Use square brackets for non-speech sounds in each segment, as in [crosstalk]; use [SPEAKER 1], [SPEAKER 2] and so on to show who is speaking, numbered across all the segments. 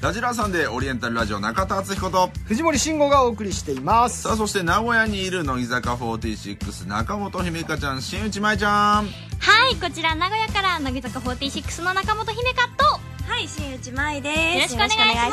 [SPEAKER 1] ラジラーさんでオリエンタルラジオ中田敦彦と
[SPEAKER 2] 藤森慎吾がお送りしています
[SPEAKER 1] さあそして名古屋にいる乃木坂46中本姫香ちゃん新内舞ちゃん
[SPEAKER 3] はいこちら名古屋から乃木坂46の中本姫香と
[SPEAKER 4] はい新内舞です
[SPEAKER 3] よろしくお願いし
[SPEAKER 1] お
[SPEAKER 3] ます
[SPEAKER 1] 願いし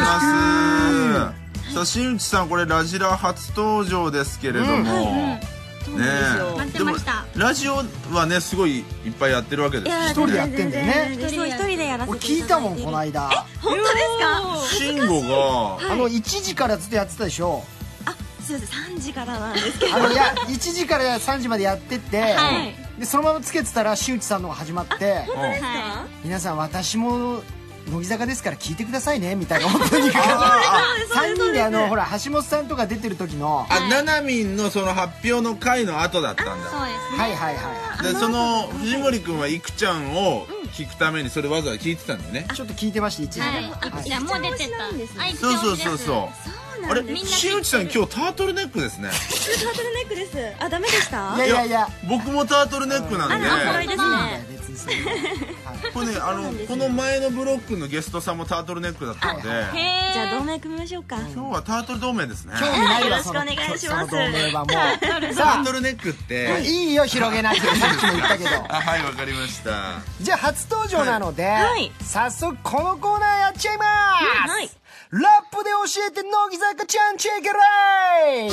[SPEAKER 1] ますさあ新内さんこれラジラ初登場ですけれども、
[SPEAKER 2] うん
[SPEAKER 4] はいうん
[SPEAKER 1] ね
[SPEAKER 4] そうなんです
[SPEAKER 3] 待って
[SPEAKER 4] よ
[SPEAKER 3] ました
[SPEAKER 1] でもラジオはねすごいいっぱいやってるわけです
[SPEAKER 4] いや
[SPEAKER 1] よ
[SPEAKER 2] 一人でやってんだよね
[SPEAKER 4] 全然全然そう一人でやらせ
[SPEAKER 2] 俺
[SPEAKER 4] てい
[SPEAKER 2] 聞い
[SPEAKER 4] た
[SPEAKER 2] た
[SPEAKER 4] だい
[SPEAKER 2] もん
[SPEAKER 4] て
[SPEAKER 2] この間
[SPEAKER 4] 本当です
[SPEAKER 1] 慎吾が
[SPEAKER 2] あの1時からずっとやってたでしょ
[SPEAKER 4] かあすいません3時からなんですけど
[SPEAKER 2] あのいや1時から3時までやってて、
[SPEAKER 3] はい
[SPEAKER 2] でそのままつけてたら新内さんのが始まって
[SPEAKER 1] うん
[SPEAKER 3] は
[SPEAKER 2] 皆さん私も乃木坂ですから聞いてくださいねみたいな本当に3人であのほら橋本さんとか出てる時のは
[SPEAKER 1] あななみんのその発表の回の後だったん
[SPEAKER 3] そう
[SPEAKER 1] だ
[SPEAKER 3] で
[SPEAKER 2] い
[SPEAKER 3] すね
[SPEAKER 2] はいはいは
[SPEAKER 1] でその藤森君はいくちゃんを聞くためにそれわざわざ聞いてたんだよね
[SPEAKER 2] いちょっと聞いてました1時から、
[SPEAKER 3] は
[SPEAKER 2] はいい
[SPEAKER 3] じゃあもう出てっ
[SPEAKER 4] あいくちゃん推しなんです
[SPEAKER 3] た
[SPEAKER 4] ね
[SPEAKER 3] あいくちゃ
[SPEAKER 1] そ
[SPEAKER 3] ん
[SPEAKER 1] うそう
[SPEAKER 3] 推しです
[SPEAKER 1] そうそう
[SPEAKER 4] そうなん
[SPEAKER 1] あれ
[SPEAKER 4] です
[SPEAKER 3] みんな
[SPEAKER 1] 新内さん今日タートルネックです
[SPEAKER 4] [laughs]
[SPEAKER 1] ね
[SPEAKER 4] 普通タートルネックですあダメでした
[SPEAKER 2] いやいやいや
[SPEAKER 1] 僕もタートルネックなん
[SPEAKER 4] あらお揃
[SPEAKER 1] で
[SPEAKER 4] いですね
[SPEAKER 2] 別にそれははい
[SPEAKER 1] これねあのこの前のブロックのゲストさんもタートルネックだったので
[SPEAKER 3] へえ
[SPEAKER 4] じゃあ同盟組みましょうか
[SPEAKER 1] 今日はタートル同盟ですね
[SPEAKER 2] 興味ない
[SPEAKER 4] よろ
[SPEAKER 2] わ
[SPEAKER 4] しく
[SPEAKER 2] そ
[SPEAKER 4] お
[SPEAKER 2] の
[SPEAKER 4] 願いします
[SPEAKER 2] その同盟はもう
[SPEAKER 1] タ
[SPEAKER 2] さ
[SPEAKER 1] ートルネックって
[SPEAKER 2] あいいよ広げなくてさっきも言った
[SPEAKER 4] [laughs]
[SPEAKER 2] けど
[SPEAKER 1] あはいわかりました
[SPEAKER 2] じゃあ初登場なので、
[SPEAKER 4] い
[SPEAKER 2] 早速このコーナーやっちゃいます、
[SPEAKER 4] はい
[SPEAKER 2] ラップで教えて乃木坂ちゃんチェケライ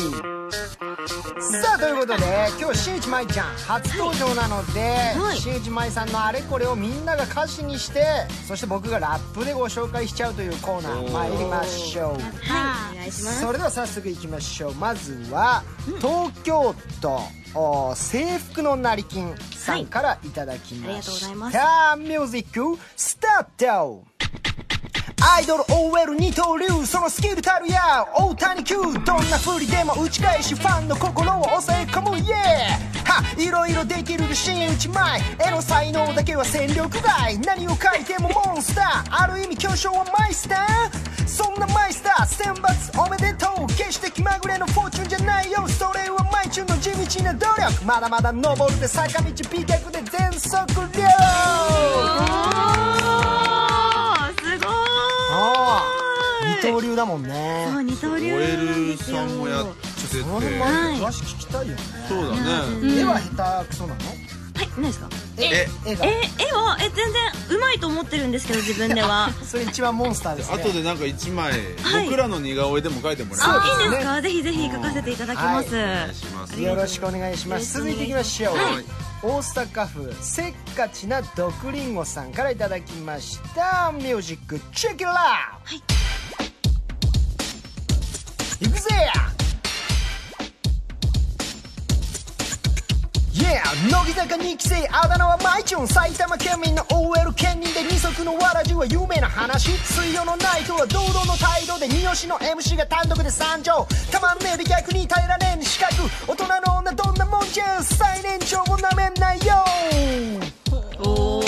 [SPEAKER 2] さあということで今日新内舞ちゃん初登場なので、
[SPEAKER 4] い
[SPEAKER 2] 新内舞さんのあれこれをみんなが歌詞にしてそして僕がラップでご紹介しちゃうというコーナー参りましょう
[SPEAKER 4] はいお願いします
[SPEAKER 2] それでは早速いきましょうまずは東京都、お制服の成金さんからいただきました、
[SPEAKER 4] ありがとうご
[SPEAKER 2] じゃあミュージックスタートアイドル OL 二刀流そのスキルたるや大谷級どんなふりでも打ち返しファンの心を抑え込むイエーはいろいろできるが真打ち前絵の才能だけは戦力外何を書いてもモンスターある意味巨匠はマイスターそんなマイスター選抜おめでとう決して気まぐれのフォーチュンじゃないよそれは毎中の地道な努力まだまだ登って坂道美脚で全速力
[SPEAKER 4] おーすご
[SPEAKER 2] 二
[SPEAKER 4] ーい
[SPEAKER 2] 刀流だもんね
[SPEAKER 4] そう二刀流なんで
[SPEAKER 1] OL
[SPEAKER 4] すよ
[SPEAKER 1] さんもやってて
[SPEAKER 2] その辺も詳しく聞きたいよね、
[SPEAKER 1] そうだね
[SPEAKER 2] 絵は下手くそなの
[SPEAKER 4] はい何ですか
[SPEAKER 1] え
[SPEAKER 2] 絵が
[SPEAKER 4] え絵はえ全然うまいと思ってるんですけど自分では
[SPEAKER 2] それ一番モンスターですね
[SPEAKER 1] あとでなんか一枚
[SPEAKER 4] はい
[SPEAKER 1] 僕らの似顔絵でも描いてもらえ
[SPEAKER 2] そう
[SPEAKER 1] ま
[SPEAKER 2] で
[SPEAKER 1] お
[SPEAKER 2] すね
[SPEAKER 4] いいですかぜひぜひ書かせていただきます
[SPEAKER 1] 願いします
[SPEAKER 2] よろしくお願いします続いていきましょう、
[SPEAKER 1] はい
[SPEAKER 2] 大阪府せっかちな毒りんごさんからいただきましたミュージックチェックラー、はい、いくぜ Yeah! 乃木坂2期生あだ名はマイチュン埼玉県民の OL 県人で二足のわらじは有名な話水曜のナイトは堂々の態度で三好の MC が単独で参上たまんねえで逆に耐えられん資格大人の女どんなもんじゃ最年長もなめんなよ
[SPEAKER 4] お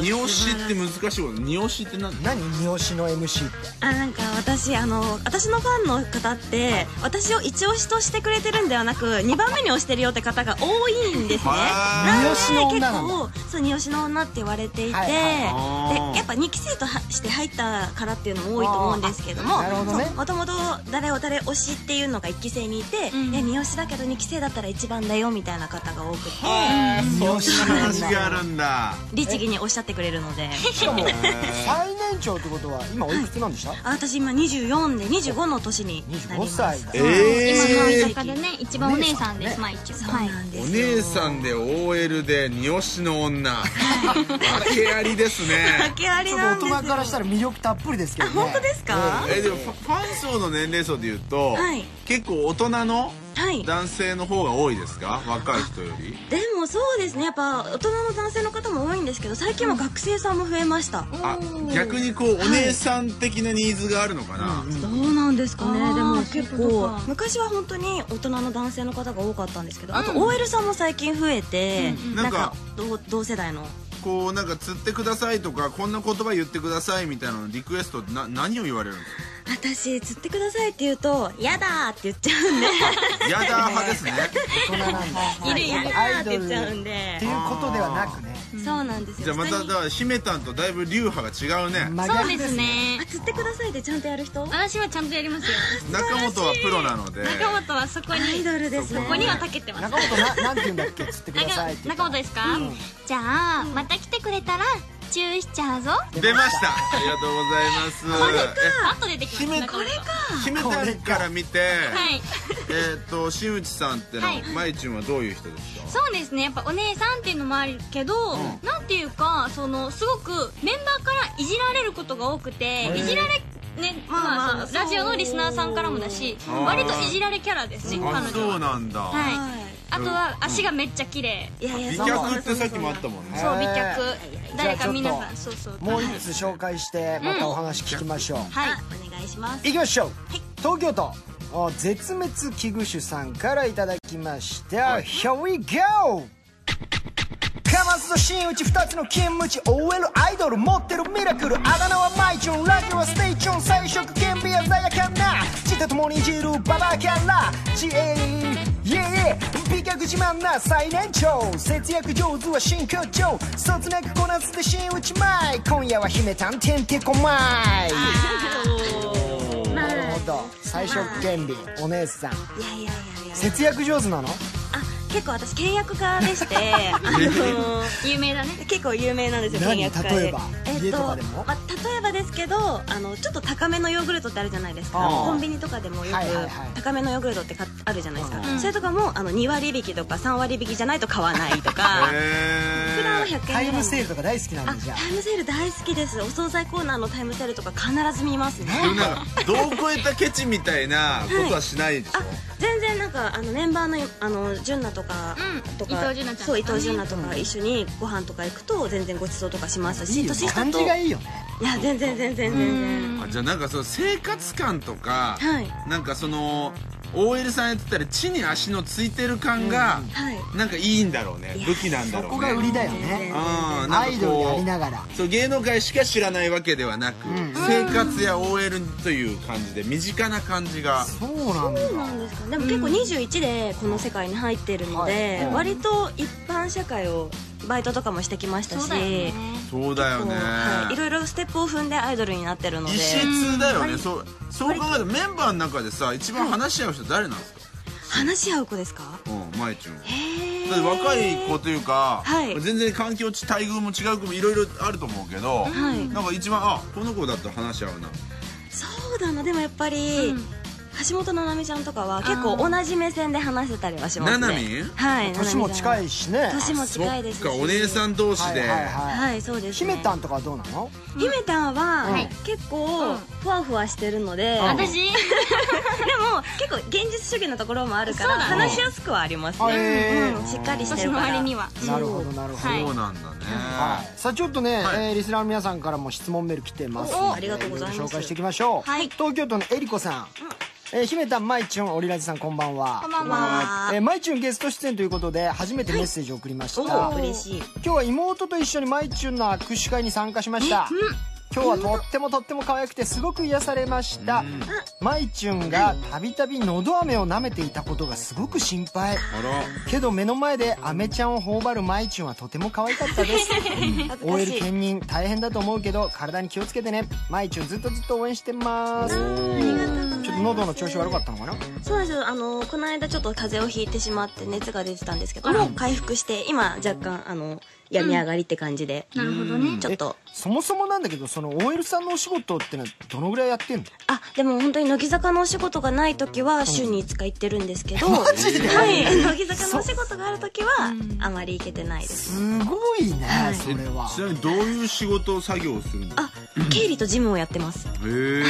[SPEAKER 1] に
[SPEAKER 4] お
[SPEAKER 1] におしって難しいことにおしって何
[SPEAKER 2] 何三好の MC [laughs] って
[SPEAKER 4] あなんか私あの私のファンの方って私を一押しとしてくれてるんではなく2番目に押してるよって方が多いんですね
[SPEAKER 1] あ
[SPEAKER 2] ー
[SPEAKER 4] なん
[SPEAKER 2] 二押しの
[SPEAKER 4] で
[SPEAKER 2] 女
[SPEAKER 4] 結
[SPEAKER 2] なんだ
[SPEAKER 4] 構そう二押しの女って言われていて、
[SPEAKER 2] はい
[SPEAKER 1] はい
[SPEAKER 4] でやっぱ2期生とはして入ったからっていうのも多いと思うんですけども
[SPEAKER 2] あーなるほどね
[SPEAKER 4] もともと誰を誰推しっていうのが1期生にいて、
[SPEAKER 3] うん
[SPEAKER 4] いや二押しだけど2期生だったら一番だよみたいな方が多くて
[SPEAKER 1] そん
[SPEAKER 2] 三
[SPEAKER 1] な
[SPEAKER 2] 好
[SPEAKER 1] 話があるんだ
[SPEAKER 4] 律儀におっしゃってくれるので。
[SPEAKER 2] しかも最年長ってことは今おいくつなんでした、
[SPEAKER 4] あ私今24で25の年になります
[SPEAKER 2] 25歳
[SPEAKER 4] そう
[SPEAKER 2] え
[SPEAKER 1] ー
[SPEAKER 3] 今
[SPEAKER 4] 今
[SPEAKER 3] 乃
[SPEAKER 4] の
[SPEAKER 3] 木坂でね一番お姉さんですまあ一応はい
[SPEAKER 1] お姉さ
[SPEAKER 4] ん
[SPEAKER 1] んで OL でにおしの女訳ありですね
[SPEAKER 4] 訳あ
[SPEAKER 2] ち
[SPEAKER 4] り
[SPEAKER 2] ょ
[SPEAKER 4] な
[SPEAKER 2] っ
[SPEAKER 4] ん
[SPEAKER 2] と
[SPEAKER 4] で
[SPEAKER 2] 大
[SPEAKER 4] すよ
[SPEAKER 2] 人からしたら魅力たっぷりですけどね
[SPEAKER 4] あ本当ですか
[SPEAKER 2] ええ
[SPEAKER 1] えでもファファン層の年齢層でいうと、
[SPEAKER 4] はい
[SPEAKER 1] 結構大人の
[SPEAKER 4] はい
[SPEAKER 1] 男性の方が多いですか若い人より
[SPEAKER 4] でもそうですねやっぱ大人の男性の方も多いんですけど最近は学生さんも増えました、
[SPEAKER 1] あ逆にこうお姉さん的なニーズがあるのかな、
[SPEAKER 4] どうなんですかね
[SPEAKER 3] あー
[SPEAKER 4] でも結
[SPEAKER 3] そういうこ
[SPEAKER 4] 構
[SPEAKER 3] とか
[SPEAKER 4] 昔は本当に大人の男性の方が多かったんですけど、あと OL さんも最近増えて、
[SPEAKER 1] ん
[SPEAKER 4] なん
[SPEAKER 1] なんか
[SPEAKER 4] か同同世代の
[SPEAKER 1] こうなんか釣ってくださいとかこんな言葉言ってくださいみたいなのリクエストってな何を言われるんですか
[SPEAKER 4] 私釣ってくださいって言うと「やだ!」って言っちゃうんで
[SPEAKER 1] やだ派ですね
[SPEAKER 2] 大人なんだ
[SPEAKER 4] 「いるいる
[SPEAKER 2] ア
[SPEAKER 4] やだ!」
[SPEAKER 2] イ
[SPEAKER 4] っ
[SPEAKER 2] ド
[SPEAKER 4] て
[SPEAKER 2] ル
[SPEAKER 4] 言っちゃうん
[SPEAKER 2] ってい
[SPEAKER 4] で
[SPEAKER 2] うことではなくね
[SPEAKER 4] そうなんですよ
[SPEAKER 1] [laughs] じゃあまた
[SPEAKER 4] 下
[SPEAKER 1] だ
[SPEAKER 4] に
[SPEAKER 1] から姫たんとだいぶ流派が違うね
[SPEAKER 2] 真
[SPEAKER 3] そう
[SPEAKER 2] 逆
[SPEAKER 3] ですね
[SPEAKER 4] あ釣ってくださいってちゃんとやる人
[SPEAKER 3] 私はちゃんとやりますよ
[SPEAKER 1] 中本はプロなので
[SPEAKER 3] 中本はそこ
[SPEAKER 4] アイ
[SPEAKER 3] に
[SPEAKER 4] ドルですね
[SPEAKER 3] ここにはたけてます
[SPEAKER 2] 中本ななんて言うんだっけ釣ってくださいって言っ
[SPEAKER 3] 中中
[SPEAKER 2] た
[SPEAKER 3] 本ですか、じゃあまた来てくれたらチューしちゃうぞ
[SPEAKER 1] 出ましたありがとうございます
[SPEAKER 3] あと出てきます
[SPEAKER 1] 姫
[SPEAKER 3] 中本
[SPEAKER 1] え姫たんから見て
[SPEAKER 3] はい
[SPEAKER 1] えっと新内さんってのは
[SPEAKER 3] はい
[SPEAKER 1] まいちゅんはどういう人ですか
[SPEAKER 3] そうですねやっぱお姉さんっていうのもあるけど、なんていうかそのすごくメンバーからいじられることが多くていじられねまあ、
[SPEAKER 4] まあまあ
[SPEAKER 3] そのラジオのリスナーさんからもだし
[SPEAKER 1] うん
[SPEAKER 3] 割といじられキャラですね彼
[SPEAKER 1] あ
[SPEAKER 3] 女
[SPEAKER 1] そう
[SPEAKER 3] は
[SPEAKER 1] なんだ
[SPEAKER 3] はいあとは
[SPEAKER 1] うん
[SPEAKER 3] 足がめっちゃ綺麗
[SPEAKER 4] いやいや
[SPEAKER 1] 美
[SPEAKER 4] そう
[SPEAKER 1] 脚ってさっきもあったもんね
[SPEAKER 3] そう美
[SPEAKER 2] へ
[SPEAKER 3] 脚
[SPEAKER 2] ー
[SPEAKER 3] 誰
[SPEAKER 2] じゃあちょっ
[SPEAKER 3] か
[SPEAKER 2] と
[SPEAKER 3] 皆さんそうそう
[SPEAKER 2] もう
[SPEAKER 3] はい
[SPEAKER 2] 一つ紹介してまたお話聞きましょう、
[SPEAKER 3] はい
[SPEAKER 4] あお願いします
[SPEAKER 2] いきましょう、東京都お絶滅危惧種さんからいただきました、Here we go! かまずと真打ち2つの金ムチ OL アイドル持ってるミラクルあだ名はマイチュンラジオはステイチュン彩色兼備鮮やかな血と共にいじるババアキャラ知恵イエイ美脚自慢な最年長節約上手は新居長卒なくこなすで真打ちマイ今夜は姫たんてんてこまいなるほど最初権利お姉さん
[SPEAKER 4] いやいやいやいや
[SPEAKER 2] 節約上手なの
[SPEAKER 4] あ結構私倹約家でして
[SPEAKER 2] [laughs]
[SPEAKER 4] あのー
[SPEAKER 3] 有名だね
[SPEAKER 4] 結構有名なんですよ
[SPEAKER 2] 何
[SPEAKER 4] 倹約家で
[SPEAKER 2] 例えば家とかでも
[SPEAKER 4] まあ、例えばですけどあのちょっと高めのヨーグルトってあるじゃないですか
[SPEAKER 2] ああ
[SPEAKER 4] コンビニとかでもよく
[SPEAKER 2] はいはいはい
[SPEAKER 4] 高めのヨーグルトってかあるじゃないですか、
[SPEAKER 2] うん
[SPEAKER 4] それとかもあの2割引きとか3割引きじゃないと買わないと
[SPEAKER 2] [laughs]
[SPEAKER 4] か普段
[SPEAKER 1] へー
[SPEAKER 4] は100円
[SPEAKER 2] タイムセールとか大好きなん
[SPEAKER 4] あ
[SPEAKER 2] だじゃあ
[SPEAKER 4] タイムセール大好きですお惣菜コーナーのタイムセールとか必ず見ますね
[SPEAKER 1] でもなんか度を超えたケチみたいなことはしないでしょ
[SPEAKER 4] あ全然なんかあのメンバーのあの純奈とか,、
[SPEAKER 3] うん
[SPEAKER 4] とか
[SPEAKER 3] 伊藤純奈ちゃんとかね
[SPEAKER 4] そう伊藤純奈とか一緒にご飯とか行くと全然ごちそうとかしますし
[SPEAKER 2] いいよ
[SPEAKER 4] 年
[SPEAKER 2] ね
[SPEAKER 4] 下
[SPEAKER 2] 感
[SPEAKER 4] と
[SPEAKER 2] じがいいよね
[SPEAKER 4] いや全然全然全然
[SPEAKER 1] あじゃあなんかその生活感とか、
[SPEAKER 4] はい
[SPEAKER 1] なんかその OL さんやってたら地に足のついてる感が、
[SPEAKER 4] はい
[SPEAKER 1] なんかいいんだろうね武器なんだ
[SPEAKER 2] そ
[SPEAKER 1] ろうね
[SPEAKER 2] こが売りだよ
[SPEAKER 1] う
[SPEAKER 2] ね
[SPEAKER 1] んなんかこう
[SPEAKER 2] アイドルやりながら
[SPEAKER 1] そう芸能界しか知らないわけではなく、生活や OL という感じで身近な感じが
[SPEAKER 2] そうなんだ
[SPEAKER 4] そうなんですかでも結構21でこの世界に入ってるので、
[SPEAKER 1] はい
[SPEAKER 4] 割と一般社会をバイトとかもしてきましたし
[SPEAKER 3] そうだよね
[SPEAKER 1] そうだよ
[SPEAKER 4] こう
[SPEAKER 1] ね、
[SPEAKER 4] はい、いろいろステップを踏んでアイドルになってるので
[SPEAKER 1] 異質だよね、そうそう考えるとメンバーの中でさ一番話し合う人誰なんですか、
[SPEAKER 4] 話し合う子ですか
[SPEAKER 1] うん、まいちゅんは
[SPEAKER 4] へー
[SPEAKER 1] だって若い子というか、
[SPEAKER 4] はい
[SPEAKER 1] 全然環境待遇も違う子もいろいろあると思うけど、
[SPEAKER 4] はい
[SPEAKER 1] なんか一番あこの子だったら話し合うな
[SPEAKER 4] そうだなでもやっぱり、
[SPEAKER 3] うん
[SPEAKER 4] 橋本七海ちゃんとかは結構同じ目線で話せたりはしますね
[SPEAKER 1] ななみん
[SPEAKER 4] はい
[SPEAKER 2] 年も近
[SPEAKER 4] い
[SPEAKER 2] いしね
[SPEAKER 4] 年も近いですし
[SPEAKER 1] そっかお姉さん同士
[SPEAKER 2] はい
[SPEAKER 1] で、
[SPEAKER 2] はいはい
[SPEAKER 4] はいそうですね
[SPEAKER 2] 姫たんとかはどうなの
[SPEAKER 4] 姫たんは、
[SPEAKER 2] はい
[SPEAKER 4] 結構、
[SPEAKER 3] うん
[SPEAKER 4] ふわふわしてるので、
[SPEAKER 3] 私
[SPEAKER 4] [laughs] でも結構現実主義のところもあるから
[SPEAKER 3] そうだ
[SPEAKER 4] 話しやすくはあります
[SPEAKER 2] あへ
[SPEAKER 4] ね
[SPEAKER 2] ー、
[SPEAKER 4] うん、しっかりして
[SPEAKER 3] 私
[SPEAKER 4] る
[SPEAKER 3] の
[SPEAKER 4] から
[SPEAKER 3] 周りには
[SPEAKER 2] なるほどなるほど
[SPEAKER 3] はい
[SPEAKER 1] そうなんだね、
[SPEAKER 2] はいさあちょっとね、
[SPEAKER 1] はい
[SPEAKER 2] えーリスナーの皆さんからも質問メール来てますので
[SPEAKER 4] おありがとうございます
[SPEAKER 2] ろろ紹介していきましょう、
[SPEAKER 3] はい
[SPEAKER 2] 東京都のえりこさん、えー姫たんまいちゅんオリラジさんこんばんは
[SPEAKER 3] こんばん
[SPEAKER 4] は
[SPEAKER 2] えーまいちゅんゲスト出演ということで初めてメッセージを送りました、
[SPEAKER 4] お嬉しい
[SPEAKER 2] 今日は妹と一緒にまいちゅんの握手会に参加しました、今日はとってもとっても可愛くてすごく癒されましたまいちゅんがたびたびのど飴を舐めていたことがすごく心配
[SPEAKER 1] あら
[SPEAKER 2] けど目の前でアメちゃんを頬張るまいちゅんはとても可愛か
[SPEAKER 4] [laughs]
[SPEAKER 2] ったです
[SPEAKER 4] 恥ずか
[SPEAKER 2] OL
[SPEAKER 4] しい
[SPEAKER 2] 兼任大変だと思うけど体に気をつけてねまいちゅんずっとずっと応援してますちょっと喉の調子悪かったのかな
[SPEAKER 4] そうなんですよあのこの間ちょっと風邪をひいてしまって熱が出てたんですけどもう回復して今若干あの病み上がりって感じで、
[SPEAKER 3] なるほどね
[SPEAKER 4] ちょっと
[SPEAKER 2] そもそもなんだけどその OL さんのお仕事ってのはどのぐらいやってんの
[SPEAKER 4] あでも本当に乃木坂のお仕事がない時は週に5日行ってるんですけど、
[SPEAKER 2] マジで
[SPEAKER 4] はい乃木坂のお仕事がある時はあまり行けてないです
[SPEAKER 2] すごいねそれは
[SPEAKER 1] ちなみにどういう仕事を作業をするんですか
[SPEAKER 4] あ経理と事務をやってます
[SPEAKER 1] へえ、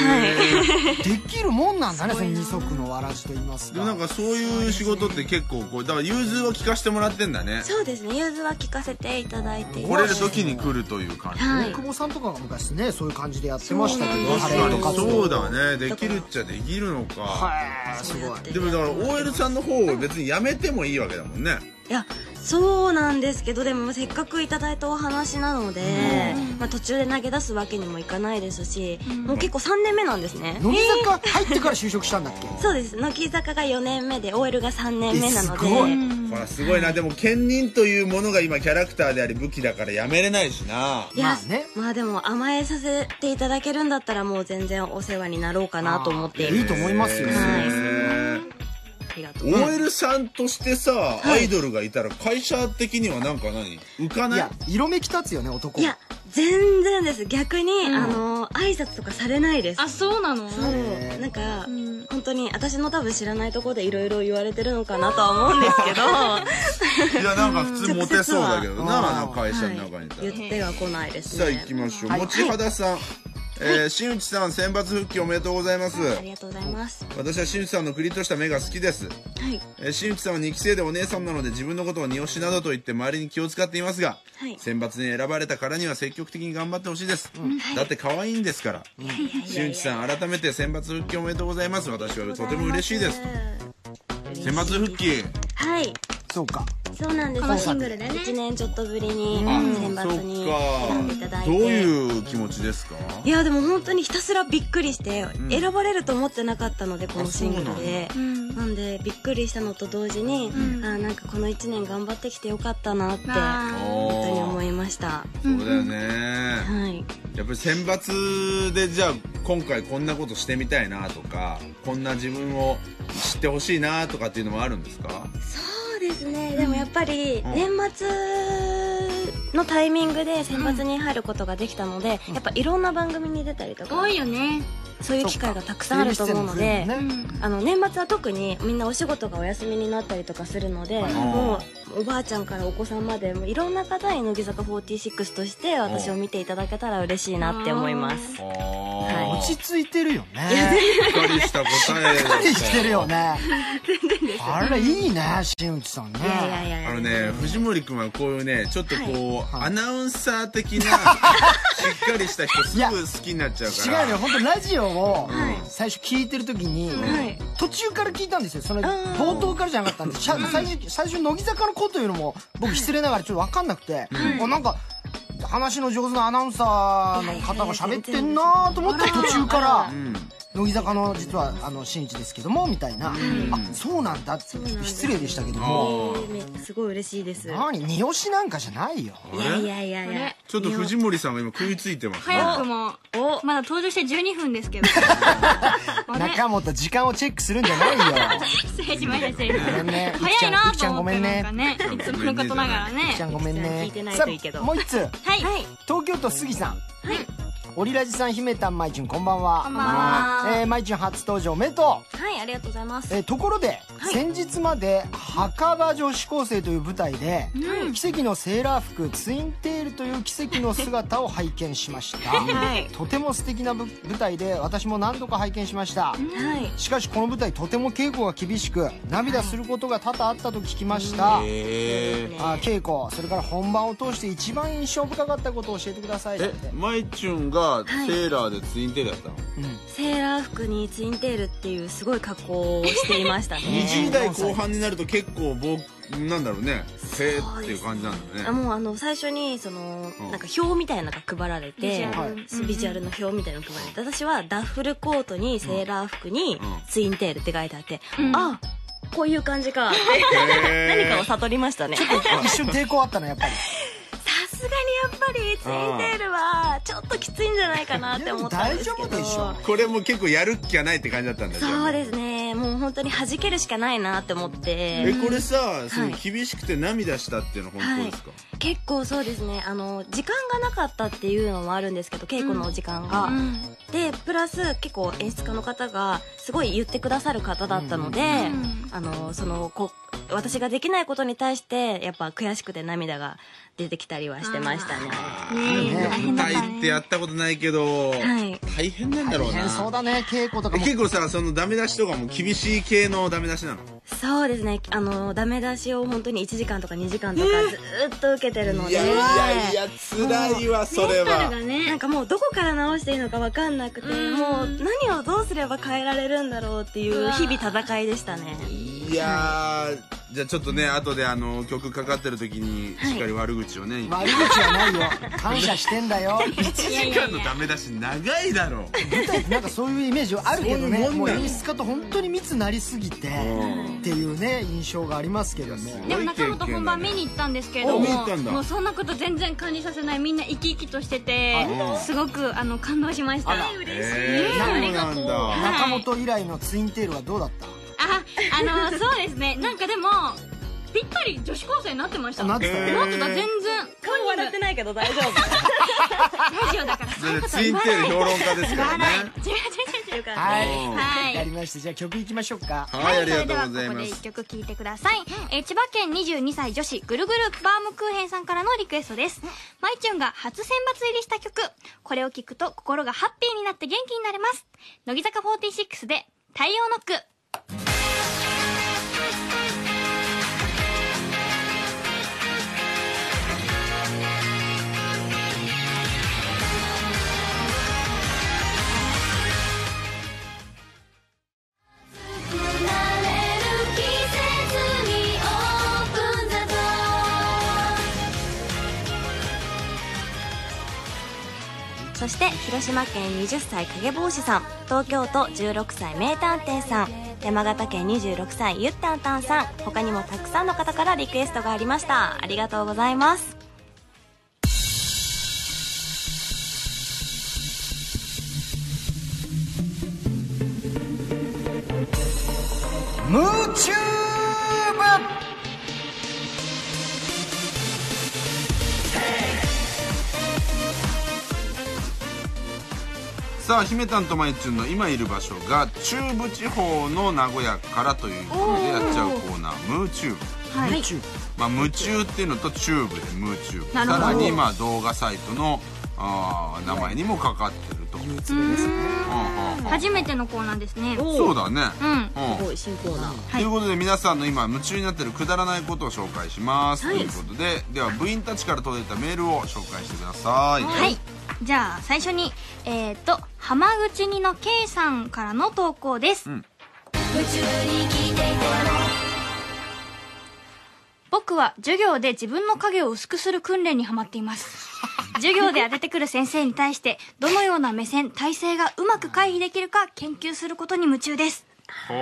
[SPEAKER 2] できるもんなんだねその二足のわらじと言います
[SPEAKER 1] でもなん
[SPEAKER 2] か
[SPEAKER 1] かそういう仕事って結構こうだから融通は聞かせてもらってんだね
[SPEAKER 4] そうですね融通は聞かせていただいてい
[SPEAKER 1] 来れる
[SPEAKER 4] ます
[SPEAKER 1] 時に来るという感じ、
[SPEAKER 4] はい
[SPEAKER 2] 大久保さんとかが昔ねそういう感じでやってましたけど
[SPEAKER 1] 確かにそう
[SPEAKER 2] だ
[SPEAKER 1] だねできるっちゃできるのか
[SPEAKER 2] すごい
[SPEAKER 1] でもだから OL さんの方を別にやめてもいいわけだもんね
[SPEAKER 4] いやそうなんですけどでもせっかくいただいたお話なので、まあ、途中で投げ出すわけにもいかないですし、もう結構3年目なんですね
[SPEAKER 2] 乃木坂入ってから就職したんだっけ
[SPEAKER 4] そうです乃木坂が4年目で OL が3年目なので
[SPEAKER 2] えすごい
[SPEAKER 1] ほらすごいなでも兼任というものが今キャラクターであり武器だからやめれないしない
[SPEAKER 4] や
[SPEAKER 2] まあね
[SPEAKER 4] まあでも甘えさせていただけるんだったらもう全然お世話になろうかなと思ってい
[SPEAKER 2] いい
[SPEAKER 4] る
[SPEAKER 2] と思いますよ
[SPEAKER 1] へー
[SPEAKER 4] ありがとう
[SPEAKER 1] OL さんとしてさ、アイドルがいたら会社的にはなんか何浮か
[SPEAKER 2] い
[SPEAKER 1] ない
[SPEAKER 2] や色めき立つよね男
[SPEAKER 4] いや全然です逆に、あの挨拶とかされないです
[SPEAKER 3] あそうなの
[SPEAKER 4] そうなんか、
[SPEAKER 3] ん
[SPEAKER 4] 本当に私の多分知らないところでいろいろ言われてるのかなとは思うんです
[SPEAKER 3] [laughs]
[SPEAKER 4] けど
[SPEAKER 1] いやなんか普通モテそうだけどなあの会社の中にいたら、
[SPEAKER 4] 言っては来ないです
[SPEAKER 1] さあ
[SPEAKER 4] ね
[SPEAKER 1] 行きましょう、持ち肌さん、えー新内さん選抜復帰おめでとうございます
[SPEAKER 4] ありがとうございます
[SPEAKER 1] 私は新内さんのクリッとした目が好きです、
[SPEAKER 4] はい
[SPEAKER 1] えー新内さんは2期生でお姉さんなので自分のことを二押しなどと言って周りに気を使っていますが、
[SPEAKER 4] はい
[SPEAKER 1] 選抜に選ばれたからには積極的に頑張ってほしいです、だって可愛いんですから、新内さん改めて選抜復帰おめでとうございます私はとても嬉しいです
[SPEAKER 4] 嬉しい
[SPEAKER 1] 選抜復帰
[SPEAKER 4] はい
[SPEAKER 2] そうか
[SPEAKER 4] そうなんです
[SPEAKER 3] このシングルでね
[SPEAKER 4] 1年ちょっとぶりに
[SPEAKER 1] あ
[SPEAKER 4] 選
[SPEAKER 1] そ
[SPEAKER 4] 抜に選んでいた
[SPEAKER 1] っ
[SPEAKER 4] だ
[SPEAKER 1] か
[SPEAKER 4] い
[SPEAKER 1] どう
[SPEAKER 4] て
[SPEAKER 1] いう気持ちですか
[SPEAKER 4] いやでも本当にひたすらびっくりして、選ばれると思ってなかったのでこのシングルで
[SPEAKER 3] そうなんだ
[SPEAKER 4] なんでびっくりしたのと同時に、
[SPEAKER 3] うん
[SPEAKER 4] あーなんかこの1年頑張ってきてよかったなって
[SPEAKER 3] あー
[SPEAKER 4] 本当に思いました
[SPEAKER 1] そうだよね、
[SPEAKER 4] はい
[SPEAKER 1] やっぱり選抜でじゃあ今回こんなことしてみたいなとかこんな自分を知ってほしいなとかっていうのもあるんですか
[SPEAKER 4] そうですねでもやっぱり
[SPEAKER 1] ん
[SPEAKER 4] 年末のタイミングで選抜に入ることができたので、やっぱいろんな番組に出たりとか
[SPEAKER 3] 多いよね
[SPEAKER 4] そういう機会がたくさんあると思うので、
[SPEAKER 2] ね
[SPEAKER 4] あの年末は特にみんなお仕事がお休みになったりとかするので、
[SPEAKER 1] い
[SPEAKER 4] もうおばあちゃんからお子さんまでもういろんな方に乃木坂46として私を見ていただけたら嬉しいなって思います
[SPEAKER 1] あ
[SPEAKER 4] はい
[SPEAKER 1] あ
[SPEAKER 2] 落
[SPEAKER 1] し
[SPEAKER 2] ち
[SPEAKER 1] っ
[SPEAKER 2] 着いてるよね [laughs]
[SPEAKER 1] かりした答え
[SPEAKER 2] しっかりしてるよ
[SPEAKER 4] [laughs]
[SPEAKER 2] ねあれいいね新内さんね
[SPEAKER 4] いやいやいやいや
[SPEAKER 1] あのね藤森君はこういうねちょっとこう、
[SPEAKER 2] はい
[SPEAKER 1] アナウンサー的なしっかりした人す
[SPEAKER 2] いや
[SPEAKER 1] ぐ好きになっちゃうか
[SPEAKER 2] 違う
[SPEAKER 1] ら
[SPEAKER 2] のよ本当ラジオを
[SPEAKER 4] はい
[SPEAKER 2] 最初聞いてる時に、
[SPEAKER 4] はい
[SPEAKER 2] 途中から聞いたんですよその
[SPEAKER 4] ん
[SPEAKER 2] 冒頭からじゃなかったんでしゃ最初最初乃木坂の子というのも僕失礼ながらちょっと分かんなくて、あなんか話の上手なアナウンサーの方が喋ってんなと思って途中から
[SPEAKER 1] うん
[SPEAKER 2] 乃木坂の実はあの新一ですけどもみたいな、あそうなんだって失礼でしたけども
[SPEAKER 1] あー
[SPEAKER 4] めすごい嬉しいですいや
[SPEAKER 2] 何二押しなんかじゃないよ
[SPEAKER 4] いやいやい
[SPEAKER 3] あ
[SPEAKER 4] や
[SPEAKER 3] れ
[SPEAKER 1] ちょっと藤森さんが今食いついてますね
[SPEAKER 3] 早くも
[SPEAKER 4] お
[SPEAKER 3] まだ登場して12分です
[SPEAKER 2] [laughs]
[SPEAKER 3] けどあれ
[SPEAKER 2] 中本時間をチェックするんじゃないよ
[SPEAKER 3] 失礼しました失礼しまし
[SPEAKER 2] ごめんね
[SPEAKER 3] た早いな
[SPEAKER 2] ゆきちゃ
[SPEAKER 3] と
[SPEAKER 2] ん
[SPEAKER 3] 思ってなんかね
[SPEAKER 1] ゆき
[SPEAKER 3] い
[SPEAKER 1] ち
[SPEAKER 3] つ
[SPEAKER 1] ゃんごめ
[SPEAKER 3] も
[SPEAKER 1] んね
[SPEAKER 3] のことながら
[SPEAKER 2] ちゃん
[SPEAKER 3] ね
[SPEAKER 2] ごめん
[SPEAKER 4] 聞
[SPEAKER 2] ね
[SPEAKER 4] いてないといいけど
[SPEAKER 2] さあもう一つ
[SPEAKER 3] はい
[SPEAKER 4] はい
[SPEAKER 2] 東京都杉さん
[SPEAKER 3] はい
[SPEAKER 2] オリラジさん姫たんまいちゅんこんばんは
[SPEAKER 3] こんばんは
[SPEAKER 2] えー、まいちゅん初登場おめでとう
[SPEAKER 4] はいありがとうございます
[SPEAKER 2] えーところで、先日まで「墓場女子高生」という舞台で、奇跡のセーラー服ツインテールという奇跡の姿を拝見しました、
[SPEAKER 4] はい
[SPEAKER 2] とても素敵なぶ舞台で私も何度か拝見しました、
[SPEAKER 4] はい
[SPEAKER 2] しかしこの舞台とても稽古が厳しく涙することが多々あったと聞きました、
[SPEAKER 1] へー
[SPEAKER 2] あー稽古それから本番を通して一番印象深かったことを教えてくださいだっ
[SPEAKER 1] え
[SPEAKER 2] て
[SPEAKER 1] まいちゅんがセーラーでツインテールだったの、
[SPEAKER 4] セーラー服にツインテールっていうすごい格好をしていましたね
[SPEAKER 1] 20代後半になると結構ぼなんだろうねせーっていう感じなんだね
[SPEAKER 4] あもうあの最初にその、
[SPEAKER 1] うん
[SPEAKER 4] なんか表みたいなのが配られ
[SPEAKER 3] ビジ
[SPEAKER 4] て
[SPEAKER 3] ュ
[SPEAKER 2] は
[SPEAKER 3] ア
[SPEAKER 2] い
[SPEAKER 3] ル
[SPEAKER 4] そうビジュアルの表みたいなの配られて、私はダッフルコートにセーラー服に
[SPEAKER 1] ん
[SPEAKER 4] ツインテールって書いてあって、
[SPEAKER 3] ん
[SPEAKER 4] あこういう感じかって何かを悟りましたねさ
[SPEAKER 2] 一瞬抵抗あったのやっぱり
[SPEAKER 4] すがにやっぱりツインテールはちょっときついんじゃないかなって思ったんで
[SPEAKER 2] い
[SPEAKER 4] すけ
[SPEAKER 2] やでも大丈夫
[SPEAKER 4] ど
[SPEAKER 2] でしょ
[SPEAKER 1] これも結構やるっきゃないって感じだったんだじゃあ
[SPEAKER 4] そうですねもう本当に弾けるしかないなって思って
[SPEAKER 1] えこれさその
[SPEAKER 4] はい
[SPEAKER 1] 厳しくて涙したっていうのは本当ですか、
[SPEAKER 4] 結構そうですねあの時間がなかったっていうのもあるんですけど稽古の時間が、
[SPEAKER 3] うん
[SPEAKER 4] でプラス結構演出家の方がすごい言ってくださる方だったので、
[SPEAKER 3] ん
[SPEAKER 4] あのそのこ私ができないことに対してやっぱ悔しくて涙が出てきたりはしてましたね
[SPEAKER 3] ねえ大
[SPEAKER 1] 舞
[SPEAKER 3] 変だった
[SPEAKER 1] 台ってや
[SPEAKER 3] ね
[SPEAKER 1] ったことないけど、
[SPEAKER 4] はい
[SPEAKER 1] 大変なんだろう
[SPEAKER 2] 大
[SPEAKER 1] な
[SPEAKER 2] 変そうだね稽古とか
[SPEAKER 1] え
[SPEAKER 2] も
[SPEAKER 1] 結構さそのダメ出しとかも厳しい系のダメ出しなの
[SPEAKER 4] そうですねあのダメ出しを本当に1時間とか2時間とかずーっと受けてるので、
[SPEAKER 1] や辛いわそ
[SPEAKER 3] メンタルが
[SPEAKER 4] なん
[SPEAKER 3] ね
[SPEAKER 4] かもうどこから直していいのか分かんなくて、もう何をどうすれば変えられるんだろうっていう日々戦いでしたね
[SPEAKER 1] いいやーじゃあちょっとね後であの曲かかってる時にしっかり悪口をね、
[SPEAKER 2] 悪口はないよ感謝してんだ [laughs] よ
[SPEAKER 1] 1時間のダメ出し長いだろ
[SPEAKER 2] 舞台ってなんかそういうイメージはあるけど
[SPEAKER 1] そうい
[SPEAKER 2] ね
[SPEAKER 1] う
[SPEAKER 2] も
[SPEAKER 1] もん
[SPEAKER 2] う
[SPEAKER 1] なの
[SPEAKER 2] 演出家と本当に密になりすぎて
[SPEAKER 1] うん
[SPEAKER 2] っていうね印象がありますけども
[SPEAKER 1] い
[SPEAKER 3] でも中本本番見に行ったんですけれど
[SPEAKER 1] お
[SPEAKER 3] も
[SPEAKER 1] 見に行ったんだ
[SPEAKER 3] もうそんなこと全然感じさせないみんな生き生きとしててすごくあの感動しましたあ
[SPEAKER 1] 嬉しい、えー、そうなんだ、
[SPEAKER 2] 中本以来のツインテールはどうだった
[SPEAKER 3] あのそうですねなんかでもぴったり女子高生になってました
[SPEAKER 2] なっ
[SPEAKER 3] なってて
[SPEAKER 2] た
[SPEAKER 3] た
[SPEAKER 1] ね
[SPEAKER 3] 全然
[SPEAKER 4] 顔笑ってないけど大丈夫
[SPEAKER 3] ラジオだから
[SPEAKER 1] それツインテール評論家ですからね
[SPEAKER 3] 違う違う違う違う
[SPEAKER 2] はい
[SPEAKER 3] [laughs] はい
[SPEAKER 2] やりましたじゃあ曲いきましょうか
[SPEAKER 1] はいありがとうご
[SPEAKER 3] それ
[SPEAKER 1] ざ
[SPEAKER 3] で
[SPEAKER 1] い
[SPEAKER 3] はここ
[SPEAKER 1] ま
[SPEAKER 3] です一曲聴いてください、えー千葉県22歳女子ぐるぐるバームクーヘンさんからのリクエストです、まいちゅんが初選抜入りした曲これを聴くと心がハッピーになって元気になれます乃木坂46で「太陽ノック」
[SPEAKER 4] [laughs] そして広島県20歳影帽子さん東京都16歳名探偵さん山形県26歳ゆったんたんさん他にもたくさんの方からリクエストがありましたありがとうございます
[SPEAKER 2] ムーチュー
[SPEAKER 1] さあ姫たんとまいちゅんの今いる場所が中部地方の名古屋からということでやっちゃうコーナー「ムーチューブ」
[SPEAKER 2] ブムーチュー
[SPEAKER 1] まあ、夢中っていうのとチューブで夢中さ
[SPEAKER 3] なるほど
[SPEAKER 1] らにまあ動画サイトのあー名前にもかかってると、うんうん
[SPEAKER 2] ブそうですね
[SPEAKER 1] うん
[SPEAKER 3] 初めてのコーナーですね
[SPEAKER 1] そうだね
[SPEAKER 3] うん
[SPEAKER 1] う
[SPEAKER 3] は
[SPEAKER 1] ん
[SPEAKER 5] すごい新コーナー
[SPEAKER 1] ということで皆さんの今夢中になってるくだらないことを紹介します、ということででは部員たちから届いたメールを紹介してください
[SPEAKER 3] いじゃあ最初にえっ、と浜口にの K さんからの投稿です、
[SPEAKER 1] うん
[SPEAKER 3] 僕は授業で自分の影を薄くする訓練にはまって
[SPEAKER 1] [laughs]
[SPEAKER 3] います。授業で当ててくる先生に対して、どのような目線、体勢がうまく回避できるか研究することに夢中です。
[SPEAKER 1] ほ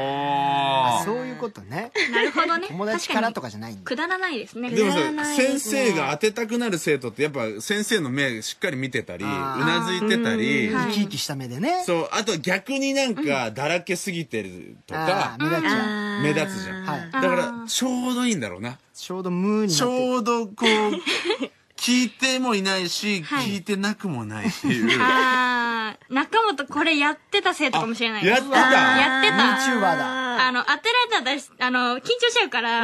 [SPEAKER 1] ー
[SPEAKER 2] そういうことね
[SPEAKER 3] なるほどね。
[SPEAKER 2] 友達からと
[SPEAKER 3] か。
[SPEAKER 2] かじゃないんだ
[SPEAKER 3] くだらないですね。
[SPEAKER 1] でも
[SPEAKER 4] くだら
[SPEAKER 1] さ
[SPEAKER 4] ないで
[SPEAKER 1] 先
[SPEAKER 4] すね
[SPEAKER 1] 生が当てたくなる生徒ってやっぱ先生の目しっかり見てたりう
[SPEAKER 2] あー
[SPEAKER 1] なずいてたり、
[SPEAKER 2] 生き生きした目でね
[SPEAKER 1] そうあと逆になんかだらけすぎてると
[SPEAKER 2] あ
[SPEAKER 1] か
[SPEAKER 2] あ、目立っちゃう
[SPEAKER 1] 目立つじゃん、
[SPEAKER 2] はい
[SPEAKER 1] だからちょうどいいんだろうな
[SPEAKER 2] ちょうどムーにな
[SPEAKER 1] ち
[SPEAKER 2] って
[SPEAKER 1] ょうどこう聞いてもいないし、
[SPEAKER 3] はい
[SPEAKER 1] 聞いてなくもないっていう
[SPEAKER 3] あー、中本これやってた生徒かもしれないで
[SPEAKER 1] やっ
[SPEAKER 3] す。
[SPEAKER 1] てた
[SPEAKER 3] やってた。
[SPEAKER 2] YouTuber だ
[SPEAKER 3] あの、当てられたらし、あの、緊張しちゃうから、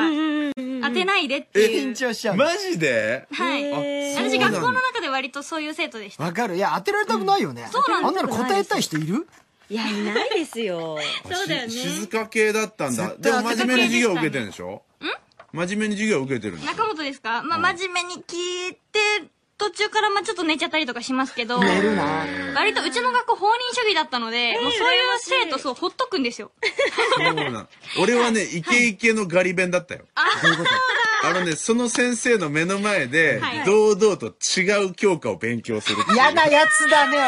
[SPEAKER 3] 当てないでっていう。
[SPEAKER 2] 緊張しちゃう
[SPEAKER 1] マジで
[SPEAKER 3] はい。
[SPEAKER 1] へー
[SPEAKER 3] 私学校の中で割とそういう生徒でした。
[SPEAKER 2] わかるいや当てられたくないよね
[SPEAKER 3] そう
[SPEAKER 2] あ
[SPEAKER 3] なん
[SPEAKER 2] ん
[SPEAKER 3] で
[SPEAKER 2] な
[SPEAKER 3] す
[SPEAKER 2] の答えたい人いる
[SPEAKER 5] いやいないですよ
[SPEAKER 3] そうだよね
[SPEAKER 1] し静か系だったんだ
[SPEAKER 2] 絶
[SPEAKER 1] で
[SPEAKER 2] 対
[SPEAKER 1] も真面目に授業
[SPEAKER 3] 静か
[SPEAKER 1] 受け
[SPEAKER 3] 系でしたね
[SPEAKER 1] てるんでしょ真面目に授業受けてるんでしょ
[SPEAKER 3] 中本ですかまあ、真面目に聞いて、途中からまあちょっと寝ちゃったりとかしますけど、
[SPEAKER 2] いるな
[SPEAKER 3] 割とうちの学校放任主義だったので、もうそういう生徒そうほっとくんですよ。
[SPEAKER 1] そうなん俺はねイケイケのガリ弁だったよ
[SPEAKER 2] どういうこと
[SPEAKER 1] あのねその先生の目の前で
[SPEAKER 3] はい
[SPEAKER 1] 堂々と違う教科を勉強するっていう
[SPEAKER 2] 嫌なやつだね、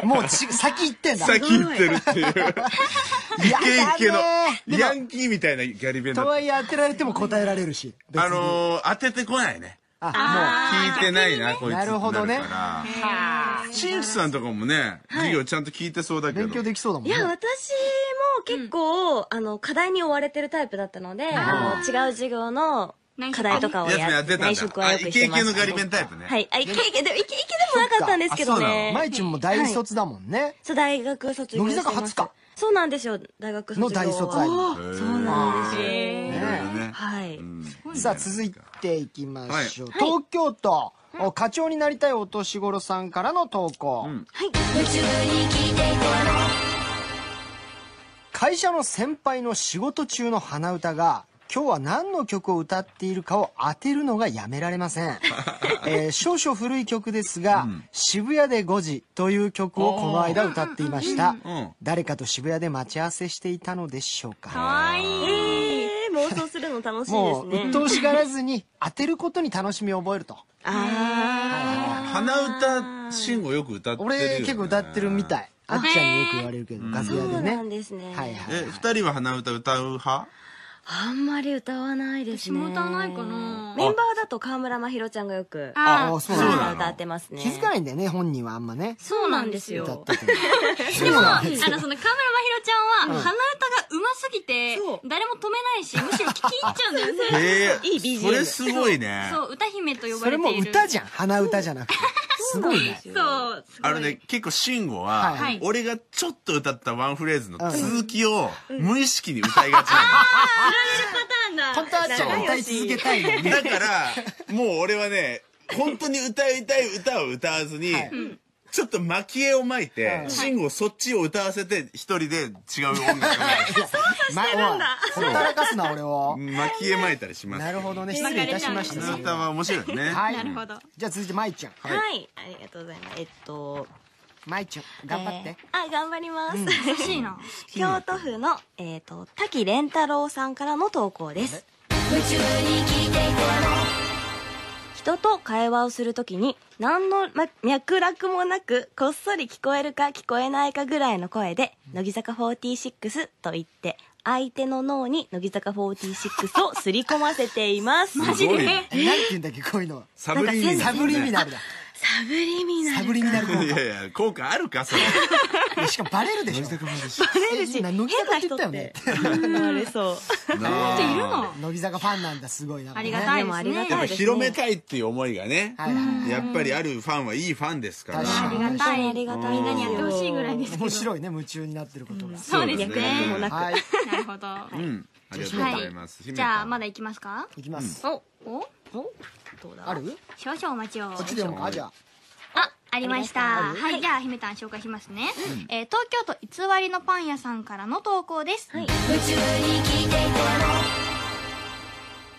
[SPEAKER 2] お [laughs] い。もうち、先行ってんだ。
[SPEAKER 1] 先行ってるっていうイケイケ
[SPEAKER 2] やだね
[SPEAKER 1] のヤンキーみたいなガリ弁だ
[SPEAKER 2] と
[SPEAKER 1] った
[SPEAKER 2] はいえ当てられても答えられるし。別に
[SPEAKER 1] あ、のー、当ててこないね
[SPEAKER 2] あ、
[SPEAKER 1] 聞いてないな、こいつって
[SPEAKER 2] なるほどね
[SPEAKER 1] から新内さんとかもね、授業ちゃんと聞いてそうだ
[SPEAKER 2] も
[SPEAKER 1] け
[SPEAKER 2] う、勉
[SPEAKER 1] ど。
[SPEAKER 2] 強できそうだもん
[SPEAKER 4] [laughs] いや、
[SPEAKER 2] ね。
[SPEAKER 4] 私も結構、あの、課題に追われてるタイプだったので、あの、違う授業の課題とかを
[SPEAKER 1] やつもや
[SPEAKER 4] や
[SPEAKER 1] っ
[SPEAKER 4] ってて、
[SPEAKER 1] たん
[SPEAKER 4] 内
[SPEAKER 1] だ
[SPEAKER 4] 職。
[SPEAKER 1] あ、
[SPEAKER 4] はよ
[SPEAKER 1] イ
[SPEAKER 4] くし
[SPEAKER 1] ケ
[SPEAKER 4] て
[SPEAKER 1] イ
[SPEAKER 4] ま
[SPEAKER 1] ケ
[SPEAKER 4] し
[SPEAKER 1] の
[SPEAKER 4] た。
[SPEAKER 1] ガリ弁タイプね。
[SPEAKER 4] はい。あ、イケイケで、イケイケでもなかったんですけどね。
[SPEAKER 2] まいちゅんも大卒だもんね。
[SPEAKER 4] そう、大学卒業
[SPEAKER 2] 乃
[SPEAKER 4] して
[SPEAKER 2] 木坂初か。
[SPEAKER 4] そうなんですよ、大学卒業
[SPEAKER 2] の大卒愛。
[SPEAKER 4] は。そうなんですよ。
[SPEAKER 1] いろいろね。
[SPEAKER 4] はい。
[SPEAKER 2] さあ、続いていきましょう。
[SPEAKER 4] はい
[SPEAKER 2] 東京都、お課長になりたいお年頃さんからの投稿。
[SPEAKER 4] はい。
[SPEAKER 2] 会社の先輩の仕事中の鼻歌が今日は何の曲を歌っているかを当てるのがやめられません、えー少々古い曲ですが「渋谷で5時」という曲をこの間歌っていました、
[SPEAKER 1] うんうんうん
[SPEAKER 2] 誰かと渋谷で待ち合わせしていたのでしょう
[SPEAKER 3] か
[SPEAKER 2] か
[SPEAKER 3] わいい。
[SPEAKER 4] 妄想するの楽しいです
[SPEAKER 2] もう、
[SPEAKER 4] ね
[SPEAKER 2] 鬱。陶しがらずに、当てることに楽しみを覚えると。
[SPEAKER 4] あ
[SPEAKER 1] 鼻歌慎吾よく歌ってるよ、ね、
[SPEAKER 2] 俺、結構歌ってるみたい。あっちゃんによく言われるけど、楽
[SPEAKER 4] あ、そ
[SPEAKER 2] 屋で
[SPEAKER 4] うなん
[SPEAKER 2] ね。
[SPEAKER 4] ですね。
[SPEAKER 2] はいはい
[SPEAKER 1] え二人は鼻歌歌う派
[SPEAKER 5] あんまり歌わないです
[SPEAKER 3] 私
[SPEAKER 5] ね。
[SPEAKER 3] も歌わないか。な
[SPEAKER 4] メンバーだと川村真宏ちゃんがよく、
[SPEAKER 2] あ
[SPEAKER 3] あ
[SPEAKER 2] あ、
[SPEAKER 3] ー
[SPEAKER 2] そう
[SPEAKER 1] そう
[SPEAKER 2] な
[SPEAKER 1] な
[SPEAKER 2] んだ。
[SPEAKER 1] の
[SPEAKER 4] 歌ってますね。
[SPEAKER 2] 気づかないんだよね、本人はあんまね。
[SPEAKER 5] そうなんです
[SPEAKER 2] 歌っ
[SPEAKER 5] よ。
[SPEAKER 2] てても。
[SPEAKER 3] でも、あ
[SPEAKER 2] な
[SPEAKER 3] の、その、河村真宏ちゃんは、鼻歌が上手すぎて
[SPEAKER 5] そう、
[SPEAKER 3] 誰も止めないし、むしろ聞き入っちゃうんだよね。
[SPEAKER 1] へえ
[SPEAKER 4] いい BGM
[SPEAKER 1] それすごいね
[SPEAKER 3] そう、歌姫と呼
[SPEAKER 2] そ
[SPEAKER 3] ば
[SPEAKER 2] れ
[SPEAKER 3] れ
[SPEAKER 2] も
[SPEAKER 3] ている。
[SPEAKER 2] 歌じゃん。鼻歌じゃなくて。すごいね。
[SPEAKER 3] そう、すごい、
[SPEAKER 1] あのね、結構慎吾は
[SPEAKER 2] はいはい
[SPEAKER 1] 俺がちょっと歌ったワンフレーズの
[SPEAKER 2] うん
[SPEAKER 1] 続きを無意識に歌いがちな
[SPEAKER 2] 本当はちゃんと歌い続けたいのに
[SPEAKER 1] の。だから、もう俺はね、本当に歌いたい歌を歌わずに
[SPEAKER 2] はい、
[SPEAKER 1] ちょっと蒔絵をまいて、
[SPEAKER 2] うん
[SPEAKER 1] 慎吾そっちを歌わせて、一人で違う音楽を
[SPEAKER 2] 前は
[SPEAKER 3] [laughs]
[SPEAKER 2] ほったらかすな俺を
[SPEAKER 1] 蒔絵まいたりします。
[SPEAKER 2] なるほどね失礼いたしました
[SPEAKER 1] 鼻歌は面白いよね。
[SPEAKER 2] はい
[SPEAKER 3] なるほど。
[SPEAKER 2] じゃあ続いてまいちゃん
[SPEAKER 4] はい、ありがとうございます。えっと、
[SPEAKER 2] まいちゃん頑張って、
[SPEAKER 4] えーあ、頑張ります。
[SPEAKER 3] 優しいな。
[SPEAKER 4] 京都府の、えっ、と、滝蓮太郎さんからの投稿です。人と会話をするときに何のま脈絡もなくこっそり聞こえるか聞こえないかぐらいの声で乃木坂46と言って相手の脳に乃木坂46をすり込ませています。
[SPEAKER 1] マ
[SPEAKER 3] マ
[SPEAKER 1] ジ
[SPEAKER 3] ジ
[SPEAKER 1] で
[SPEAKER 3] で
[SPEAKER 2] えなんて言うんだっけこういうのは
[SPEAKER 1] サブリミナル。
[SPEAKER 2] サブリミナルだ
[SPEAKER 4] サブリミナ
[SPEAKER 2] サ
[SPEAKER 4] ル
[SPEAKER 2] ブリミナル効
[SPEAKER 1] いやいや、効果あるか、それ。
[SPEAKER 2] 果しかもバレるでしょ
[SPEAKER 4] バレるし
[SPEAKER 2] えな
[SPEAKER 4] 変
[SPEAKER 2] 乃
[SPEAKER 4] な
[SPEAKER 2] 木坂って
[SPEAKER 4] 人
[SPEAKER 2] 言っ
[SPEAKER 4] っ
[SPEAKER 2] たよね
[SPEAKER 4] て [laughs] 思われそう。
[SPEAKER 1] な
[SPEAKER 3] っているの
[SPEAKER 2] 乃木坂ファンなんだすごいな
[SPEAKER 3] ありが
[SPEAKER 2] と
[SPEAKER 3] たい
[SPEAKER 4] で
[SPEAKER 3] で
[SPEAKER 4] もあ
[SPEAKER 3] す
[SPEAKER 4] りが
[SPEAKER 3] ね。
[SPEAKER 1] や
[SPEAKER 4] た
[SPEAKER 1] っぱ
[SPEAKER 4] いですね
[SPEAKER 1] 広めたいっていう思いがね、
[SPEAKER 2] はいは
[SPEAKER 1] やっぱりあるファンはいいファンですから。
[SPEAKER 2] 確かに
[SPEAKER 3] ありがたい。
[SPEAKER 4] ありがたい
[SPEAKER 3] みんなにやってほしいぐらいですけど。
[SPEAKER 2] 面白いね夢中になってることが、
[SPEAKER 3] そうです
[SPEAKER 1] そうですね
[SPEAKER 3] ね。
[SPEAKER 4] もなく、
[SPEAKER 2] はい
[SPEAKER 3] なるほど。 [laughs]
[SPEAKER 1] うん。ありがとうございます。姫
[SPEAKER 3] じゃあ、ま
[SPEAKER 1] だ。
[SPEAKER 3] だ行きますか
[SPEAKER 2] いきます、
[SPEAKER 4] お
[SPEAKER 3] お
[SPEAKER 4] おどうだ
[SPEAKER 2] ある
[SPEAKER 3] 少々お待ちを。
[SPEAKER 2] こっちでもかじゃあ
[SPEAKER 3] あ、ありました。
[SPEAKER 4] ありました
[SPEAKER 3] は
[SPEAKER 4] はい
[SPEAKER 3] い、じゃあ、ひめたん紹介しますね。えー東京都偽りのパン屋さんからの投稿です。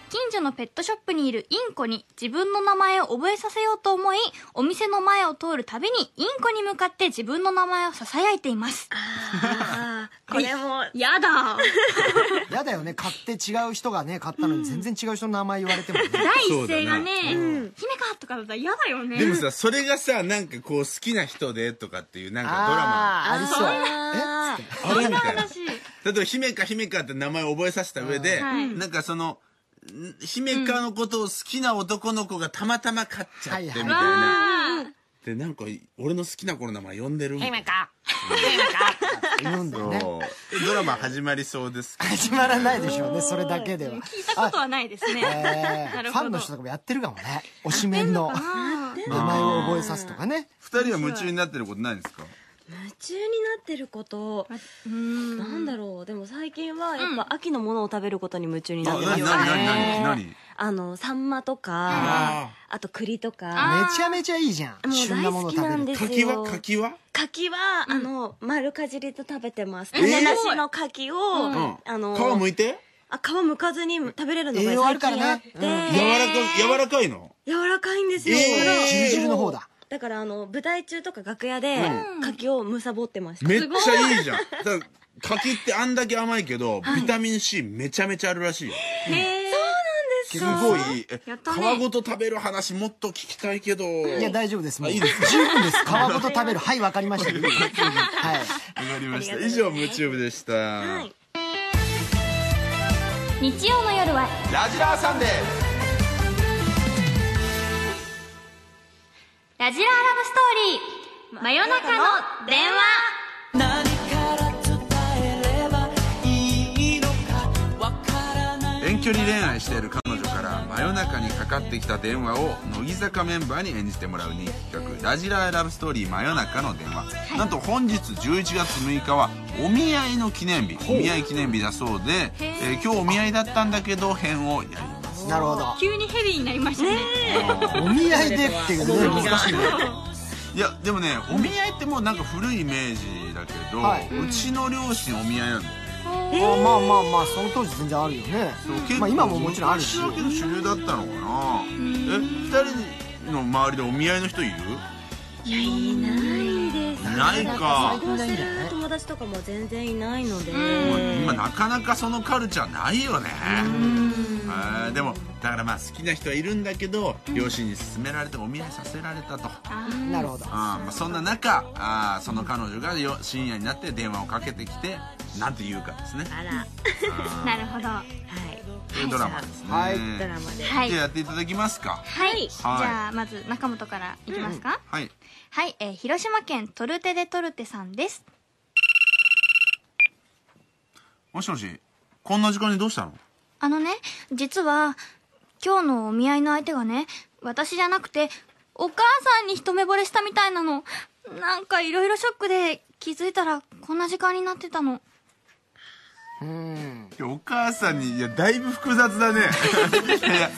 [SPEAKER 3] 近所のペットショップにいるインコに自分の名前を覚えさせようと思い、お店の前を通るたびにインコに向かって自分の名前を囁いています。
[SPEAKER 4] あーこれも
[SPEAKER 3] やだ
[SPEAKER 2] やだよね買って違う人がね買ったのに全然違う人の名前言われてもね
[SPEAKER 3] [laughs] 第一声がね、
[SPEAKER 1] そうだな
[SPEAKER 3] 姫かとかだったら嫌だよね。
[SPEAKER 1] でもさ、それがさ、なんかこう、好きな人でとかっていう、なんかドラマ。
[SPEAKER 2] あーありそう
[SPEAKER 4] あー
[SPEAKER 1] あるみたいな。
[SPEAKER 3] 私、
[SPEAKER 1] 例えば、姫か姫かって名前を覚えさせた上で、
[SPEAKER 3] うんはい
[SPEAKER 1] なんかその、ん姫かのことを好きな男の子がたまたま飼っちゃってみたい
[SPEAKER 2] はい
[SPEAKER 1] な。
[SPEAKER 3] あー
[SPEAKER 1] で、なんか、俺の好きな子の名前呼んでるみたいな。
[SPEAKER 2] え言うんだよね
[SPEAKER 1] そうドラマ始まりそうですけど
[SPEAKER 2] 始まらないでしょうねそれだけでは
[SPEAKER 3] 聞いたことはないですね。
[SPEAKER 2] え
[SPEAKER 3] [laughs] な
[SPEAKER 2] ー
[SPEAKER 3] る
[SPEAKER 2] フ
[SPEAKER 3] ほど
[SPEAKER 2] ァンの人とかもやってるかもね推しメンの
[SPEAKER 3] あー
[SPEAKER 2] 名前を覚えさすとかね
[SPEAKER 1] 二人は夢中になってることないんですか
[SPEAKER 4] 夢中になってること
[SPEAKER 3] うーん。
[SPEAKER 4] なんだろうでも最近はやっぱ秋のものを食べることに夢中になって
[SPEAKER 1] あ
[SPEAKER 4] ますよね
[SPEAKER 1] 何何何何何
[SPEAKER 4] あのサンマとかあと栗とか
[SPEAKER 3] あ
[SPEAKER 2] めちゃめちゃいいじゃん
[SPEAKER 4] もう
[SPEAKER 2] 旬
[SPEAKER 4] 大
[SPEAKER 2] なもの
[SPEAKER 4] 好きな
[SPEAKER 2] 食
[SPEAKER 4] ん
[SPEAKER 2] べる
[SPEAKER 4] です
[SPEAKER 1] 柿は
[SPEAKER 4] よ
[SPEAKER 1] 柿は
[SPEAKER 4] 柿はあの丸かじりと食べてます
[SPEAKER 1] ー
[SPEAKER 4] 種なしの柿を
[SPEAKER 1] うん
[SPEAKER 4] あの
[SPEAKER 1] 皮むいて
[SPEAKER 4] あ皮むかずに食べれるの
[SPEAKER 2] 栄養
[SPEAKER 4] が
[SPEAKER 2] ある
[SPEAKER 4] 最
[SPEAKER 2] からね
[SPEAKER 4] 近あっ
[SPEAKER 2] うん
[SPEAKER 4] て
[SPEAKER 1] 柔らか柔らかいの
[SPEAKER 4] 柔らかいんですよ
[SPEAKER 1] えー
[SPEAKER 2] 汁汁の方だ
[SPEAKER 4] だからあの舞台中とか楽屋で柿をむさぼってました
[SPEAKER 1] めっちゃいいじゃんだから柿ってあんだけ甘いけどビタミン C めちゃめちゃあるらしいよ
[SPEAKER 3] へー
[SPEAKER 1] すごいえ
[SPEAKER 3] やった
[SPEAKER 1] 皮
[SPEAKER 3] ね
[SPEAKER 1] ごと食べる話もっと聞きたいけど
[SPEAKER 2] いや
[SPEAKER 1] わ
[SPEAKER 2] 大丈夫ですもう
[SPEAKER 1] あい
[SPEAKER 2] 十
[SPEAKER 1] いです
[SPEAKER 2] 分です皮ごと食べるはいわかりましたはい
[SPEAKER 1] かりました以上夢中部でした
[SPEAKER 4] はい
[SPEAKER 3] 日曜の夜は
[SPEAKER 1] ラジラーさんで
[SPEAKER 3] ラジラーラブストーリー真夜中の電話
[SPEAKER 1] 遠距離恋愛している彼女から真夜中にかかってきた電話を乃木坂メンバーに演じてもらう人気企画「ラジラーラブストーリー真夜中の電話」なんと本日11月6日はお見合いの記念日お見合い記念日だそうで、えー今日お見合いだったんだけど編をやります
[SPEAKER 2] なるほど
[SPEAKER 3] 急にヘビーになりましたね
[SPEAKER 2] お見合いでっていうのね難しいね
[SPEAKER 1] いやでもねお見合いってもうなんか古いイメージだけど、
[SPEAKER 2] はいう
[SPEAKER 1] ちの両親お見合いなんだよ
[SPEAKER 2] あまあまあまあその当時全然あるよね
[SPEAKER 1] 結
[SPEAKER 2] ま
[SPEAKER 1] 構
[SPEAKER 2] あ今ももちろんあるし
[SPEAKER 1] 昔だけど主流だったのかなえ二人の周りでお見合いの人いる
[SPEAKER 3] い
[SPEAKER 5] いやいないです
[SPEAKER 1] ないか
[SPEAKER 5] 同棲する友達とかも全然いないので
[SPEAKER 1] 今なかなかそのカルチャーないよねあーでもだからまあ好きな人はいるんだけど両親に勧められてお見合いさせられたと
[SPEAKER 2] なるほど
[SPEAKER 1] あーまあそんな中あーその彼女がよ深夜になって電話をかけてきてなんて言うかですね
[SPEAKER 5] あらはい
[SPEAKER 3] なるほどは
[SPEAKER 1] というドラマですね、
[SPEAKER 2] はい
[SPEAKER 5] ドラマで
[SPEAKER 1] じゃあ
[SPEAKER 3] い
[SPEAKER 1] やっていただきますか
[SPEAKER 3] はいじゃあまず中本からいきますか
[SPEAKER 1] はい
[SPEAKER 3] はい、えー広島県トルテデトルテさんです
[SPEAKER 1] もしもしこんな時間にどうしたの
[SPEAKER 3] あのね実は今日のお見合いの相手がね私じゃなくてお母さんに一目惚れしたみたいなのなんかいろいろショックで気づいたらこんな時間になってたの
[SPEAKER 2] うん
[SPEAKER 1] いやお母さんにいやだいぶ複雑だね [laughs] いやいや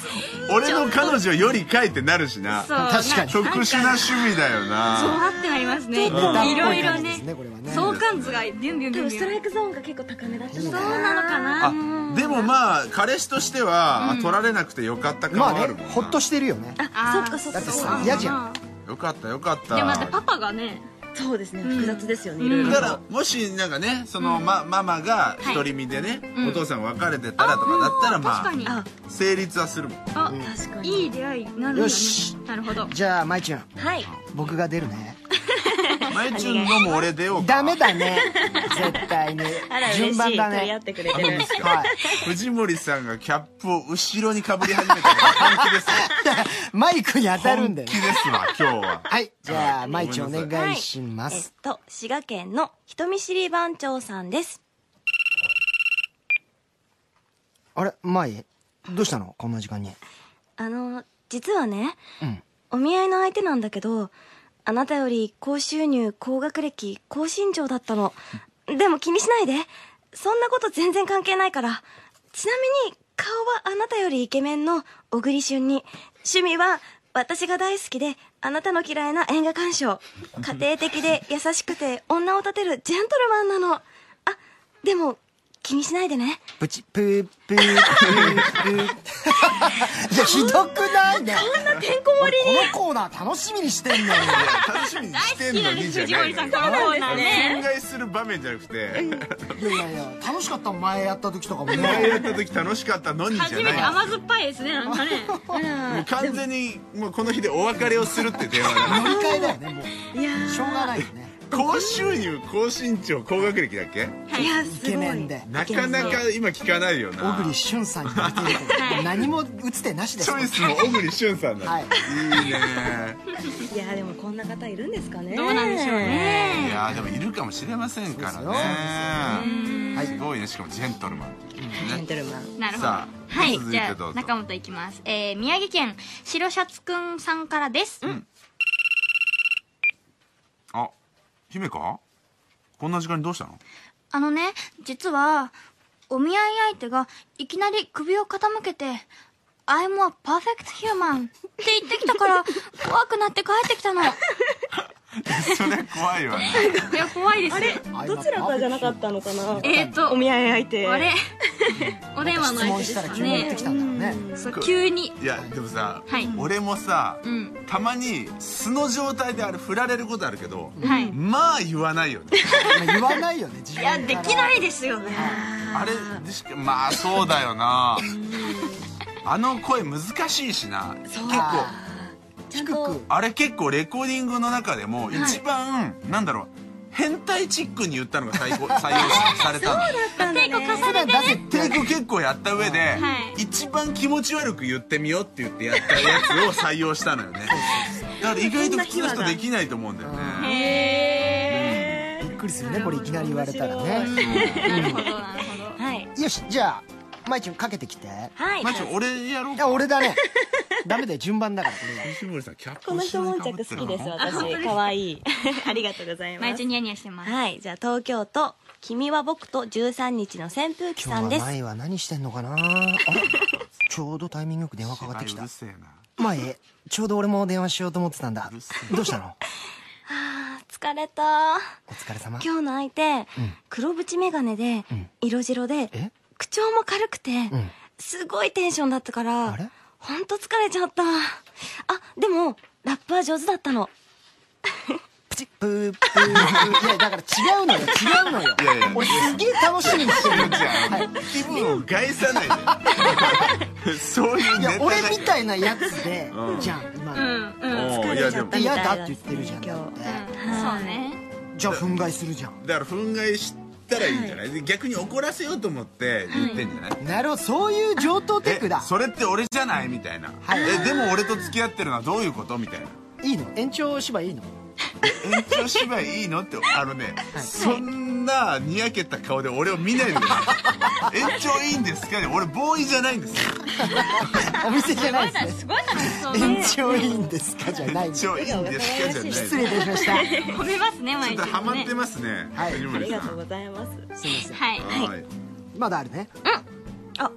[SPEAKER 1] 俺の彼女よりかいってなるしな
[SPEAKER 3] そう
[SPEAKER 2] 確かに
[SPEAKER 1] 特殊な趣味だよ
[SPEAKER 3] そう
[SPEAKER 1] な
[SPEAKER 3] あってなりますねい
[SPEAKER 1] とダメっぽい
[SPEAKER 3] ろいろ
[SPEAKER 2] 感じで
[SPEAKER 3] ね
[SPEAKER 2] すねこれはね
[SPEAKER 3] 相関図がビュンビュンビュ
[SPEAKER 5] で
[SPEAKER 3] ンビュン
[SPEAKER 5] もストライクゾーンが結構高めだったの
[SPEAKER 3] そ
[SPEAKER 5] か
[SPEAKER 3] う
[SPEAKER 5] な
[SPEAKER 3] なのか
[SPEAKER 1] あ
[SPEAKER 3] な
[SPEAKER 1] でもまあ彼氏としては、取られなくてよかった感
[SPEAKER 2] ま
[SPEAKER 1] はあ
[SPEAKER 2] あ
[SPEAKER 1] るも
[SPEAKER 2] ね
[SPEAKER 1] んな
[SPEAKER 2] ほっとしてるよね
[SPEAKER 3] あ
[SPEAKER 5] そっかそっか
[SPEAKER 2] だって
[SPEAKER 5] そう
[SPEAKER 2] さ嫌じゃん
[SPEAKER 1] よかったよかった
[SPEAKER 3] でまたパパがね
[SPEAKER 5] そうですね複雑ですよねいろいろ
[SPEAKER 1] だからもしなんかねその、ま、ママが独り身でね、お父さん別れてたらとかだったらま
[SPEAKER 3] 確かに
[SPEAKER 1] あ
[SPEAKER 5] あ
[SPEAKER 1] 成立はするもん
[SPEAKER 3] あ
[SPEAKER 5] 確かに
[SPEAKER 3] いい出会いになるんだね
[SPEAKER 2] よし
[SPEAKER 3] なるほど
[SPEAKER 2] じゃあまいちゅん
[SPEAKER 5] はい
[SPEAKER 2] 僕が出るね
[SPEAKER 1] まゆちゅんのも俺出ようか
[SPEAKER 2] ダメだね絶対に
[SPEAKER 5] あら嬉し
[SPEAKER 2] 順
[SPEAKER 5] い
[SPEAKER 2] 番
[SPEAKER 5] 取
[SPEAKER 2] だ
[SPEAKER 5] り合
[SPEAKER 2] ね
[SPEAKER 5] ってくれて
[SPEAKER 1] そう
[SPEAKER 5] る
[SPEAKER 1] ですか
[SPEAKER 2] はい
[SPEAKER 1] 藤森さんがキャップを後ろにかぶり始めたから本気
[SPEAKER 2] [laughs]
[SPEAKER 1] です
[SPEAKER 2] マイクに当たるん
[SPEAKER 1] 本
[SPEAKER 2] だ
[SPEAKER 1] 気
[SPEAKER 2] よ
[SPEAKER 1] で
[SPEAKER 2] ね
[SPEAKER 1] すわ今日は
[SPEAKER 2] はいじゃあまいちゅんお
[SPEAKER 1] ごめんなさ
[SPEAKER 2] 願いしま
[SPEAKER 4] えっ
[SPEAKER 2] す
[SPEAKER 4] と滋賀県の人見知り番長さんです
[SPEAKER 2] あれまいどうしたのこんな時間に
[SPEAKER 4] あの実はね
[SPEAKER 2] うん
[SPEAKER 4] お見合いの相手なんだけどあなたより高収入高学歴高身長だったのでも気にしないでそんなこと全然関係ないからちなみに顔はあなたよりイケメンの小栗旬に趣味は私が大好きであなたの嫌いな映画
[SPEAKER 2] [laughs]
[SPEAKER 4] 鑑賞家庭的で優しくて女を立てるジェントルマンなのあでも気にしないでね
[SPEAKER 2] プチプープープープーいやひどくないね
[SPEAKER 4] こんなてんこ盛り
[SPEAKER 2] このコーナー楽しみにしてんのよ
[SPEAKER 1] 楽しみにしてんのにじゃ
[SPEAKER 3] 藤
[SPEAKER 1] ない
[SPEAKER 3] 森
[SPEAKER 1] の
[SPEAKER 3] さ
[SPEAKER 1] よ
[SPEAKER 3] んこのコーナーね
[SPEAKER 1] 憤慨する場面じゃなくて
[SPEAKER 2] いやいやいや楽しかった前やった時とかも
[SPEAKER 1] [laughs] 前
[SPEAKER 2] [laughs]
[SPEAKER 1] や
[SPEAKER 2] ね
[SPEAKER 1] った時楽しかったのにじゃ
[SPEAKER 3] 初めて
[SPEAKER 1] ない
[SPEAKER 3] 甘酸っぱいですねなん
[SPEAKER 1] [laughs]
[SPEAKER 3] かね
[SPEAKER 1] もう完全にもうこの日でお別れをするって電話だ
[SPEAKER 2] 乗り換えだよねも
[SPEAKER 5] いや
[SPEAKER 2] うしょうがないよね
[SPEAKER 1] 高収入高身長高学歴だっけ
[SPEAKER 5] ーいや
[SPEAKER 2] イ
[SPEAKER 5] す
[SPEAKER 2] ケ
[SPEAKER 5] ご
[SPEAKER 2] メン
[SPEAKER 5] い
[SPEAKER 2] で
[SPEAKER 1] なかなか今聞かないよ
[SPEAKER 2] 小
[SPEAKER 1] な
[SPEAKER 2] 栗旬さんに似てるけど何も打つ手なしで
[SPEAKER 1] チ
[SPEAKER 2] す
[SPEAKER 1] ョイスも小栗旬さんだ、、
[SPEAKER 2] はいい
[SPEAKER 1] いね
[SPEAKER 5] いやでもこんな方いるんですかね
[SPEAKER 3] どうなんでしょうね
[SPEAKER 1] いやーでもいるかもしれませんから
[SPEAKER 2] そうです
[SPEAKER 1] ね
[SPEAKER 2] はい
[SPEAKER 1] すごいねしかもジェントルマンっていう
[SPEAKER 5] ジェ
[SPEAKER 1] ね
[SPEAKER 5] ントルマン
[SPEAKER 3] なるほど
[SPEAKER 1] さあ
[SPEAKER 3] はい
[SPEAKER 1] 続い
[SPEAKER 3] じ
[SPEAKER 1] て
[SPEAKER 3] ゃ
[SPEAKER 1] どうぞ
[SPEAKER 3] あ中本いきますえー宮城県白シャツくんさんからです
[SPEAKER 1] あ姫かこんな時間にどうしたの [laughs]
[SPEAKER 3] あのね実はお見合い相手がいきなり首を傾けて「I'm a perfect human」って言ってき
[SPEAKER 1] [laughs]
[SPEAKER 3] たから怖くなって帰ってきたのい
[SPEAKER 1] それ怖いわね
[SPEAKER 3] や怖いですあれ
[SPEAKER 2] あ今
[SPEAKER 5] どちらかじゃなかったのかな
[SPEAKER 3] えっと
[SPEAKER 5] お見合い相手
[SPEAKER 3] あれお電話の
[SPEAKER 2] 質
[SPEAKER 3] 相
[SPEAKER 2] 問したら急に言って
[SPEAKER 3] 手ですかね
[SPEAKER 2] きたんだろうね
[SPEAKER 3] そう急に
[SPEAKER 1] いやでもさ、
[SPEAKER 3] はい
[SPEAKER 1] 俺もさ、
[SPEAKER 3] ん
[SPEAKER 1] たまに素の状態であれ振られることあるけど、
[SPEAKER 3] はい
[SPEAKER 1] まあ言わないよね
[SPEAKER 2] まあ言わないよね自
[SPEAKER 3] い
[SPEAKER 2] 分か
[SPEAKER 3] や
[SPEAKER 2] ら
[SPEAKER 3] できないですよね
[SPEAKER 1] あれでしかまあそうだよな [laughs] あの声難しいしな結構
[SPEAKER 5] ちゃん
[SPEAKER 2] 低く
[SPEAKER 5] と
[SPEAKER 1] あれ結構レコーディングの中でも一番、なんだろう変態チックに言ったのが [laughs] 採用採用されたの
[SPEAKER 3] 抵抗重ね
[SPEAKER 2] それは出せって
[SPEAKER 1] 抵抗結構やった上で、
[SPEAKER 3] い
[SPEAKER 1] 一番気持ち悪く言ってみようって言ってやったやつを採用したのよねだから意外と普通の人できないと思うんだよね
[SPEAKER 2] びっくりするねこれいきなり言われたらね
[SPEAKER 3] なるほどなるほど
[SPEAKER 4] はい
[SPEAKER 2] よしじゃあまいちゅんかけてきて
[SPEAKER 4] はい
[SPEAKER 1] マジ俺やろう
[SPEAKER 2] い
[SPEAKER 1] か
[SPEAKER 2] や俺だねダメだよ順番だからこれは
[SPEAKER 1] 西森さんキャップ
[SPEAKER 5] この人悶着好きです私可愛いありがとうございま
[SPEAKER 3] 毎
[SPEAKER 5] す
[SPEAKER 3] 日ニヤニヤして
[SPEAKER 5] [laughs]
[SPEAKER 3] ます
[SPEAKER 4] はい、じゃあ東京都、君は僕と13日の扇風機さん
[SPEAKER 2] 今日
[SPEAKER 4] で
[SPEAKER 2] は
[SPEAKER 4] す。
[SPEAKER 2] 舞は何してんのかなあれちょうどタイミングよく電話かかってき
[SPEAKER 1] う
[SPEAKER 2] た
[SPEAKER 1] るせえな
[SPEAKER 2] 舞ちょうど俺も電話しようと思ってたんだどうしたの
[SPEAKER 4] 疲れた。
[SPEAKER 2] お疲れ様
[SPEAKER 4] 今日の相手、黒縁メガネで、色白で
[SPEAKER 2] え、
[SPEAKER 4] 口調も軽くて、
[SPEAKER 2] ん
[SPEAKER 4] すごいテンションだったか
[SPEAKER 2] あれ
[SPEAKER 4] ら、ほんと疲れちゃった。あ、でも、ラップは上手だったの。
[SPEAKER 2] チプープープーいやだから違うのよ違うのよ
[SPEAKER 1] いやいや
[SPEAKER 2] 俺すげえ楽しみにしてるの
[SPEAKER 1] じゃあ、気分を害さないでそういう
[SPEAKER 2] い
[SPEAKER 1] ネ
[SPEAKER 2] や
[SPEAKER 1] タ
[SPEAKER 2] 俺
[SPEAKER 1] だけ
[SPEAKER 2] みたいなやつで、
[SPEAKER 1] うん
[SPEAKER 2] じゃん今
[SPEAKER 5] う
[SPEAKER 2] の、
[SPEAKER 5] んうん
[SPEAKER 1] うん
[SPEAKER 5] 疲
[SPEAKER 1] いや
[SPEAKER 5] れち
[SPEAKER 1] で
[SPEAKER 5] ゃっ
[SPEAKER 1] も
[SPEAKER 5] たみ
[SPEAKER 2] 嫌
[SPEAKER 5] たい
[SPEAKER 2] だ
[SPEAKER 5] な
[SPEAKER 2] って言ってるじゃんだって
[SPEAKER 3] そうね
[SPEAKER 2] じゃあ憤慨するじゃん
[SPEAKER 1] だから憤慨したらいいんじゃない、で逆に怒らせようと思って言ってんじゃない、
[SPEAKER 2] なるほどそういう上等
[SPEAKER 1] え
[SPEAKER 2] テクだ
[SPEAKER 1] それって俺じゃないみたいな、
[SPEAKER 2] はい
[SPEAKER 1] えでも俺と付き合ってるのはどういうことみたいない
[SPEAKER 2] いの延長芝居いいの
[SPEAKER 1] 延長芝居いいのってあのね、
[SPEAKER 2] はい
[SPEAKER 1] そんなにやけた顔で俺を見ないでください延長いいんですかね俺ボーイじゃないんです
[SPEAKER 2] お店じゃないですね
[SPEAKER 3] すごい楽しそう
[SPEAKER 2] 延長いいんですかじゃない
[SPEAKER 1] 延
[SPEAKER 2] の失
[SPEAKER 1] 長いいんですかじゃない
[SPEAKER 2] 礼いたしました
[SPEAKER 3] 褒めますね
[SPEAKER 1] ちょっ
[SPEAKER 3] 毎日
[SPEAKER 1] とハマっ
[SPEAKER 3] ね
[SPEAKER 1] てますね
[SPEAKER 2] はい
[SPEAKER 1] 藤
[SPEAKER 5] あ
[SPEAKER 1] 森
[SPEAKER 5] り
[SPEAKER 1] さ
[SPEAKER 5] が
[SPEAKER 1] ん
[SPEAKER 5] とうございます
[SPEAKER 2] すいません
[SPEAKER 3] はい
[SPEAKER 1] はい
[SPEAKER 2] まだあるね
[SPEAKER 5] あ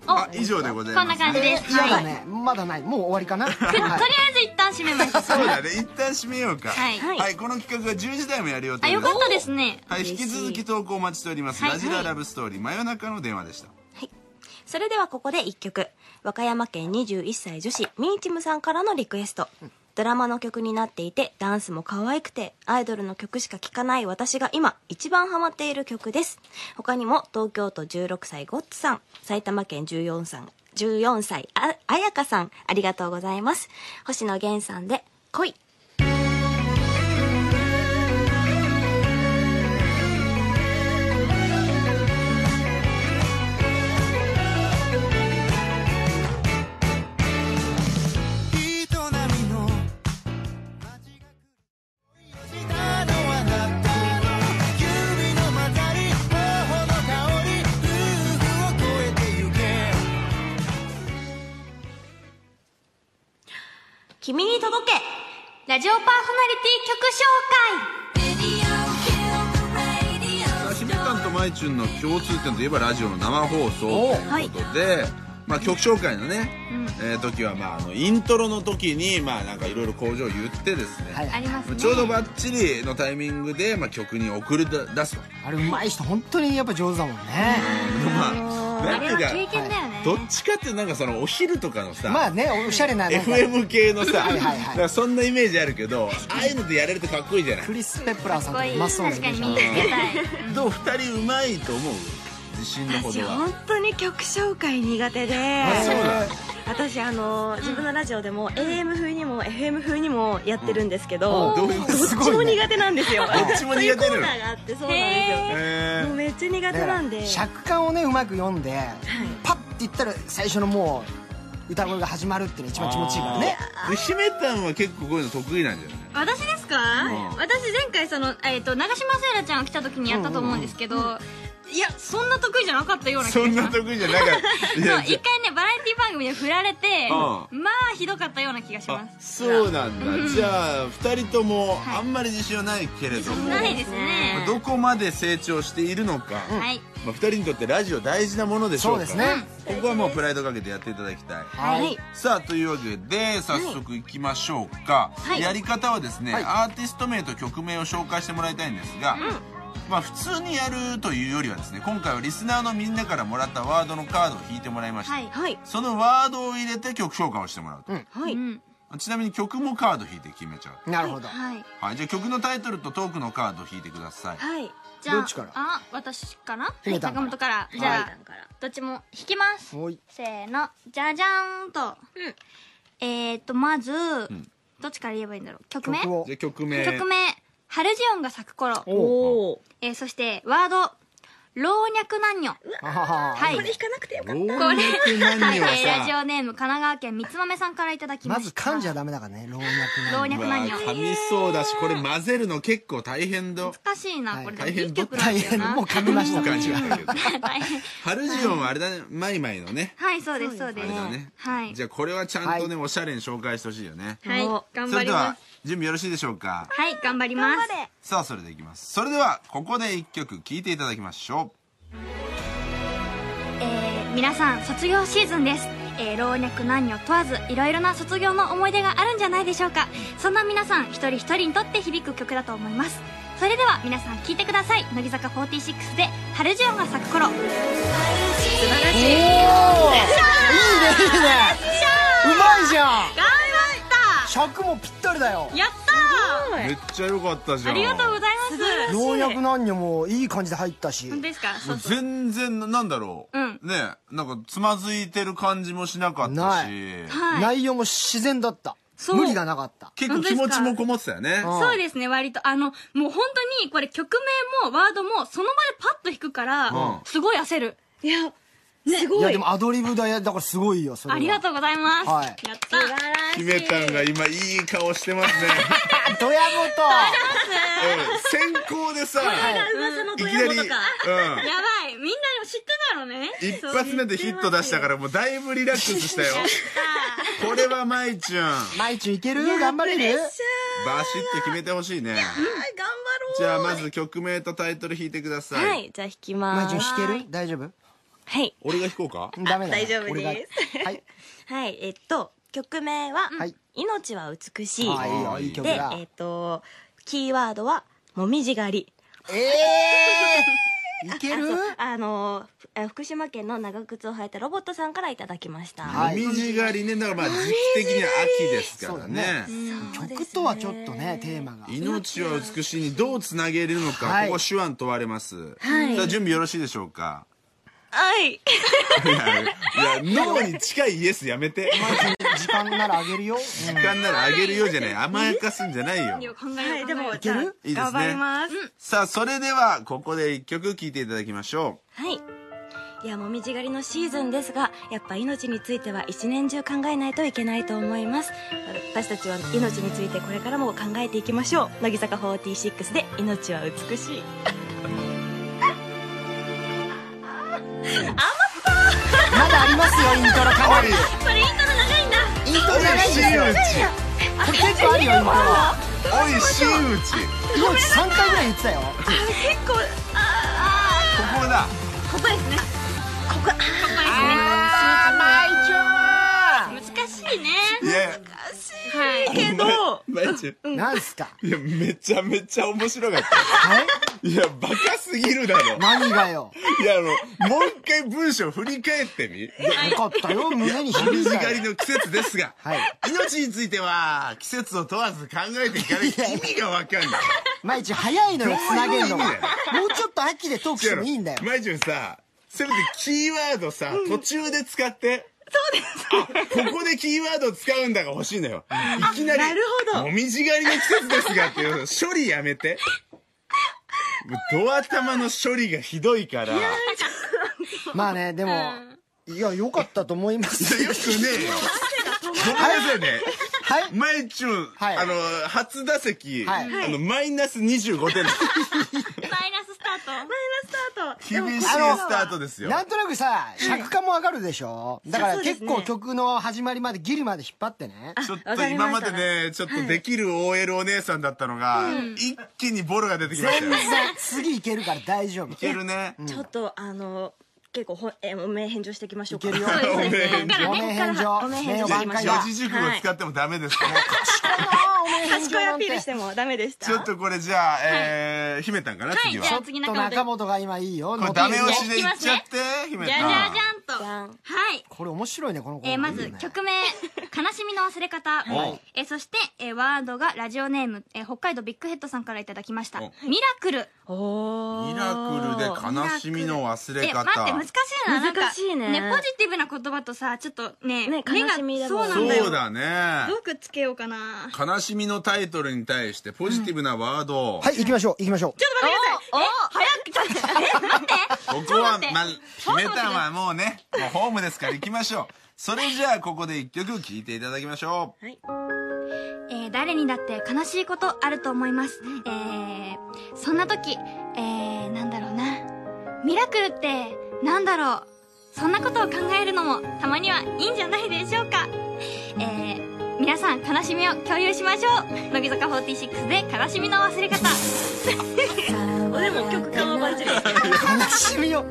[SPEAKER 1] あ以上でございます
[SPEAKER 3] こんな感じです
[SPEAKER 2] 嫌だねまだないもう終わりかな
[SPEAKER 3] とりあ
[SPEAKER 2] はい
[SPEAKER 3] えず一旦締めます
[SPEAKER 1] そうだね一旦締めようか
[SPEAKER 3] はい
[SPEAKER 1] はい、この企画は10時台もやる予定
[SPEAKER 3] あ
[SPEAKER 1] です
[SPEAKER 3] よかったですね
[SPEAKER 1] はい、引き続き投稿お待ちしております、ラジララブストーリー真夜中の電話でした
[SPEAKER 4] はい。それではここで1曲。和歌山県21歳女子、みーちむさんからのリクエスト。ドラマの曲になっていて、ダンスも可愛くて、アイドルの曲しか聴かない私が今、一番ハマっている曲です。他にも、東京都16歳ゴッツさん、埼玉県14歳、14歳あ、あやかさん、ありがとうございます。星野源さんで、恋。君に届け
[SPEAKER 3] ラジオパーソナリティ曲紹
[SPEAKER 1] さあ姫館とまいちゅんの共通点といえばラジオの生放送ということで、まあ、曲紹介のね、えー時は、まあ、あのイントロの時にまあなんかいろいろ工場を言ってですね、
[SPEAKER 2] はい
[SPEAKER 3] 介ありますね
[SPEAKER 1] ちょうどバッチリのタイミングで、まあ、曲に送り出すと、
[SPEAKER 2] あれうまい人本当にやっぱ上手だもんね
[SPEAKER 1] まあ
[SPEAKER 3] あ
[SPEAKER 1] なん
[SPEAKER 3] れ
[SPEAKER 1] ていう
[SPEAKER 3] は
[SPEAKER 1] か
[SPEAKER 3] 経験だよね
[SPEAKER 1] どっちかっていうとなんかそのお昼とかのさ、
[SPEAKER 2] まあねおしゃれななんか
[SPEAKER 1] FM 系のさ
[SPEAKER 2] はいはいはい
[SPEAKER 1] なんかそんなイメージあるけどああいうのでやれるとかっこいいじゃない
[SPEAKER 2] クリス・ペプラーさん
[SPEAKER 3] す
[SPEAKER 2] と
[SPEAKER 3] ご
[SPEAKER 2] か
[SPEAKER 3] いう
[SPEAKER 2] まそうなイ
[SPEAKER 3] 確
[SPEAKER 2] メ
[SPEAKER 3] か
[SPEAKER 2] ー
[SPEAKER 3] に
[SPEAKER 2] ジ
[SPEAKER 3] 身につけたい
[SPEAKER 1] どう2人うまいと思う自信のほど
[SPEAKER 4] 私
[SPEAKER 1] は
[SPEAKER 4] 本当に曲紹介苦手で
[SPEAKER 1] あそうだ
[SPEAKER 4] 私あの自分のラジオでも AM 風にも FM 風にもやってるんですけど、
[SPEAKER 1] どういうこと
[SPEAKER 4] どっち
[SPEAKER 2] すご
[SPEAKER 4] も
[SPEAKER 2] いね
[SPEAKER 4] 苦手なんですよど
[SPEAKER 1] っちも苦手なの
[SPEAKER 4] コーナーがあってそうなんで
[SPEAKER 1] え
[SPEAKER 4] すよもうめっちゃ苦手
[SPEAKER 2] だか
[SPEAKER 4] な
[SPEAKER 2] ら
[SPEAKER 4] んで
[SPEAKER 2] 尺感をねうまく読んでパッて言ったら最初のもう歌声が始まるっていうのが一番気持ちいいからね
[SPEAKER 1] あーで姫たんは結構こういうの得意なんじゃない
[SPEAKER 3] 私ですか、
[SPEAKER 1] うん
[SPEAKER 3] 私前回その、えー、と長島聖羅ちゃんが来た時にやったと思うんですけど、いやそんな得意じゃなかったような気
[SPEAKER 1] そ
[SPEAKER 3] がし
[SPEAKER 1] んな
[SPEAKER 3] ます
[SPEAKER 1] 得意じゃなかっ
[SPEAKER 3] そ
[SPEAKER 1] た
[SPEAKER 3] う
[SPEAKER 1] い
[SPEAKER 3] 一
[SPEAKER 1] や
[SPEAKER 3] 回ねバラエティ番組で振られて
[SPEAKER 1] うん
[SPEAKER 3] まあひどかったような気がし
[SPEAKER 1] あ
[SPEAKER 3] ます
[SPEAKER 1] そうなんだ、じゃあ2人ともあんまり自信はないけれども、
[SPEAKER 3] ないですね
[SPEAKER 1] どこまで成長しているのか、
[SPEAKER 3] はい
[SPEAKER 1] まあ、2人にとってラジオ大事なものでしょうから
[SPEAKER 2] そうですね
[SPEAKER 1] ここはもうプライドかけてやっていただきたい
[SPEAKER 2] はい
[SPEAKER 1] さあというわけで早速いきましょうか、
[SPEAKER 3] はい
[SPEAKER 1] やり方はですね、
[SPEAKER 2] はい
[SPEAKER 1] アーティスト名と曲名を紹介してもらいたいんですが、まあ普通にやるというよりはですね今回はリスナーのみんなからもらったワードのカードを引いてもらいました、
[SPEAKER 3] はい、
[SPEAKER 4] はい
[SPEAKER 1] そのワードを入れて曲紹介をしてもらうと、
[SPEAKER 4] はい、
[SPEAKER 3] うん
[SPEAKER 1] ちなみに曲もカード引いて決めちゃう、
[SPEAKER 2] なるほど
[SPEAKER 3] はい、
[SPEAKER 1] はい、じゃあ曲のタイトルとトークのカードを引いてください
[SPEAKER 4] はい
[SPEAKER 3] じゃあ
[SPEAKER 2] どっちから
[SPEAKER 3] あ私かな
[SPEAKER 2] 姫たんか
[SPEAKER 3] 坂
[SPEAKER 2] ら
[SPEAKER 3] 本からじゃあ、
[SPEAKER 4] はい
[SPEAKER 3] どっちも弾きます
[SPEAKER 2] おい
[SPEAKER 3] せーのじゃじゃーんと、えー、っとまず、
[SPEAKER 1] ん
[SPEAKER 3] どっちから言えばいいんだろう曲名
[SPEAKER 2] 曲を
[SPEAKER 3] 曲
[SPEAKER 1] じゃあ曲名
[SPEAKER 3] 名「春ジオンが咲く頃」
[SPEAKER 2] お
[SPEAKER 5] おー
[SPEAKER 3] えー、そしてワード「老若男女」
[SPEAKER 2] は
[SPEAKER 3] はい
[SPEAKER 4] これ引かなくてよかっ
[SPEAKER 1] 老若
[SPEAKER 3] これは
[SPEAKER 1] 男
[SPEAKER 3] い、
[SPEAKER 1] 女は
[SPEAKER 3] えーラジ
[SPEAKER 1] さ
[SPEAKER 3] オネーム神奈川県三つ豆さんからいただきま
[SPEAKER 2] ま
[SPEAKER 3] し
[SPEAKER 2] ず
[SPEAKER 3] た
[SPEAKER 2] 噛んじゃダメだからね老若
[SPEAKER 3] 老
[SPEAKER 2] 男
[SPEAKER 3] 若
[SPEAKER 2] 女
[SPEAKER 1] う
[SPEAKER 3] 男
[SPEAKER 1] わ
[SPEAKER 3] 女
[SPEAKER 1] 噛みそうだしこれ混ぜるの結構大変だ
[SPEAKER 3] 難しいな、
[SPEAKER 2] はい
[SPEAKER 3] これ
[SPEAKER 1] 大変
[SPEAKER 3] いい曲なん
[SPEAKER 2] 大
[SPEAKER 3] だよ
[SPEAKER 2] 変
[SPEAKER 3] な
[SPEAKER 2] もう噛みました
[SPEAKER 1] 感じだけど
[SPEAKER 3] [laughs] 大変
[SPEAKER 1] 春ジオンはあれだねマイマイのね
[SPEAKER 3] はいそうですそうです
[SPEAKER 1] あれだね
[SPEAKER 3] はい
[SPEAKER 1] じゃあこれはちゃんとねおしゃれに紹介してほしいよね
[SPEAKER 3] はい
[SPEAKER 4] お
[SPEAKER 3] 頑
[SPEAKER 1] そ
[SPEAKER 3] 張
[SPEAKER 1] れ
[SPEAKER 3] り
[SPEAKER 1] で
[SPEAKER 3] ま
[SPEAKER 1] は
[SPEAKER 3] す
[SPEAKER 1] 準備よろしいでしょうか
[SPEAKER 3] はい頑張ります
[SPEAKER 1] さあそれでいきますそれではここで一曲聴いていただきましょ
[SPEAKER 3] えー皆さん卒業シーズンです、えー老若男女問わずいろいろな卒業の思い出があるんじゃないでしょうかそんな皆さん一人一人にとって響く曲だと思いますそれでは皆さん聴いてください乃木坂46で「春ジオンが咲く頃」
[SPEAKER 4] 素晴ら
[SPEAKER 2] お
[SPEAKER 4] しい
[SPEAKER 2] おいいねいいねうまいじゃん
[SPEAKER 3] 頑張っ
[SPEAKER 2] 100もぴったりだよ
[SPEAKER 3] やった
[SPEAKER 1] めっちゃ良かったじ
[SPEAKER 3] ー
[SPEAKER 1] ゃん
[SPEAKER 3] ありがとうございます
[SPEAKER 2] ようやく何にもいい感じで入ったし
[SPEAKER 3] 本当ですか
[SPEAKER 1] も
[SPEAKER 3] そううそう
[SPEAKER 1] 全然ななんだろう、
[SPEAKER 3] うん
[SPEAKER 1] ねえなんかつまずいてる感じもしなかった
[SPEAKER 2] な
[SPEAKER 1] し
[SPEAKER 3] はい
[SPEAKER 2] 内容も自然だった
[SPEAKER 3] そう
[SPEAKER 2] 無理がなかった
[SPEAKER 1] 結構気持ちもこもってたよね
[SPEAKER 2] うん
[SPEAKER 3] そうですね、割と。あの、もう本当に、これ曲名もワードも、その場でパッと弾くから、
[SPEAKER 1] うん
[SPEAKER 3] すごい焦る。
[SPEAKER 5] いや、す
[SPEAKER 2] い
[SPEAKER 5] ご
[SPEAKER 2] や
[SPEAKER 5] い。
[SPEAKER 2] でもアドリブだよだからすごいよそれ
[SPEAKER 3] ありが
[SPEAKER 2] う
[SPEAKER 3] とうございます。
[SPEAKER 2] はい
[SPEAKER 3] やった。
[SPEAKER 5] 素晴らし
[SPEAKER 1] ひ
[SPEAKER 5] い
[SPEAKER 1] めたんが今いい顔してますね
[SPEAKER 2] ドヤ
[SPEAKER 1] [laughs] うん先行でさ
[SPEAKER 5] 噂の
[SPEAKER 1] いき
[SPEAKER 5] ド
[SPEAKER 1] な
[SPEAKER 5] ヤ
[SPEAKER 1] り、
[SPEAKER 5] モとか。
[SPEAKER 1] うん、
[SPEAKER 3] やばい。みんなでも知ってたのね。
[SPEAKER 1] 一発目でヒット出したからもうだいぶリラックスしたよこれはまいちゅんバ [laughs]
[SPEAKER 2] 元マイチュンいける頑張れる
[SPEAKER 1] シッと決めてほしいね
[SPEAKER 5] 頑
[SPEAKER 1] じゃあまず曲名とタイトル弾いてください、
[SPEAKER 4] はい、じゃあ弾き
[SPEAKER 2] マ
[SPEAKER 4] ま
[SPEAKER 2] イチュン
[SPEAKER 4] す。
[SPEAKER 2] 弾ける大丈夫
[SPEAKER 4] はい。
[SPEAKER 1] 俺が弾こうか
[SPEAKER 2] ダメだ
[SPEAKER 5] 大丈夫です
[SPEAKER 2] 俺がはい
[SPEAKER 4] はい、えっと、曲名は、
[SPEAKER 2] はい
[SPEAKER 4] 命は美しい。
[SPEAKER 2] あいいよいい曲
[SPEAKER 4] で、
[SPEAKER 2] だ
[SPEAKER 4] えっと、キーワードは、もみじ狩り。
[SPEAKER 2] えーいける
[SPEAKER 4] あの、ふえ福島県の長靴を履いたロボットさんからいただきました。
[SPEAKER 2] は
[SPEAKER 1] も
[SPEAKER 2] い
[SPEAKER 1] みじ狩りねだからまあ時期的には秋ですからね
[SPEAKER 2] 曲とはちょっとねテーマが
[SPEAKER 1] 命は美しいにどうつなげるのか、
[SPEAKER 2] はい
[SPEAKER 1] ここ手腕問われます、さあ準備よろしいでしょうか
[SPEAKER 4] はい。
[SPEAKER 1] いやいや脳に近いイエスやめ [laughs] て
[SPEAKER 2] マイチュン時間ならあげるよ
[SPEAKER 1] 時間ならあげるようじゃない甘やかすんじゃないよ
[SPEAKER 3] いや考えよう
[SPEAKER 5] はい、で
[SPEAKER 3] 考えよ
[SPEAKER 5] も、
[SPEAKER 3] う
[SPEAKER 5] じゃあ
[SPEAKER 2] いける
[SPEAKER 1] いいですね
[SPEAKER 5] 頑張ります。
[SPEAKER 1] さあそれではここで一曲聴いていただきましょ
[SPEAKER 4] はい。いや、もみじ狩りのシーズンですが、やっぱ命については一年中考えないといけないと思います。私たちは命についてこれからも考えていきましょう。乃木坂46で命は美しい。
[SPEAKER 2] まだありますよイントロかなり
[SPEAKER 3] これイントロ長いんだ。
[SPEAKER 2] イントロ長いんですよこれ結構あるよイントロ
[SPEAKER 1] おい真打ち
[SPEAKER 2] 命3回ぐらい言ってたよ
[SPEAKER 1] ここだ
[SPEAKER 3] ここですね。ここ、ここですね。難しいね。
[SPEAKER 1] いや
[SPEAKER 3] はい。
[SPEAKER 1] けどマジ
[SPEAKER 2] なんすか
[SPEAKER 1] いやめちゃめちゃ面白かっ
[SPEAKER 2] はい
[SPEAKER 1] たいやバカすぎるだろ
[SPEAKER 2] 何がよ
[SPEAKER 1] いやあのもう一回文章振り返ってみ
[SPEAKER 2] よかったよ胸に響い
[SPEAKER 1] 水
[SPEAKER 2] た
[SPEAKER 1] 狩り
[SPEAKER 2] よ
[SPEAKER 1] の季節ですが、
[SPEAKER 2] はい
[SPEAKER 1] 命については季節を問わず考えていかない意味がわかんない
[SPEAKER 2] 毎日早いのよつなげるのが
[SPEAKER 1] どういう意
[SPEAKER 2] もうちょっと秋でトークしてもいいんだよ
[SPEAKER 1] まいじゅんさせめてキーワードさ、途中で使ってそうですここでキーワード使うんだが欲しいのよいきなり
[SPEAKER 5] なるほど
[SPEAKER 1] もみじ狩りの季節ですが」っていう処理やめてもうド頭の処理がひどいからいやよ
[SPEAKER 2] まあねでもいや良かったと思いま
[SPEAKER 1] く
[SPEAKER 2] す
[SPEAKER 1] ねえよごめんなさいね
[SPEAKER 2] はい
[SPEAKER 1] まいちゅん、
[SPEAKER 2] はい
[SPEAKER 1] あの初打席、
[SPEAKER 2] はい
[SPEAKER 1] あのマイナス25点です
[SPEAKER 3] マイナススタート。
[SPEAKER 4] [laughs]
[SPEAKER 1] 厳しいスタートですよ
[SPEAKER 2] なんとなくさ尺感も上がるでしょだから結構曲の始まりまでギリまで引っ張ってね
[SPEAKER 1] ちょっと今までねちょっとできる OL お姉さんだったのが、一気にボロが出てきました
[SPEAKER 2] 全
[SPEAKER 1] よ
[SPEAKER 2] 然
[SPEAKER 1] い
[SPEAKER 2] 次いけるから大丈夫
[SPEAKER 1] けるね、
[SPEAKER 4] ちょっと、あの、結構ほ、えー、お名返上していきましょうか。
[SPEAKER 2] いけるよ
[SPEAKER 1] お
[SPEAKER 4] [laughs]
[SPEAKER 1] めでとう
[SPEAKER 2] お名返上
[SPEAKER 4] お名返
[SPEAKER 2] 名
[SPEAKER 4] 上
[SPEAKER 2] 誉挽回だ
[SPEAKER 1] 四字熟語使ってもダメですから、
[SPEAKER 2] あーお名返
[SPEAKER 4] 賢
[SPEAKER 2] 上
[SPEAKER 4] い
[SPEAKER 2] な
[SPEAKER 4] ア
[SPEAKER 2] ん
[SPEAKER 4] ピール
[SPEAKER 2] て
[SPEAKER 4] してもダメでした。
[SPEAKER 1] ちょっとこれじゃあ、えー、秘めたんかな
[SPEAKER 3] はい
[SPEAKER 1] 次は、
[SPEAKER 3] じゃあ
[SPEAKER 2] ちょっと中本が今いいよ
[SPEAKER 1] これダメ押しでいっちゃって、ひめ
[SPEAKER 3] じゃ
[SPEAKER 1] た
[SPEAKER 3] じゃじ
[SPEAKER 1] ん
[SPEAKER 3] ゃんと。
[SPEAKER 4] じゃん
[SPEAKER 3] はい。
[SPEAKER 2] これ面白いねこの子
[SPEAKER 3] えーまず曲名「悲しみの忘れ方」
[SPEAKER 1] お
[SPEAKER 3] えーそして、えーワードがラジオネーム、えー北海道ビッグヘッドさんからいただきました
[SPEAKER 1] お
[SPEAKER 3] 「ミラクル
[SPEAKER 4] おー
[SPEAKER 1] ミラクルで悲しみの忘」れ
[SPEAKER 3] え
[SPEAKER 1] 方
[SPEAKER 3] 待って難しいななんか
[SPEAKER 4] 難しいね
[SPEAKER 3] ポジティブな言葉とさちょっとね
[SPEAKER 4] ね
[SPEAKER 3] 目が
[SPEAKER 4] 悲しみだ
[SPEAKER 3] そ
[SPEAKER 4] も
[SPEAKER 3] うんなんだよ
[SPEAKER 1] そうだね
[SPEAKER 3] どうくっつけようかなちょっ
[SPEAKER 1] 悲しみのタイトルに対してポジティブなワード、
[SPEAKER 2] はい行きましょう行きましょう
[SPEAKER 3] と待ってくださいえ早くちょっとえ待って
[SPEAKER 1] ここは、まあ、決めたんはもうね、もうホームですから行きましょう。 [laughs] それじゃあ、ここで一曲聴いていただきましょう。
[SPEAKER 3] えー誰にだって悲しいことあると思います。えーそんな時、えーなんだろうな。ミラクルって、なんだろう。そんなことを考えるのも、たまにはいいんじゃないでしょうか。えー皆さん、悲しみを共有しましょう。乃木坂46で、悲しみの忘れ方。
[SPEAKER 4] おでも曲感はバッチリ
[SPEAKER 2] 悲しみを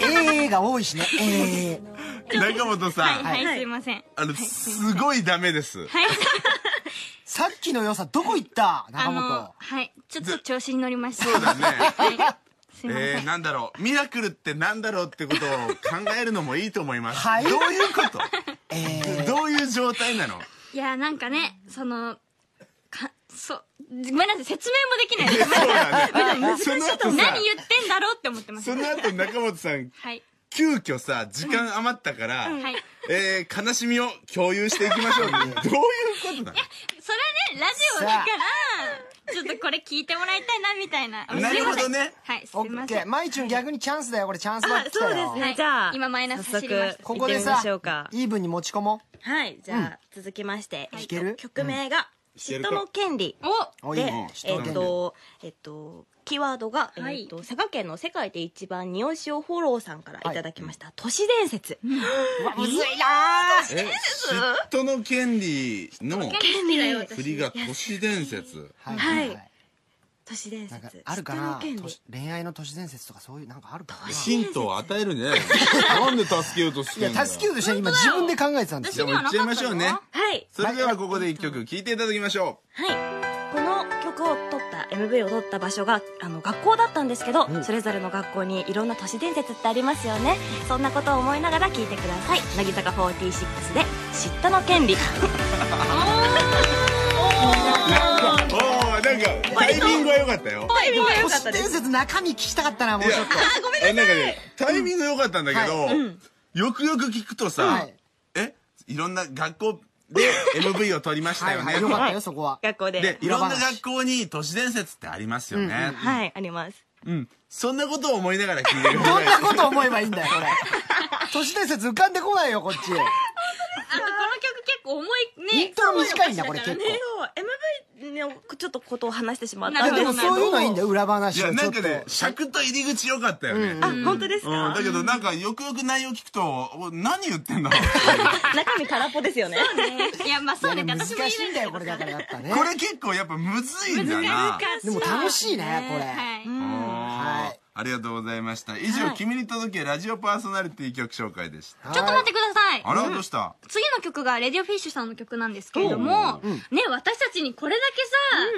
[SPEAKER 2] えーが多い
[SPEAKER 4] [laughs]
[SPEAKER 2] しねえー
[SPEAKER 1] 中本さん、
[SPEAKER 3] はい、はい、すいません。
[SPEAKER 1] あの、すごいダメです。
[SPEAKER 3] はい、
[SPEAKER 2] さっきの良さどこ行った
[SPEAKER 3] あ
[SPEAKER 2] 中
[SPEAKER 3] の
[SPEAKER 2] 本、
[SPEAKER 3] はい、ちょっと調子に乗りました。
[SPEAKER 1] そうだね
[SPEAKER 3] はい、すいません。
[SPEAKER 1] えー、なんだろう、ミラクルってなんだろうってことを考えるのもいいと思います。
[SPEAKER 2] はい
[SPEAKER 3] [laughs]
[SPEAKER 1] どういうこと
[SPEAKER 2] えー
[SPEAKER 1] どういう状態なの
[SPEAKER 3] いやなんかねそのかそうごめんなさい説明もできないです
[SPEAKER 1] そうだね。その後さ、
[SPEAKER 3] 何言ってんだろうって思ってます
[SPEAKER 1] その後中本さん、
[SPEAKER 3] はい
[SPEAKER 1] 急遽さ、時間余ったから、
[SPEAKER 3] はい
[SPEAKER 1] えー、悲しみを共有していきましょう。どういうことなの
[SPEAKER 3] それねラジオだからちょっとこれ聞いてもらいたいなみたいな
[SPEAKER 1] なるほどね
[SPEAKER 3] はいす
[SPEAKER 2] オ
[SPEAKER 3] み
[SPEAKER 2] ッ
[SPEAKER 3] ま
[SPEAKER 2] ケ
[SPEAKER 3] せ
[SPEAKER 2] ー
[SPEAKER 3] ん
[SPEAKER 2] まいちゅん逆にチャンスだよこれチャンスだ
[SPEAKER 4] あ
[SPEAKER 2] ってきた
[SPEAKER 4] そ
[SPEAKER 2] よ
[SPEAKER 4] うですね、
[SPEAKER 3] はい
[SPEAKER 4] じゃあ
[SPEAKER 3] 今マイナス走りました
[SPEAKER 2] ここで
[SPEAKER 4] 行
[SPEAKER 2] さ
[SPEAKER 4] ってみましょうか
[SPEAKER 2] イーブンに持ち込も
[SPEAKER 4] はいじゃあ続きまして、えっ
[SPEAKER 2] ける
[SPEAKER 4] と、曲名が「
[SPEAKER 1] ける
[SPEAKER 4] 嫉
[SPEAKER 1] か
[SPEAKER 4] 妬の権利」
[SPEAKER 3] お
[SPEAKER 2] うおいい
[SPEAKER 4] で
[SPEAKER 2] ね、
[SPEAKER 4] えっと、えっと、キーワードが、
[SPEAKER 3] はい
[SPEAKER 4] えっと、佐賀県の世界で一番におしおフォローさんからいただきました、都市伝説。
[SPEAKER 2] むずいな
[SPEAKER 1] え、嫉妬の権利の
[SPEAKER 3] 権利だよ私
[SPEAKER 1] 振りが都市伝説。
[SPEAKER 2] はい
[SPEAKER 4] はい都市伝
[SPEAKER 2] なんか
[SPEAKER 4] 説。
[SPEAKER 2] あるか
[SPEAKER 4] 嫉妬
[SPEAKER 2] な
[SPEAKER 4] の権
[SPEAKER 2] 都
[SPEAKER 4] 利
[SPEAKER 2] 市恋愛の都市伝説とかそういうなんかあるかな
[SPEAKER 1] ヒントを与えるんじゃない
[SPEAKER 2] [laughs]
[SPEAKER 1] のなんで助けようとしてん
[SPEAKER 2] い
[SPEAKER 1] だよ
[SPEAKER 2] や助けようとして今自分で考えてたんです
[SPEAKER 3] 私
[SPEAKER 2] よ
[SPEAKER 3] にはなかった
[SPEAKER 1] でも言っちゃいましょうね
[SPEAKER 4] はい。
[SPEAKER 1] それではここで一曲聴いていただきましょ
[SPEAKER 4] はい。この曲を撮った、MV を撮った場所が、あの、学校だったんですけど、それぞれの学校にいろんな都市伝説ってありますよね。そんなことを思いながら聞いてください。乃木坂46で、嫉妬の権利。
[SPEAKER 1] う。なんか、おー、なんか、タイミングが良かったよ。
[SPEAKER 2] 都市伝説中身聞きたかったなもうちょっと
[SPEAKER 1] あなんかね、タイミング良かったんだけど、よくよく聞くとさ、
[SPEAKER 2] はい
[SPEAKER 1] えいろんな学校
[SPEAKER 2] [laughs]
[SPEAKER 1] で MV を撮りました
[SPEAKER 2] はい
[SPEAKER 1] よ
[SPEAKER 2] は
[SPEAKER 1] ね。
[SPEAKER 2] いよかったよそこは
[SPEAKER 4] 学校
[SPEAKER 1] で
[SPEAKER 4] で。、
[SPEAKER 1] いろんな学校に都市伝説ってありますよね。
[SPEAKER 4] はい、あります。
[SPEAKER 1] そんなことを思いながら聞いてくだ
[SPEAKER 2] ど
[SPEAKER 1] さ
[SPEAKER 2] ん
[SPEAKER 1] い。
[SPEAKER 2] な [laughs] こと思えばいいんだよこれ都市伝説浮かんでこないよこっち
[SPEAKER 3] あとこの曲結構重い
[SPEAKER 2] イ
[SPEAKER 3] ね
[SPEAKER 2] ントロ短いんだこれ結構
[SPEAKER 4] そう、MV のちょっとことを話してしまっ
[SPEAKER 3] な
[SPEAKER 4] た
[SPEAKER 3] る
[SPEAKER 2] いや
[SPEAKER 3] ほど
[SPEAKER 2] でもそういうのいいんだよ裏話
[SPEAKER 1] い
[SPEAKER 2] を
[SPEAKER 1] や、
[SPEAKER 2] ち
[SPEAKER 1] な
[SPEAKER 2] ょ
[SPEAKER 1] ん
[SPEAKER 2] っ
[SPEAKER 1] か
[SPEAKER 2] と
[SPEAKER 1] ね、尺と入り口良かったよね。
[SPEAKER 4] あ、本当です
[SPEAKER 1] う
[SPEAKER 4] か、
[SPEAKER 1] ん、だけどなんかよくよく内容聞くと、お何言ってんだろうっていう
[SPEAKER 4] 中身空っぽですよね。
[SPEAKER 3] いやまあそうね
[SPEAKER 2] 難
[SPEAKER 3] 私も
[SPEAKER 2] しいんだよこれだ
[SPEAKER 3] 難
[SPEAKER 2] からやっぱね
[SPEAKER 1] これ結構やっぱむずいんだな。
[SPEAKER 3] しい
[SPEAKER 2] でも楽しいねこれ
[SPEAKER 3] はい
[SPEAKER 1] はい。ありがとうございました。以上、君に届けラジオパーソナリティ曲紹介でした。
[SPEAKER 3] ちょっと待ってください
[SPEAKER 1] あら、どうした
[SPEAKER 3] 次の曲がレディオフィッシュさんの曲なんですけれども、ね、私たちにこれだ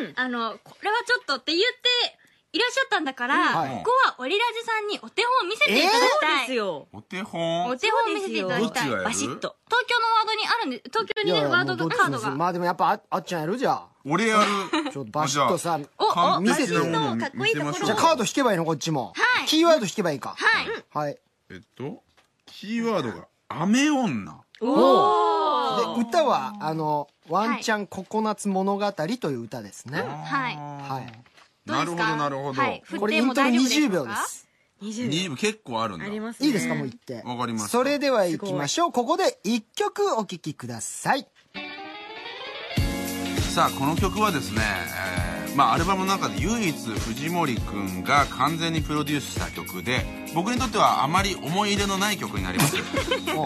[SPEAKER 3] けさ、あの、これはちょっとって言って、いらっしゃったんだから、
[SPEAKER 2] はい
[SPEAKER 3] ここはオリラジさんにお手本を見せていただき
[SPEAKER 4] そう
[SPEAKER 3] た
[SPEAKER 4] です
[SPEAKER 3] い。
[SPEAKER 4] よ。
[SPEAKER 1] お手本
[SPEAKER 3] お手本を見せていただ
[SPEAKER 1] ど
[SPEAKER 3] き
[SPEAKER 1] っち
[SPEAKER 3] たい。東
[SPEAKER 1] がや
[SPEAKER 3] 京の
[SPEAKER 1] る
[SPEAKER 4] バシッと。
[SPEAKER 3] ワードにあるんで、東京にね、ワード
[SPEAKER 2] もうど
[SPEAKER 3] と
[SPEAKER 2] っち
[SPEAKER 3] カー
[SPEAKER 2] に
[SPEAKER 3] ド
[SPEAKER 2] する
[SPEAKER 3] が。
[SPEAKER 2] まあでもやっぱああっちゃんやるじゃあ
[SPEAKER 1] 俺やる。
[SPEAKER 2] [laughs] ちょっとバシッとさ
[SPEAKER 3] お
[SPEAKER 1] 完
[SPEAKER 2] 見せ
[SPEAKER 1] 璧
[SPEAKER 2] て
[SPEAKER 1] な
[SPEAKER 2] よ
[SPEAKER 1] ものを見
[SPEAKER 4] かっこいいところを
[SPEAKER 1] 見せ
[SPEAKER 2] じゃ
[SPEAKER 1] ま
[SPEAKER 2] あ
[SPEAKER 1] しょう
[SPEAKER 2] カード引けばいいのこっちも
[SPEAKER 3] はい
[SPEAKER 2] キーワード引けばいいか
[SPEAKER 3] はい。
[SPEAKER 2] はい
[SPEAKER 1] え
[SPEAKER 2] で
[SPEAKER 1] っと、キーワードが、雨女。
[SPEAKER 2] 歌はあの「ワンちゃんココナッツ物語」という歌ですね
[SPEAKER 3] はい
[SPEAKER 2] はい
[SPEAKER 3] どう
[SPEAKER 1] な
[SPEAKER 3] で
[SPEAKER 1] る
[SPEAKER 3] す
[SPEAKER 1] ほ
[SPEAKER 3] か
[SPEAKER 1] ど、なるほど。
[SPEAKER 3] はい。振
[SPEAKER 2] こ
[SPEAKER 3] っ
[SPEAKER 2] れイ
[SPEAKER 3] て
[SPEAKER 2] ン
[SPEAKER 3] も
[SPEAKER 2] トロ
[SPEAKER 3] 大丈夫でし
[SPEAKER 2] 20
[SPEAKER 3] ょう
[SPEAKER 2] 秒
[SPEAKER 3] か
[SPEAKER 2] です
[SPEAKER 4] 20秒。
[SPEAKER 1] 2部結構あるんだ。
[SPEAKER 4] ありますね。
[SPEAKER 2] いいですかもう言って
[SPEAKER 1] わかりました
[SPEAKER 2] それでは行きましょうここで一曲お聴きください
[SPEAKER 6] さあこの曲はですね、えーまあ、アルバムの中で唯一藤森くんが完全にプロデュースした曲で僕にとってはあまり思い入れのない曲になります、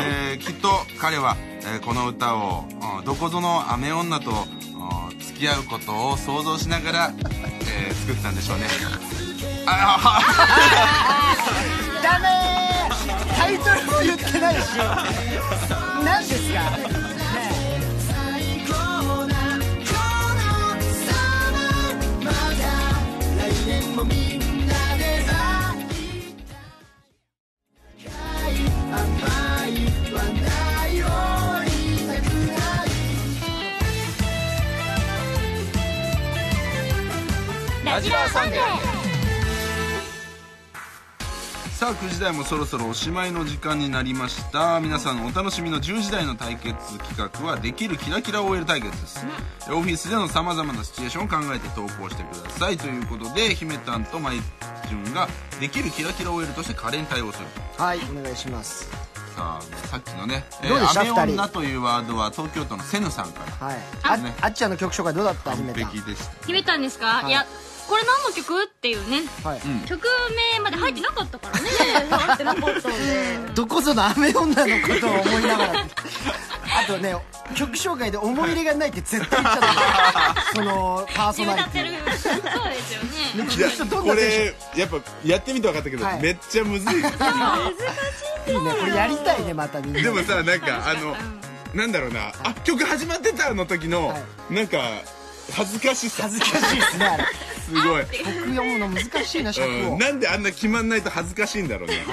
[SPEAKER 6] えーきっと彼は、えーこの歌をうんどこぞの雨女とうん付き合うことを想像しながら、えー作ったんでしょうねああ
[SPEAKER 2] ダメータイトルも言ってないし何ですかね
[SPEAKER 6] ラジラサンデさあ9時台もそろそろおしまいの時間になりました皆さんお楽しみの10時台の対決企画はできるキラキラ OL 対決です、オフィスでのさまざまなシチュエーションを考えて投稿してくださいということで姫たんとまいじゅんができるキラキラ OL として可憐対応する
[SPEAKER 2] はいお願いします
[SPEAKER 6] さあさっきのね「
[SPEAKER 2] どうでした
[SPEAKER 6] 雨
[SPEAKER 2] 二
[SPEAKER 6] 女」
[SPEAKER 2] 人
[SPEAKER 6] というワードは東京都のセヌさんから
[SPEAKER 2] はいあ
[SPEAKER 6] ね
[SPEAKER 2] あっちゃんの曲紹介どうだった
[SPEAKER 6] 完
[SPEAKER 2] 姫た
[SPEAKER 6] 璧でした
[SPEAKER 3] 決めたんですか、
[SPEAKER 2] はい
[SPEAKER 3] い、や、これ何の曲っていうね。
[SPEAKER 2] はい
[SPEAKER 3] 曲名まで入ってなかったからね。
[SPEAKER 4] [laughs]
[SPEAKER 2] どこぞの雨女のことを思いなが
[SPEAKER 1] [laughs]
[SPEAKER 2] らあとね曲紹介で思い入れがないって絶対言っちゃった
[SPEAKER 1] [laughs]
[SPEAKER 2] そのパーソ
[SPEAKER 3] 自分
[SPEAKER 2] ナリ
[SPEAKER 3] 歌って
[SPEAKER 2] テ
[SPEAKER 3] る
[SPEAKER 2] ィ。
[SPEAKER 3] そうですよね。
[SPEAKER 1] いや
[SPEAKER 2] ちょっとどん
[SPEAKER 1] こ
[SPEAKER 2] なテンション
[SPEAKER 1] れやっぱやってみて分かったけど、
[SPEAKER 2] はい
[SPEAKER 1] めっちゃむ
[SPEAKER 6] [laughs]
[SPEAKER 1] ずい
[SPEAKER 2] いいねこれやりたいねまたみんな
[SPEAKER 1] でもさなんかあのなんだろうな、あ曲始まってたの時の、
[SPEAKER 2] は
[SPEAKER 1] なんか恥ずかしさ
[SPEAKER 2] 恥
[SPEAKER 1] す
[SPEAKER 2] ずかしいですね
[SPEAKER 1] [laughs]
[SPEAKER 2] あれ
[SPEAKER 1] ごい、
[SPEAKER 2] 僕読むの難しいな尺
[SPEAKER 1] う
[SPEAKER 2] を
[SPEAKER 1] ん、なんであんな決まんないと恥ずかしいんだろうね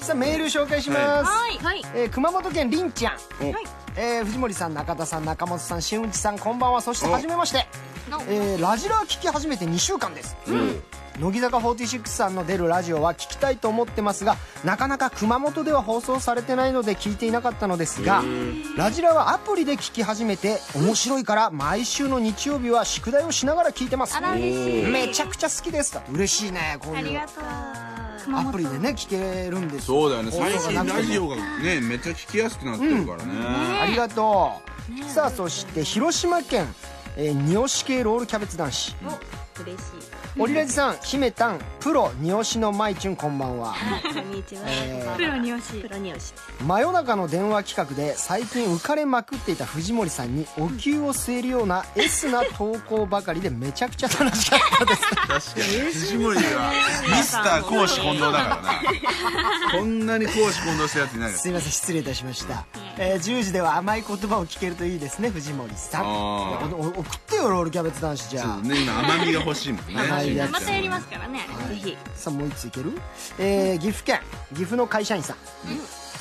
[SPEAKER 2] さあメール紹介します
[SPEAKER 3] はい。はい。
[SPEAKER 2] えー熊本県りんちゃん
[SPEAKER 1] お
[SPEAKER 2] えー藤森さん中田さん中本さん新内さんこんばんはそして
[SPEAKER 7] お
[SPEAKER 2] はじめまして
[SPEAKER 3] の、
[SPEAKER 2] えーラジラー聞き始めて2週間です、乃木坂46さんの出るラジオは聞きたいと思ってますがなかなか熊本では放送されてないので聞いていなかったのですがラジラはアプリで聞き始めて面白いから毎週の日曜日は宿題をしながら聞いてます
[SPEAKER 3] あら嬉しい
[SPEAKER 2] めちゃくちゃ好きですだって嬉しいねこう
[SPEAKER 3] あり
[SPEAKER 2] いう
[SPEAKER 3] がとう
[SPEAKER 2] アプリでね聞けるんです
[SPEAKER 1] そ
[SPEAKER 2] よ
[SPEAKER 1] うだよね
[SPEAKER 2] 放
[SPEAKER 1] 最
[SPEAKER 2] 送が
[SPEAKER 1] 近
[SPEAKER 2] なく
[SPEAKER 1] ラ
[SPEAKER 2] ても
[SPEAKER 1] ジオがねめっちゃ聞きやすくなってるからね、
[SPEAKER 2] ありがとう、さあそして広島県、えー、三好系ロールキャベツ男子
[SPEAKER 4] 嬉し
[SPEAKER 2] オリラジさん姫たんプロ三好のまいちゅんこんばんは、
[SPEAKER 4] いこんにちは
[SPEAKER 2] えー
[SPEAKER 3] プロにし
[SPEAKER 4] プロニュース
[SPEAKER 2] 真夜中の電話企画で最近浮かれまくっていた藤森さんにお灸を据えるようなエスな投稿ばかりでめちゃくちゃ楽しかったです
[SPEAKER 1] 確かに藤森はミスター公私混同だ
[SPEAKER 2] [laughs]
[SPEAKER 1] からなこんなに公私混同したやついないです
[SPEAKER 2] [laughs] すいません失礼いたしました、えー10時では甘い言葉を聞けるといいですね藤森さん
[SPEAKER 1] あ
[SPEAKER 2] おお送ってよロールキャベツ男子じゃあ
[SPEAKER 1] ね今甘みが欲しいもんね
[SPEAKER 2] 甘いやつ
[SPEAKER 3] またやりますからね
[SPEAKER 4] ぜひ
[SPEAKER 2] さあもう一ついける、えー岐阜県岐阜の会社員さん、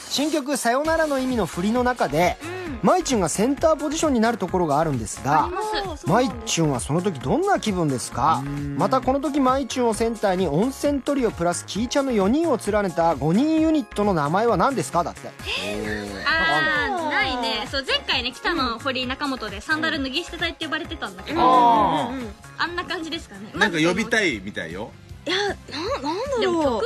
[SPEAKER 2] 新曲「さよなら」の意味の振りの中で、まいちゅんがセンターポジションになるところがあるんですがまいちゅんはその時どんな気分ですかまたこの時まいちゅんをセンターに温泉トリオプラスキーちゃんの4人を連ねた5人ユニットの名前は何ですかだって
[SPEAKER 3] ああないねそう前回ね北の堀中本でサンダル脱ぎ捨て隊って呼ばれてたんだけど
[SPEAKER 2] あ
[SPEAKER 3] あんな感じですかね
[SPEAKER 1] なんか呼び
[SPEAKER 3] い
[SPEAKER 1] たいみたいよ
[SPEAKER 4] いやななんだ
[SPEAKER 3] でも曲
[SPEAKER 4] ろ
[SPEAKER 3] の
[SPEAKER 4] う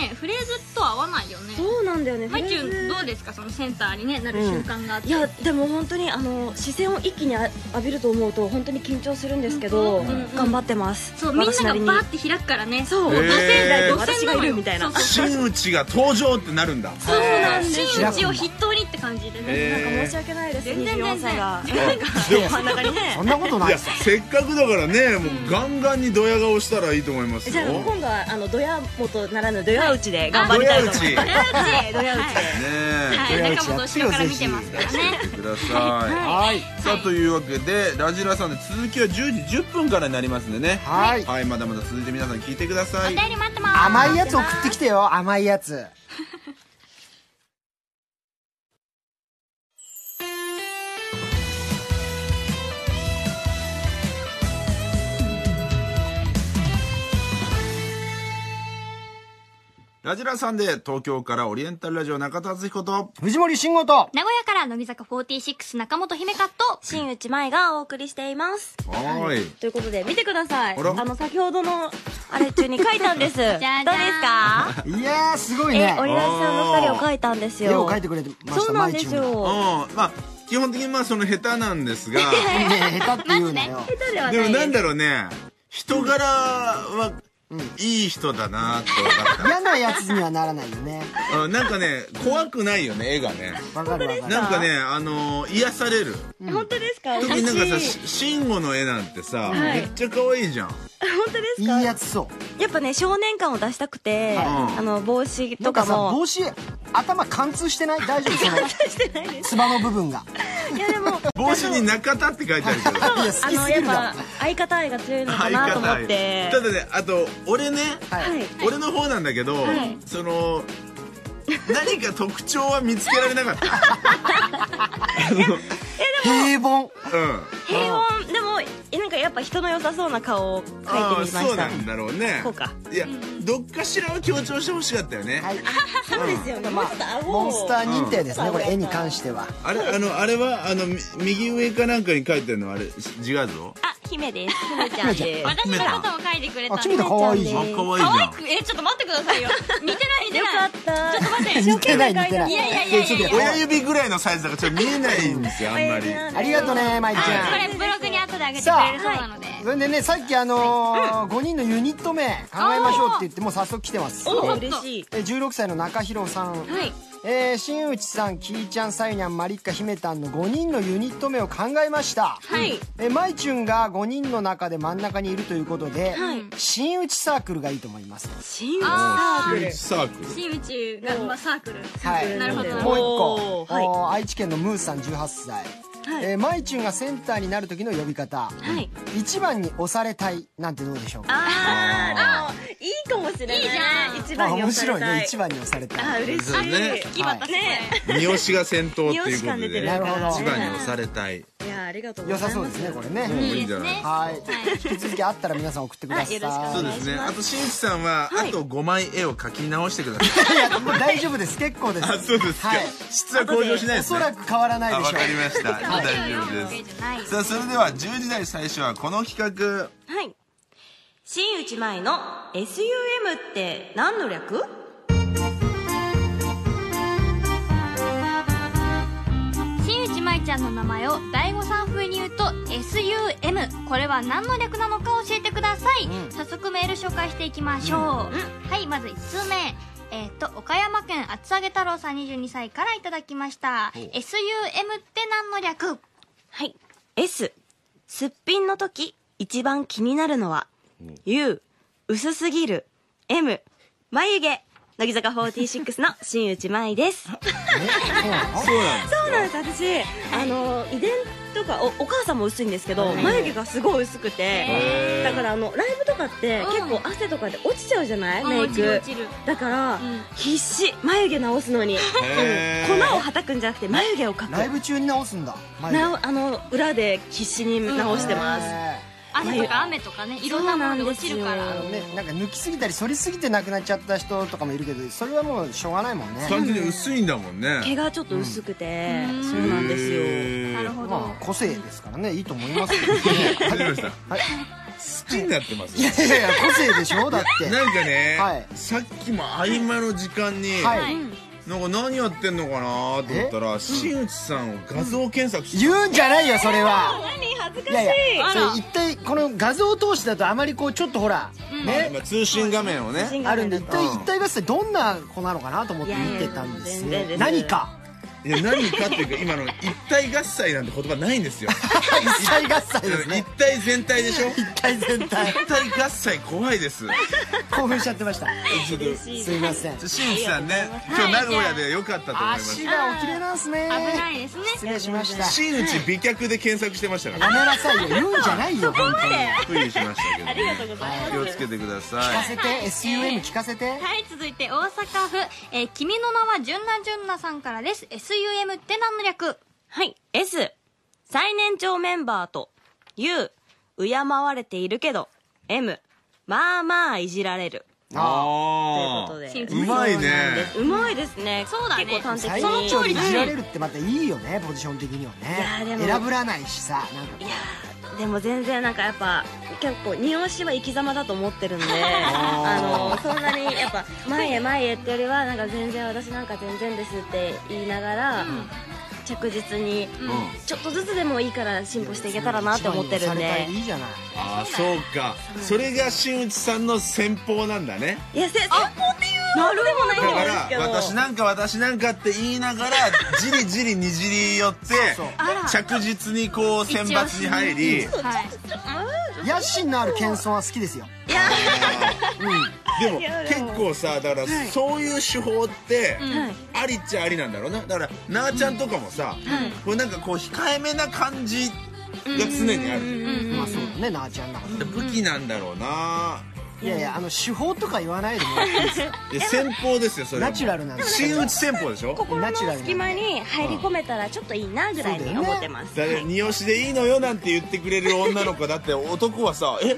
[SPEAKER 3] ねフレーズと合わないよね
[SPEAKER 4] そうなんだよね
[SPEAKER 3] まいちゅ
[SPEAKER 4] フレーズ
[SPEAKER 3] んどうですかそのセンターにねなる瞬間があって
[SPEAKER 4] いやでも本当にあの視線を一気にあ浴びると思うと本当に緊張するんですけど、頑張ってます
[SPEAKER 3] そうみんな
[SPEAKER 4] 私
[SPEAKER 3] が
[SPEAKER 4] りに
[SPEAKER 3] バーって開くからね
[SPEAKER 4] そう
[SPEAKER 1] へー
[SPEAKER 4] 同世代で
[SPEAKER 3] 路
[SPEAKER 4] 私
[SPEAKER 3] 線な
[SPEAKER 4] が
[SPEAKER 3] いのよ
[SPEAKER 4] るみたい
[SPEAKER 3] そ
[SPEAKER 4] な
[SPEAKER 3] うそう
[SPEAKER 1] 真打ちが登場ってなるんだ
[SPEAKER 3] そうなんです
[SPEAKER 2] そう
[SPEAKER 3] 真打ちを筆頭にって感じでね
[SPEAKER 4] なんか申し訳ないです
[SPEAKER 3] 全然全然
[SPEAKER 4] 24歳が
[SPEAKER 1] でも
[SPEAKER 4] 真ん中に
[SPEAKER 2] あそ
[SPEAKER 4] ね
[SPEAKER 2] んなことな
[SPEAKER 1] い
[SPEAKER 2] いで
[SPEAKER 1] や
[SPEAKER 2] す
[SPEAKER 1] せっかくだからねもうガンガンにドヤ顔したらいいと思いますよ
[SPEAKER 4] じゃあ
[SPEAKER 1] ね
[SPEAKER 4] 今度はあのドヤ元ならぬドヤ打ちで頑張りたいと思います
[SPEAKER 1] ド
[SPEAKER 4] はいドヤ打ちで
[SPEAKER 1] え
[SPEAKER 3] はい中本を後ろから見てますからね
[SPEAKER 1] 見てください、
[SPEAKER 2] はい
[SPEAKER 1] さあというわけでラジラさんで続きは10時10分からになりますんでね
[SPEAKER 2] はい
[SPEAKER 1] はいまだまだ続いて皆さん聞いてくださ
[SPEAKER 3] お
[SPEAKER 1] い
[SPEAKER 3] 便り待ってます
[SPEAKER 2] 甘いやつ送ってきてよ甘いやつ
[SPEAKER 1] ラジラさんで東京からオリエンタルラジオ中田敦彦と
[SPEAKER 2] 藤森慎吾と
[SPEAKER 3] 名古屋から乃木坂46中本姫香と
[SPEAKER 4] 新内舞がお送りしています
[SPEAKER 1] はーい
[SPEAKER 4] ということで見てください
[SPEAKER 1] あら
[SPEAKER 4] あの先ほどのあれ中に書いたんですどうです
[SPEAKER 3] ゃん
[SPEAKER 4] か
[SPEAKER 2] いやーすごい
[SPEAKER 4] え
[SPEAKER 2] ね
[SPEAKER 4] オリラジさんの2人を書いたんですよ
[SPEAKER 2] 絵を描いてくれてました
[SPEAKER 4] そうなんです
[SPEAKER 2] まいちゅん
[SPEAKER 1] う
[SPEAKER 4] よ
[SPEAKER 1] んまあ基本的にまあその下手なんですが
[SPEAKER 2] が
[SPEAKER 4] [laughs]
[SPEAKER 2] ね下手って言うなよ
[SPEAKER 1] [laughs] でもなんだろうね人柄はいい人だなって分かっ
[SPEAKER 2] 嫌なやつにはならないよね
[SPEAKER 1] た、うん、なんかね怖くないよね絵がね
[SPEAKER 2] わかるわかる
[SPEAKER 1] なんかねあのー癒される
[SPEAKER 4] 本当ですか
[SPEAKER 1] 特になんかさし慎吾の絵なんてさ、めっちゃ可愛いじゃん
[SPEAKER 2] いいやつそう
[SPEAKER 4] やっぱね少年感を出したくて、あの帽子
[SPEAKER 2] な
[SPEAKER 4] と
[SPEAKER 2] んか
[SPEAKER 4] か
[SPEAKER 2] さ
[SPEAKER 4] も
[SPEAKER 2] 帽子頭貫通してない大丈夫そのつばの部分が
[SPEAKER 4] [laughs] いやでも
[SPEAKER 1] 帽子に中田って書いてあるけ
[SPEAKER 4] [laughs]
[SPEAKER 1] ど
[SPEAKER 2] いや好
[SPEAKER 4] あ
[SPEAKER 2] き
[SPEAKER 4] の
[SPEAKER 2] すぎ
[SPEAKER 4] やっ
[SPEAKER 2] るだ
[SPEAKER 4] ぱ相方愛が強いのか
[SPEAKER 1] 相
[SPEAKER 4] なと思
[SPEAKER 1] 方
[SPEAKER 4] っ
[SPEAKER 1] 愛
[SPEAKER 4] て
[SPEAKER 1] ただねあと俺ね、
[SPEAKER 2] ろはい
[SPEAKER 1] 俺の方なんだけど、その何か特徴は見つけられなか
[SPEAKER 4] [laughs]
[SPEAKER 1] ったうん
[SPEAKER 2] 平凡
[SPEAKER 4] 平凡でもなんかやっぱ人の良さそうな顔を描いてみま
[SPEAKER 1] あーそう
[SPEAKER 4] し
[SPEAKER 1] な
[SPEAKER 4] た
[SPEAKER 1] んだろうね
[SPEAKER 4] こうか
[SPEAKER 1] いやどっかしらは強調してほしかったよね、
[SPEAKER 2] はい
[SPEAKER 4] そうですよねもうちょっと顎を
[SPEAKER 2] モンスター認定ですねこれ絵に関しては
[SPEAKER 1] あれあのあれはあのみ右上かなんかに書いてるのはあれ違うぞ
[SPEAKER 4] あ姫です姫ちゃんで
[SPEAKER 3] [laughs]
[SPEAKER 4] す
[SPEAKER 3] 私のことも書いてくれた
[SPEAKER 2] あちみた可愛いじゃ
[SPEAKER 1] あ
[SPEAKER 2] ん
[SPEAKER 1] 可愛い
[SPEAKER 3] 可
[SPEAKER 1] じゃ
[SPEAKER 3] 愛
[SPEAKER 1] ん
[SPEAKER 3] くえちょっと待ってくださ
[SPEAKER 4] [laughs]
[SPEAKER 3] いよ似てない似て
[SPEAKER 4] よ
[SPEAKER 3] な
[SPEAKER 4] か
[SPEAKER 3] い
[SPEAKER 4] った
[SPEAKER 3] ちょっと待って
[SPEAKER 2] 似てない似てない
[SPEAKER 3] いやいやいやいやいや
[SPEAKER 1] 親指ぐらいのサイズだからちょっと見えないんですよあんまり
[SPEAKER 2] ありがとうねまいち
[SPEAKER 3] こ
[SPEAKER 2] ゃ
[SPEAKER 3] れブログに後で上げてくれるそうなので
[SPEAKER 2] んそれでねさっきあのー5人のユニット名考えましょうって言ってもう早速来てます
[SPEAKER 3] お
[SPEAKER 4] 嬉しい
[SPEAKER 2] え16歳の中広さん、
[SPEAKER 3] はい
[SPEAKER 2] えー新内さんきーちゃんさゆにゃんまりっかひめたんの5人のユニット名を考えました
[SPEAKER 3] はい
[SPEAKER 2] えーまいちゅんが5人の中で真ん中にいるということで、新内サークルがいいと思います
[SPEAKER 4] 新
[SPEAKER 3] あ
[SPEAKER 1] 周知サークル
[SPEAKER 3] チーム中がまあサークル
[SPEAKER 2] はい
[SPEAKER 3] なるほどなる
[SPEAKER 2] もう
[SPEAKER 3] ほ
[SPEAKER 2] 一
[SPEAKER 3] ど
[SPEAKER 2] 個
[SPEAKER 4] お、ーはい
[SPEAKER 2] おー愛知県のムーさん18歳、えーまいちゅんがセンターになる時の呼び方、
[SPEAKER 4] はい
[SPEAKER 2] 一1番に押されたいなんてどうでしょうか
[SPEAKER 4] あーあいいかもしれないいいじゃん一
[SPEAKER 2] あ
[SPEAKER 4] 番に
[SPEAKER 2] 面
[SPEAKER 4] 押さ
[SPEAKER 2] 白い
[SPEAKER 4] れたい
[SPEAKER 2] ね一番に押された
[SPEAKER 4] あ嬉し
[SPEAKER 1] そう
[SPEAKER 4] い、
[SPEAKER 1] ね
[SPEAKER 3] 決まったね
[SPEAKER 1] 三好が先頭っていうこ
[SPEAKER 4] 三好
[SPEAKER 1] と
[SPEAKER 4] 感
[SPEAKER 1] でね
[SPEAKER 4] 出てる
[SPEAKER 2] なるほど
[SPEAKER 1] 千葉に押されたい
[SPEAKER 4] いやありがとうご
[SPEAKER 2] 良
[SPEAKER 4] ざいま
[SPEAKER 2] さ
[SPEAKER 4] す
[SPEAKER 2] そうですねこれね、
[SPEAKER 1] もうい
[SPEAKER 3] い
[SPEAKER 1] い
[SPEAKER 3] い
[SPEAKER 1] んじ
[SPEAKER 3] で
[SPEAKER 1] ゃ
[SPEAKER 3] す
[SPEAKER 1] ない
[SPEAKER 3] ね
[SPEAKER 2] はい引き続きあったら皆さん送ってください、
[SPEAKER 4] はい
[SPEAKER 1] そうですねあとしんいちさんはあと5枚絵を描き直してください
[SPEAKER 2] いやもう大丈夫です結構です
[SPEAKER 1] あ [laughs] そうですか、
[SPEAKER 2] はい
[SPEAKER 1] 質は向上しない
[SPEAKER 2] お
[SPEAKER 1] です
[SPEAKER 2] そ
[SPEAKER 1] ね
[SPEAKER 2] らく変わらない
[SPEAKER 1] あ
[SPEAKER 2] でし
[SPEAKER 1] わ
[SPEAKER 2] ょう
[SPEAKER 1] かりました大丈夫
[SPEAKER 3] わけ
[SPEAKER 1] で
[SPEAKER 3] じゃない
[SPEAKER 1] すさあそれでは10時台最初はこの企画
[SPEAKER 4] はい新内前の SUM って何の略
[SPEAKER 3] 新内舞ちゃんの名前を大悟さん風に言うと SUM これは何の略なのか教えてください、早速メール紹介していきましょう、はいまず1通目えっ、と岡山県厚揚げ太郎さん22歳からいただきました SUM って何の略
[SPEAKER 4] はい S すっぴんの時一番気になるのは U 薄すぎる M 眉毛乃木坂46の新内舞ですそうなんです私あの遺伝とかおお母さんも薄いんですけど眉毛がすごい薄くてだからあのライブとかって
[SPEAKER 3] うん
[SPEAKER 4] 結構汗とかで落ちちゃうじゃないメイ
[SPEAKER 3] 落ちる
[SPEAKER 4] ク
[SPEAKER 3] 落ちる
[SPEAKER 4] だから
[SPEAKER 3] ん
[SPEAKER 4] 必死眉毛直すのに
[SPEAKER 1] へ
[SPEAKER 4] うん粉をはたくんじゃなくて眉毛を描
[SPEAKER 2] ライ
[SPEAKER 4] く
[SPEAKER 2] ブ中に直すんだ前に
[SPEAKER 4] なおあの裏で必死に直してます
[SPEAKER 2] ね
[SPEAKER 3] 汗とか雨とかねいろんなもので落ちるから
[SPEAKER 4] そうなんですよ
[SPEAKER 2] なんか抜きすぎたり反りすぎてなくなっちゃった人とかもいるけどそれはもうしょうがないもんね
[SPEAKER 1] 単純に薄いんだもんね
[SPEAKER 4] 毛がちょっと薄くて
[SPEAKER 3] うん
[SPEAKER 4] そうなんですよ
[SPEAKER 1] へー
[SPEAKER 3] なるほど、
[SPEAKER 2] まあ個性ですからねいいと思います
[SPEAKER 1] [laughs]
[SPEAKER 2] けどね
[SPEAKER 1] わかりました
[SPEAKER 2] はい
[SPEAKER 1] 好きになってます
[SPEAKER 2] いやいやいや個性でしょだって
[SPEAKER 1] なんかね、
[SPEAKER 2] はい
[SPEAKER 1] さっきも合間の時間に、
[SPEAKER 2] はい
[SPEAKER 1] なんか何やってんのかなと思ったら新内さんを画像検索して、
[SPEAKER 2] 言うんじゃないよそれは
[SPEAKER 4] 恥ず
[SPEAKER 2] いやいやそれ一体この画像を通してだとあまりこうちょっとほらね
[SPEAKER 1] 今通信画面をね
[SPEAKER 2] あるんで一体
[SPEAKER 1] うん
[SPEAKER 2] 一体がどんな子なのかなと思って見てたんです
[SPEAKER 4] いやいや全然
[SPEAKER 2] ね
[SPEAKER 4] です
[SPEAKER 2] 何か
[SPEAKER 1] いや何かっていうか今の一体合切なんて言葉ないんですよ
[SPEAKER 2] 一体合切
[SPEAKER 4] [laughs]
[SPEAKER 2] です
[SPEAKER 1] 一
[SPEAKER 2] ね
[SPEAKER 1] 体全体でしょ
[SPEAKER 2] 一体全体
[SPEAKER 1] 一体合切怖いです
[SPEAKER 2] 興奮しちゃってました
[SPEAKER 1] ちょっと
[SPEAKER 2] すいません
[SPEAKER 1] 新内さんね今日名古屋でよかったと思います
[SPEAKER 2] 足がお綺麗なんすね
[SPEAKER 3] 危ないですね
[SPEAKER 2] 失礼しました
[SPEAKER 1] 新内美脚で検索してましたから
[SPEAKER 2] やめなさいよ言うんじゃないよ本当に
[SPEAKER 1] 不利しましたけど、ね、ありがとうございます気をつけてください
[SPEAKER 2] 聞かせて SUM 聞かせて
[SPEAKER 3] はい、続いて大阪府、えー君の名はじゅんなじゅんなさんからです。SUM って何の略
[SPEAKER 4] はい、S、最年長メンバーと、U、敬われているけど、M、まあまあいじられる。という
[SPEAKER 1] あ
[SPEAKER 4] ことで。
[SPEAKER 1] うまい
[SPEAKER 4] そうなんで
[SPEAKER 1] ね
[SPEAKER 4] すうまいですね。
[SPEAKER 3] そうだね
[SPEAKER 4] 結構端的に。
[SPEAKER 2] 最年長でいじら
[SPEAKER 4] う
[SPEAKER 2] れるってまたいいよねポジション的には
[SPEAKER 4] や
[SPEAKER 2] ね
[SPEAKER 4] でも
[SPEAKER 2] 選ぶらないしさなんかこ
[SPEAKER 4] んいやーでも全然なんかやっぱ、結構、庭師は生き様だと思ってるんで、あの、そんなにやっぱ、前へ前へってよりは、なんか全然私なんか全然ですって言いながら、着実に、ちょっとずつでもいいから進歩していけたらなって思ってるん
[SPEAKER 2] 一番に押され
[SPEAKER 4] で
[SPEAKER 2] たい。いいじゃない
[SPEAKER 1] ああそうかそれが新内さんの戦法なんだね
[SPEAKER 4] いや、せ、先方っていうなるでもない
[SPEAKER 1] だ
[SPEAKER 4] んで
[SPEAKER 1] か
[SPEAKER 4] すけ
[SPEAKER 1] ら
[SPEAKER 4] ど。
[SPEAKER 1] 私なんか私なんかって言いながらじりじりにじり寄って着実にこう選抜に入りで
[SPEAKER 3] はい。
[SPEAKER 2] 野心のある謙遜は好きですよ
[SPEAKER 1] も結構さだからそういう手法ってありっちゃありなんだろうなだからなあちゃんとかもさこうなんかこう控えめな感じが常にある
[SPEAKER 2] まあそうだねなあちゃんだか
[SPEAKER 1] 武器なんだろうな
[SPEAKER 2] らいやいやあの手法とか言わないでもらっていいですよ
[SPEAKER 1] いや戦法ですよそれも
[SPEAKER 2] ナチュラルなんです
[SPEAKER 1] 真打ち戦法でしょ
[SPEAKER 4] 心の隙間に入り込めたらちょっといいなぐらいに思ってます、
[SPEAKER 1] だ
[SPEAKER 4] はい
[SPEAKER 1] 二押しでいいのよなんて言ってくれる女の子だって男はさえ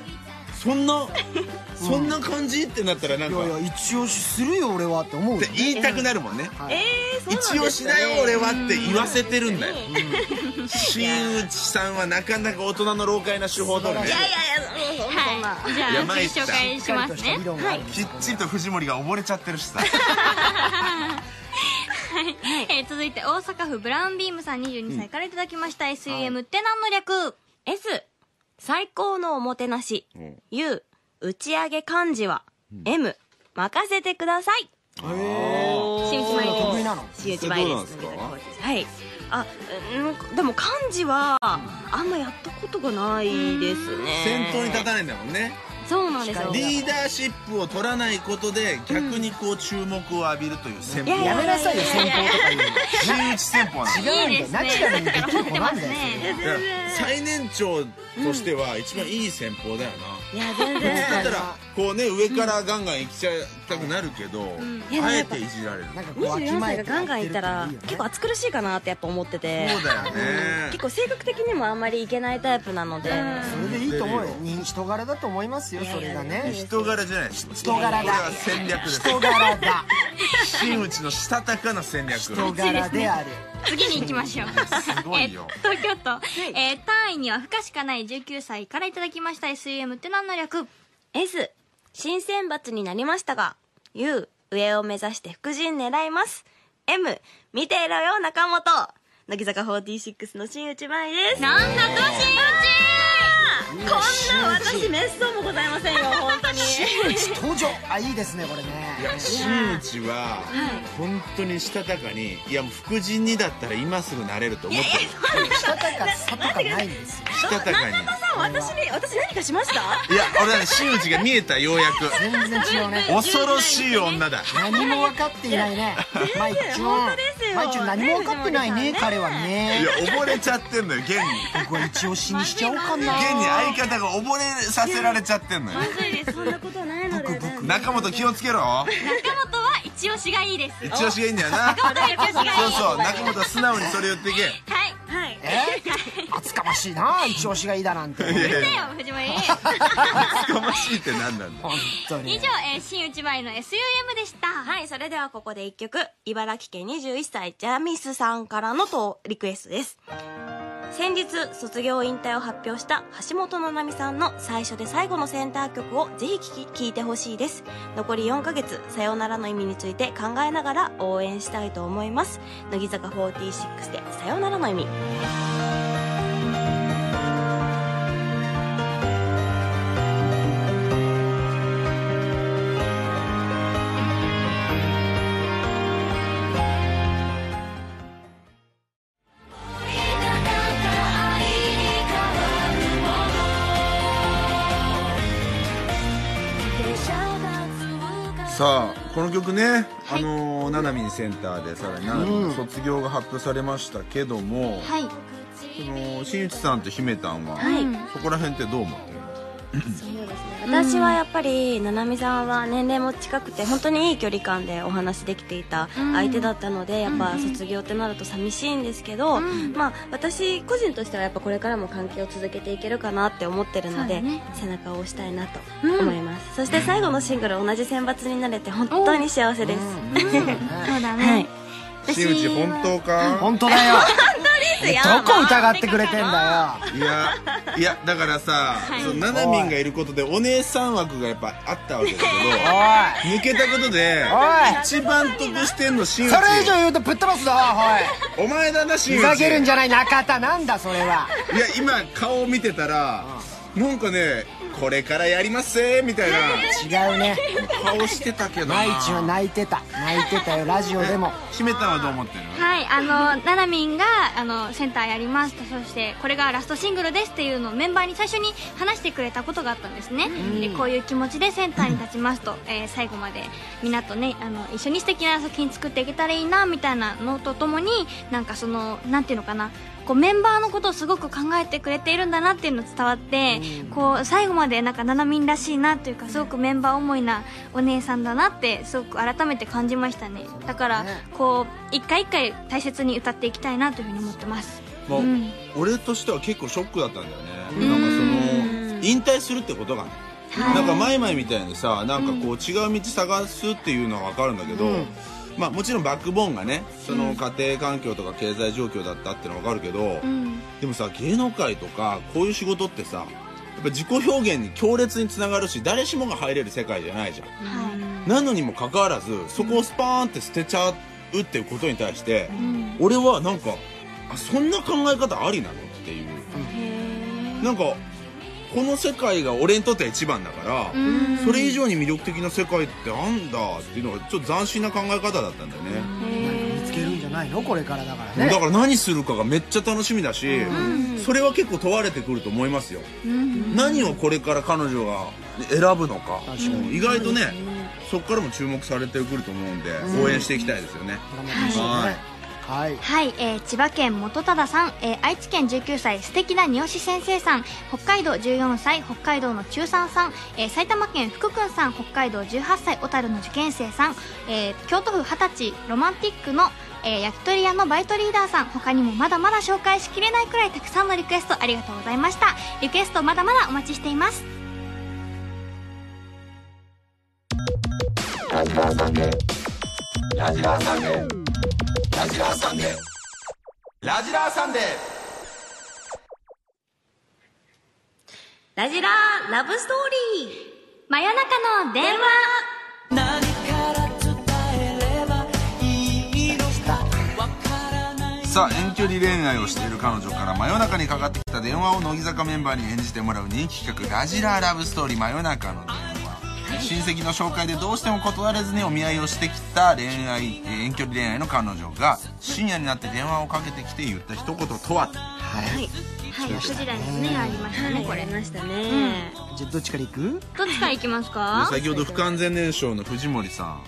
[SPEAKER 1] そんなそんな感じってなったらなん
[SPEAKER 2] い
[SPEAKER 1] か
[SPEAKER 2] やいや一押しするよ俺はって思うよ
[SPEAKER 1] って言いたくなるもんね
[SPEAKER 2] はい
[SPEAKER 4] えー、そうなんです
[SPEAKER 1] 一
[SPEAKER 4] ね
[SPEAKER 1] 押しだよ俺はって言わせてるんだよ新内さんはなかなか大人の老快な手法だね
[SPEAKER 4] いやいやいやもうそんな、
[SPEAKER 3] はい。じゃあ、
[SPEAKER 1] 山一
[SPEAKER 3] 次
[SPEAKER 1] さん
[SPEAKER 3] 紹介
[SPEAKER 2] し
[SPEAKER 3] し
[SPEAKER 2] っか
[SPEAKER 3] ま
[SPEAKER 2] りと
[SPEAKER 3] す
[SPEAKER 2] した
[SPEAKER 3] ね
[SPEAKER 2] 理。論があるんです
[SPEAKER 1] きっちりと藤森が溺れちゃってるしさ
[SPEAKER 3] えー続いて大阪府ブラウンビームさん22歳からいただきました。SUM って何の略
[SPEAKER 4] S 最高のおもてなし、U 打ち上げ漢字は、M 任せてください
[SPEAKER 1] [laughs]
[SPEAKER 3] 新一
[SPEAKER 2] そういうの得意なの
[SPEAKER 4] 新内前です
[SPEAKER 1] それどうなんで
[SPEAKER 4] はいあうんでも漢字はあんまやったことがないですね
[SPEAKER 1] 先頭に立たないんだもんね
[SPEAKER 4] そうなんなんですよ
[SPEAKER 1] リーダーシップを取らないことで逆にこう注目を浴びるという戦法、
[SPEAKER 4] い
[SPEAKER 2] やめなさいよ
[SPEAKER 4] いや
[SPEAKER 2] 先方とか言
[SPEAKER 1] 真打ち戦法なんで
[SPEAKER 2] う
[SPEAKER 1] す
[SPEAKER 2] の違うんだよナチュラルにできる子なんだよ
[SPEAKER 1] だから最年長としては一番いい戦法だよ
[SPEAKER 4] いや全
[SPEAKER 1] な、
[SPEAKER 4] 然
[SPEAKER 1] だったらこうね上からガンガン行きちゃいたくなるけど、あえていじられる
[SPEAKER 2] それなんかこうわき
[SPEAKER 4] 24
[SPEAKER 2] まえ
[SPEAKER 4] 歳
[SPEAKER 2] て
[SPEAKER 4] がガンガンいたら結構暑苦しいかなってやっぱ思ってて
[SPEAKER 1] そうだよね
[SPEAKER 4] 結構性格的にもあんまりいけないタイプなので
[SPEAKER 2] それでいいと思うよ人人柄だと思いますよそれがね
[SPEAKER 1] 人柄じゃない
[SPEAKER 2] 人柄だ
[SPEAKER 1] これは戦略です
[SPEAKER 2] 人柄だ
[SPEAKER 1] 真打ちのしたたかな戦略
[SPEAKER 2] 人柄である
[SPEAKER 3] 次に行きましょう
[SPEAKER 1] [laughs] すごいよ
[SPEAKER 3] え東京都、えー単位には不可しかない19歳からいただきました SEM って何の略
[SPEAKER 4] S 新選抜になりましたが U 上を目指して副陣狙います M 見てろよ中本乃木坂46の新内舞です
[SPEAKER 3] なんだと
[SPEAKER 4] こんな [laughs] 私滅相もございませんよ本当に
[SPEAKER 2] 登場あいいですねこれね
[SPEAKER 1] いや真打ちは本当にしたたかにいやもう副陣にだったら今すぐなれれると思ってる
[SPEAKER 2] したたかさとかないんですよ
[SPEAKER 1] したたかに
[SPEAKER 4] 私に私何かしま [laughs] した
[SPEAKER 1] いや俺は真打ちが見えたようやく
[SPEAKER 2] 全然違うね
[SPEAKER 1] 恐ろしい女だ
[SPEAKER 2] 何も分かっていないねマイチュン
[SPEAKER 4] 当ですよ
[SPEAKER 2] マイチュン何も分かってないね彼はね
[SPEAKER 1] いや溺れちゃってんのよ現に
[SPEAKER 2] 僕は一押しにしちゃおうかな
[SPEAKER 1] 現に相方が溺れさせられちゃってんのよ
[SPEAKER 4] そんなことないので
[SPEAKER 1] 中本気をつけろ
[SPEAKER 3] 中本は一押しがいいです
[SPEAKER 1] 一押しがいいんだよな
[SPEAKER 3] 中本は一押しがいい
[SPEAKER 1] そうそう中本は素直にそれ言ってけ
[SPEAKER 3] はい
[SPEAKER 4] はい
[SPEAKER 2] え厚かましいな一押しがいいだなんて
[SPEAKER 1] いやい
[SPEAKER 3] だ
[SPEAKER 1] や
[SPEAKER 3] よ藤森
[SPEAKER 1] 厚かましいって何なんだ
[SPEAKER 2] 本当
[SPEAKER 3] 以
[SPEAKER 2] に
[SPEAKER 3] 上、えー、新内前の SUM でした
[SPEAKER 4] はいそれではここで一曲茨城県21歳ジャミスさんからのとリクエストです先日卒業引退を発表した橋本奈々美さんの最初で最後のセンター曲をぜひ聴き聴いてほしいです残り4ヶ月さよならの意味について考えながら応援したいと思います乃木坂46でさよならの意味
[SPEAKER 1] さあこの曲ね、あのーななみんセンターでさらにななみんの卒業が発表されましたけども、
[SPEAKER 3] はい
[SPEAKER 1] その新内さんと姫たんは、そこら辺ってどう思ってる
[SPEAKER 4] 私はやっぱりななみさんは年齢も近くて本当にいい距離感でお話できていた相手だったのでやっぱ卒業ってなると寂しいんですけどまあ私個人としてはやっぱこれからも関係を続けていけるかなって思ってるの
[SPEAKER 3] そうだ
[SPEAKER 4] で
[SPEAKER 3] ね
[SPEAKER 4] 背中を押したいなと思いますそして最後のシングル同じ選抜になれて本当に幸せです
[SPEAKER 3] そうだ
[SPEAKER 4] はい
[SPEAKER 3] ね、
[SPEAKER 1] 新内本当か
[SPEAKER 2] 本当だよ
[SPEAKER 4] すよ
[SPEAKER 2] どこ疑ってくれてんだよ
[SPEAKER 1] いやいやだからさ、そのななみんがいることでお姉さん枠がやっぱあったわけだけ
[SPEAKER 2] お
[SPEAKER 1] ど
[SPEAKER 2] い
[SPEAKER 1] 抜けたことで
[SPEAKER 2] おい
[SPEAKER 1] 一番得してんの新内
[SPEAKER 2] それ以上言うとぶっ飛ばすぞお
[SPEAKER 1] お前だない新
[SPEAKER 2] ふ
[SPEAKER 1] 内
[SPEAKER 2] ざけるんじゃない中田なんだそれはい
[SPEAKER 1] や今顔を見てたらなんかねこれからやりますぜみたいな
[SPEAKER 2] 違うね
[SPEAKER 1] 顔してたけどな
[SPEAKER 2] マイチュンは泣いてた泣いてたよラジオでも
[SPEAKER 1] 姫たんはどう思ってる
[SPEAKER 3] はい、あの、ななみんが、あの、センターやりますと、そして、これがラストシングルですっていうのをメンバーに最初に話してくれたことがあったんですね。でこういう気持ちでセンターに立ちますと、えー最後まで、みんなとね、あの、一緒に素敵な作品作っていけたらいいな、みたいなのとともに、なんかその、なんていうのかな、こう、メンバーのことをすごく考えてくれているんだなっていうの伝わって、こう、最後までなんかななみんらしいなというか、すごくメンバー思いなお姉さんだなって、すごく改めて感じましたね。だから、
[SPEAKER 2] ね
[SPEAKER 3] こう一回一回大切に歌っていきたいなというふうに思ってます
[SPEAKER 1] の、
[SPEAKER 3] う
[SPEAKER 1] もうん俺としては結構ショックだったんだよねなんかその引退するってことがねなんか前々みたいにさなんかこう違う道探すっていうのは分かるんだけど、まあもちろんバックボーンがねその家庭環境とか経済状況だったってのは分かるけど、
[SPEAKER 3] うん
[SPEAKER 1] でもさ芸能界とかこういう仕事ってさやっぱ自己表現に強烈につながるし誰しもが入れる世界じゃないじゃん、なのにもかかわらずそこをスパーンって捨てちゃうっていうことに対して、俺はなんかあそんな考え方ありなのっていう、なんかこの世界が俺にとっては一番だから、それ以上に魅力的な世界ってあんだっていうのがちょっと斬新な考え方だったんだよね、
[SPEAKER 2] 見つけるんじゃないないのこれからだから
[SPEAKER 1] だ
[SPEAKER 2] ね
[SPEAKER 1] から何するかがめっちゃ楽しみだし、それは結構問われてくると思いますよ、何をこれから彼女が選ぶのか
[SPEAKER 2] 確かに
[SPEAKER 1] うん意外とねそこからも注目されてくると思うんで、応援していきたいですよね、
[SPEAKER 2] 頑張ってほしいねはい
[SPEAKER 3] はい、えー千葉県元忠さん、えー愛知県19歳素敵な三好先生さん北海道14歳北海道の中3さん、えー埼玉県福くんさん北海道18歳小樽の受験生さん、えー京都府20歳ロマンティックの、えー焼き鳥屋のバイトリーダーさん他にもまだまだ紹介しきれないくらいたくさんのリクエストありがとうございましたリクエストまだまだお待ちしています
[SPEAKER 1] ラジラーサンデー
[SPEAKER 4] ラジラーラブストーリー
[SPEAKER 3] 真夜中の電話
[SPEAKER 1] さあ遠距離恋愛をしている彼女から真夜中にかかってきた電話を乃木坂メンバーに演じてもらう人気企画「ラジラーラブストーリー真夜中の電話」親戚の紹介でどうしても断れずにお見合いをしてきた恋愛えー遠距離恋愛の彼女が深夜になって電話をかけてきて言った一言とは
[SPEAKER 2] はい
[SPEAKER 3] はい6時台ですねありましたねこれ
[SPEAKER 4] ありましたね、
[SPEAKER 2] じゃあどっちから行く
[SPEAKER 3] どっちから行きますか
[SPEAKER 1] 先ほど不完全燃焼の藤森さん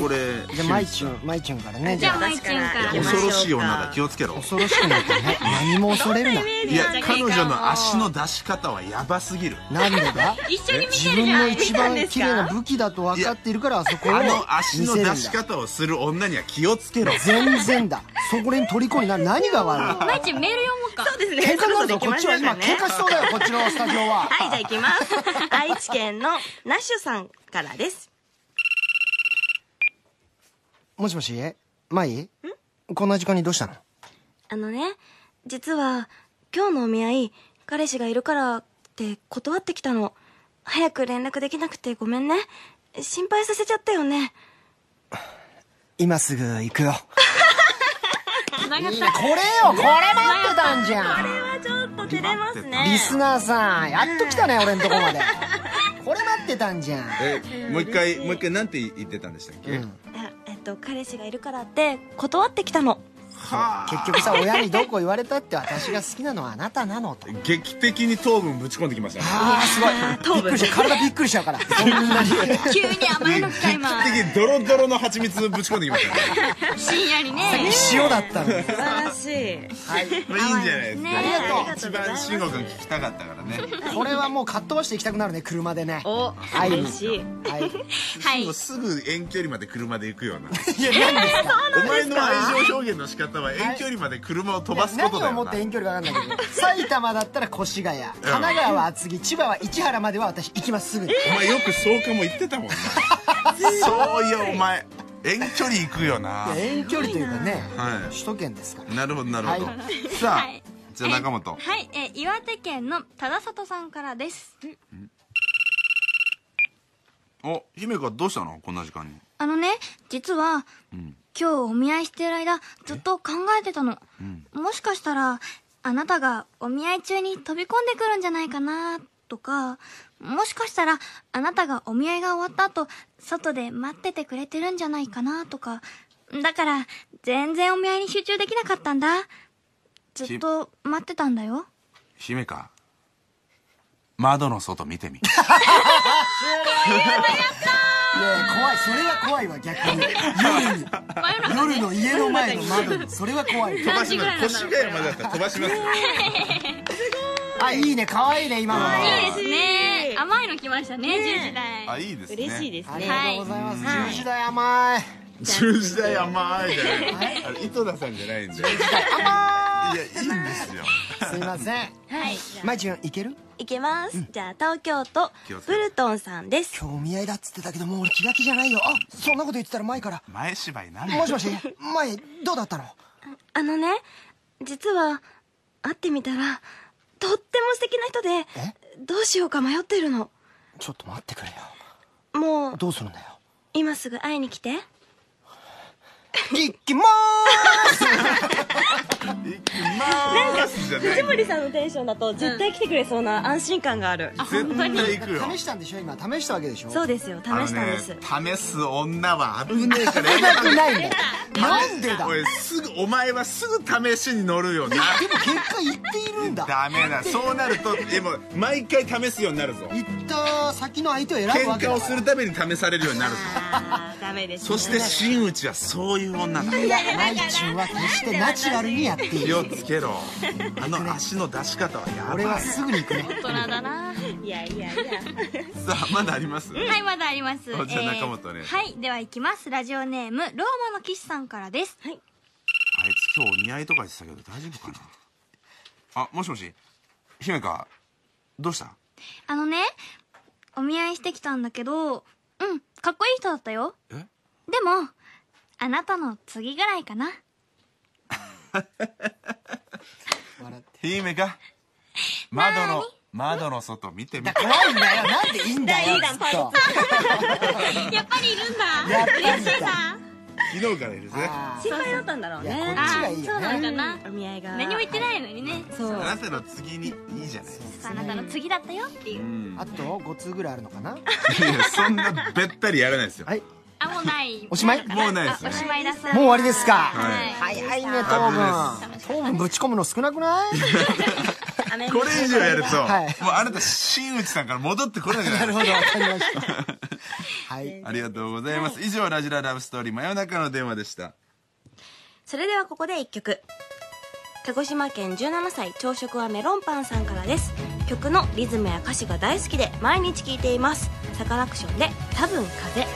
[SPEAKER 1] これ
[SPEAKER 2] じゃあまいちゅんまいちゅんからね
[SPEAKER 3] じ
[SPEAKER 2] じ
[SPEAKER 3] ゃあ
[SPEAKER 2] ゃ
[SPEAKER 3] まいちゅんから
[SPEAKER 4] 行きましょう
[SPEAKER 1] 恐ろしい女だ気をつけ
[SPEAKER 2] あ
[SPEAKER 1] ろ
[SPEAKER 2] 恐ろしくなった
[SPEAKER 3] [laughs]
[SPEAKER 2] ね何も恐れる
[SPEAKER 1] いや彼女の足の出し方はヤバすぎる
[SPEAKER 2] ななんでだ
[SPEAKER 3] 一緒に見
[SPEAKER 2] 自
[SPEAKER 3] て
[SPEAKER 2] 分
[SPEAKER 3] るじゃ
[SPEAKER 2] の [laughs]
[SPEAKER 3] ん
[SPEAKER 2] 一番綺麗な武器だと分かっているからあそこを
[SPEAKER 1] あ
[SPEAKER 2] 見
[SPEAKER 1] の足の
[SPEAKER 2] せるんだ
[SPEAKER 1] 出し方をする女には気をつけろ
[SPEAKER 2] 全然だそこに虜になる何が悪
[SPEAKER 3] まいちゅんメール読もうか
[SPEAKER 4] そうですね
[SPEAKER 2] い喧嘩になるぞ
[SPEAKER 4] そ
[SPEAKER 2] こ
[SPEAKER 4] ろ
[SPEAKER 2] っち
[SPEAKER 4] そろ
[SPEAKER 2] は
[SPEAKER 4] 行き
[SPEAKER 2] 今喧
[SPEAKER 4] ましょうか
[SPEAKER 2] 嘩しそうだよこっちのスタジオは
[SPEAKER 4] はい、じゃあ行きます。愛知県のナッシュさんからです。
[SPEAKER 2] もしもしまいこんな時間にどうしたの
[SPEAKER 4] あのね、実は、今日のお見合い、彼氏がいるからって断ってきたの。早く連絡できなくてごめんね。心配させちゃったよね。
[SPEAKER 2] 今すぐ行くよ
[SPEAKER 3] 繋がっ
[SPEAKER 2] これ
[SPEAKER 3] た
[SPEAKER 2] よこれ待ってたんじゃん
[SPEAKER 4] はちょっと照れますね
[SPEAKER 2] リスナーさんやっと来たね俺んとこまでこれ待ってたんじゃん
[SPEAKER 1] えもう一回もう一回なんて言ってたんでしたっけ、
[SPEAKER 4] あえっと、彼氏がいるからって断ってきたの。
[SPEAKER 2] 結局さ親にどうこう言われたって私が好きなのはあなたなのと
[SPEAKER 1] 劇的に糖分ぶち込んできましたね
[SPEAKER 2] ああすごいびっくりした体びっくりしちゃうからそんなに
[SPEAKER 3] 急に甘いの来ちゃいま
[SPEAKER 1] 劇
[SPEAKER 3] す
[SPEAKER 1] 的にドロドロの蜂蜜ぶち込んできましたね
[SPEAKER 3] 深夜に
[SPEAKER 1] [laughs]
[SPEAKER 3] ね
[SPEAKER 2] 塩だったのに
[SPEAKER 4] 素晴らしい。
[SPEAKER 2] はい
[SPEAKER 1] まあいいんじゃないですか、
[SPEAKER 3] ね
[SPEAKER 4] ありがと
[SPEAKER 1] 一
[SPEAKER 4] うござい
[SPEAKER 1] 番
[SPEAKER 4] ます
[SPEAKER 1] 慎吾君聞きたかったからね
[SPEAKER 2] これはもうかっ飛ばしていきたくなるね車でね
[SPEAKER 4] お、
[SPEAKER 2] い
[SPEAKER 4] 嬉しい。
[SPEAKER 2] はい
[SPEAKER 3] はい
[SPEAKER 1] もうすぐ遠距離まで車で行くよう [laughs] な
[SPEAKER 2] いや何ですか
[SPEAKER 1] お前の愛情表現の仕方は遠距離まで車を飛ばすこと
[SPEAKER 2] 何
[SPEAKER 1] だ
[SPEAKER 2] を
[SPEAKER 1] よ
[SPEAKER 2] もっ
[SPEAKER 1] な
[SPEAKER 2] て遠距離か分かんないけど埼玉だったら越谷神奈川は厚木千葉は市原までは私行きますすぐに
[SPEAKER 1] お前よくそうかも言ってたもんな [laughs] そういやお前遠距離行くよな
[SPEAKER 2] 遠距離というかね
[SPEAKER 1] は
[SPEAKER 2] 首都圏ですから
[SPEAKER 1] いなるほどなるほど、
[SPEAKER 2] は
[SPEAKER 1] さあ、
[SPEAKER 3] はい
[SPEAKER 1] じゃあ中本
[SPEAKER 3] はい、えー岩手県の忠里さんからです
[SPEAKER 1] お姫香どうしたのこんな時間に
[SPEAKER 3] あのね実は、今日お見合いしてる間ずっと考えてたの、もしかしたらあなたがお見合い中に飛び込んでくるんじゃないかなとかもしかしたらあなたがお見合いが終わった後外で待っててくれてるんじゃないかなとかだから全然お見合いに集中できなかったんだずっと待ってたんだよ
[SPEAKER 1] 姫か窓の外見てみ
[SPEAKER 2] いやいや怖いそれは怖いわ逆に夜に夜の家の前の窓にそれは怖い
[SPEAKER 1] 飛ばします腰がやまだったら飛ばしますよ
[SPEAKER 2] あいいね可愛いね今の
[SPEAKER 3] いいですね甘いの来ましたね10時台
[SPEAKER 1] あいいですね
[SPEAKER 4] 嬉しいです
[SPEAKER 2] あ
[SPEAKER 4] ね。
[SPEAKER 2] りがとうございます10時台甘い
[SPEAKER 1] 十時代甘いじゃないあれ井戸田さんじゃないんでいやいいんですよ
[SPEAKER 2] すいません
[SPEAKER 3] はい
[SPEAKER 2] まいちゅんいける
[SPEAKER 4] いけます。じゃあ、東京都
[SPEAKER 1] 気をつ、け
[SPEAKER 4] ブ
[SPEAKER 1] ろ
[SPEAKER 4] ルトンさんです。
[SPEAKER 2] 今日お見合いだっつってたけどもう俺気が気じゃないよあそんなこと言ってたら前から
[SPEAKER 1] 前芝居なんだ
[SPEAKER 2] もしもし前どうだったの
[SPEAKER 4] あのね、実は、会ってみたら、とっても素敵な人で、どうしようか迷ってるの。
[SPEAKER 2] ちょっと待ってくれよ
[SPEAKER 4] もう、
[SPEAKER 2] どうするんだよ
[SPEAKER 4] 今すぐ会いに来て。
[SPEAKER 2] いきまーす
[SPEAKER 1] 行きますじゃない
[SPEAKER 4] 藤森さんのテンションだと絶対来てくれそうな安心感がある、
[SPEAKER 1] 絶対行くよ
[SPEAKER 2] 試したんでしょ今試したわけでしょ
[SPEAKER 4] そうですよ試
[SPEAKER 1] あの
[SPEAKER 4] したんです、
[SPEAKER 1] ね試す女は危ねえからやめ
[SPEAKER 2] なくないんだなんでだでも
[SPEAKER 1] おいすぐお前はすぐ試しに乗るよな
[SPEAKER 2] 結果言っているんだ
[SPEAKER 1] ダメだそうなるとでも毎回試すようになるぞ
[SPEAKER 2] 言った先の相手を選ぶ
[SPEAKER 1] 喧
[SPEAKER 2] わけ
[SPEAKER 1] 嘩
[SPEAKER 2] だ
[SPEAKER 1] をするために試されるようになるぞ
[SPEAKER 4] あーダメです
[SPEAKER 1] そ
[SPEAKER 4] ね
[SPEAKER 1] して真打ちはそういう女だ
[SPEAKER 2] マイチュは決してナチュラルにやってい
[SPEAKER 1] 気
[SPEAKER 2] る
[SPEAKER 1] をつけろあの足の出し方はやば
[SPEAKER 2] 俺
[SPEAKER 1] い
[SPEAKER 2] は
[SPEAKER 1] さ
[SPEAKER 2] すぐに行くね
[SPEAKER 3] 大人だない
[SPEAKER 4] やいやいや
[SPEAKER 1] あまだあります
[SPEAKER 3] はい、まだあります。
[SPEAKER 1] あじゃあ中本お願いしま
[SPEAKER 3] はい、では行きます。ラジオネーム、ローマの騎士さんからです。
[SPEAKER 1] あいつ今日お似合いとか言ってたけど大丈夫かなあもしもし姫かどうした
[SPEAKER 3] あのね、お見合いしてきたんだけど、うん、かっこいい人だったよ。
[SPEAKER 1] え
[SPEAKER 3] でも、あなたの次ぐらいかな。
[SPEAKER 2] 笑って
[SPEAKER 1] 姫か窓の窓の外見てみて
[SPEAKER 2] 怖いんだよなんでいいんだよずっと
[SPEAKER 3] やっぱりいるん
[SPEAKER 2] やっ
[SPEAKER 3] だ。
[SPEAKER 2] ぱりだ
[SPEAKER 3] 嬉しいな。
[SPEAKER 1] 昨日からいるぜ
[SPEAKER 2] あ
[SPEAKER 4] [laughs] 心配だったんだろう
[SPEAKER 2] ーいや
[SPEAKER 4] ね
[SPEAKER 2] こっちが
[SPEAKER 3] あ
[SPEAKER 2] いい
[SPEAKER 3] そ
[SPEAKER 2] よ
[SPEAKER 3] うなの
[SPEAKER 2] ね
[SPEAKER 3] かな。
[SPEAKER 4] お見合いが
[SPEAKER 3] 何も言ってないのにね。
[SPEAKER 4] そう
[SPEAKER 1] あなたの次にいいじゃない
[SPEAKER 3] あなたの次だったよっていう。
[SPEAKER 2] あと5通ぐらいあるのかない
[SPEAKER 1] やそんなべったりやらないですよ
[SPEAKER 2] はい
[SPEAKER 3] あ、もうない。
[SPEAKER 2] おしまい
[SPEAKER 3] のかな
[SPEAKER 1] もうないですね
[SPEAKER 3] あおしまいだそう
[SPEAKER 2] もう終わりですか
[SPEAKER 3] はい。
[SPEAKER 2] はいはいね糖分糖分ぶち込むの少なくない
[SPEAKER 4] 雨
[SPEAKER 1] これ以上やると、
[SPEAKER 2] はい
[SPEAKER 1] もうあなた新内さんから戻ってこれなくな
[SPEAKER 2] な
[SPEAKER 1] る
[SPEAKER 2] るほどわかりましたはい
[SPEAKER 1] ありがとうございます、以上ラジララブストーリー真夜中の電話でした
[SPEAKER 4] それではここで一曲鹿児島県17歳朝食はメロンパンさんからです曲のリズムや歌詞が大好きで毎日聴いていますサカナクションで「多分風」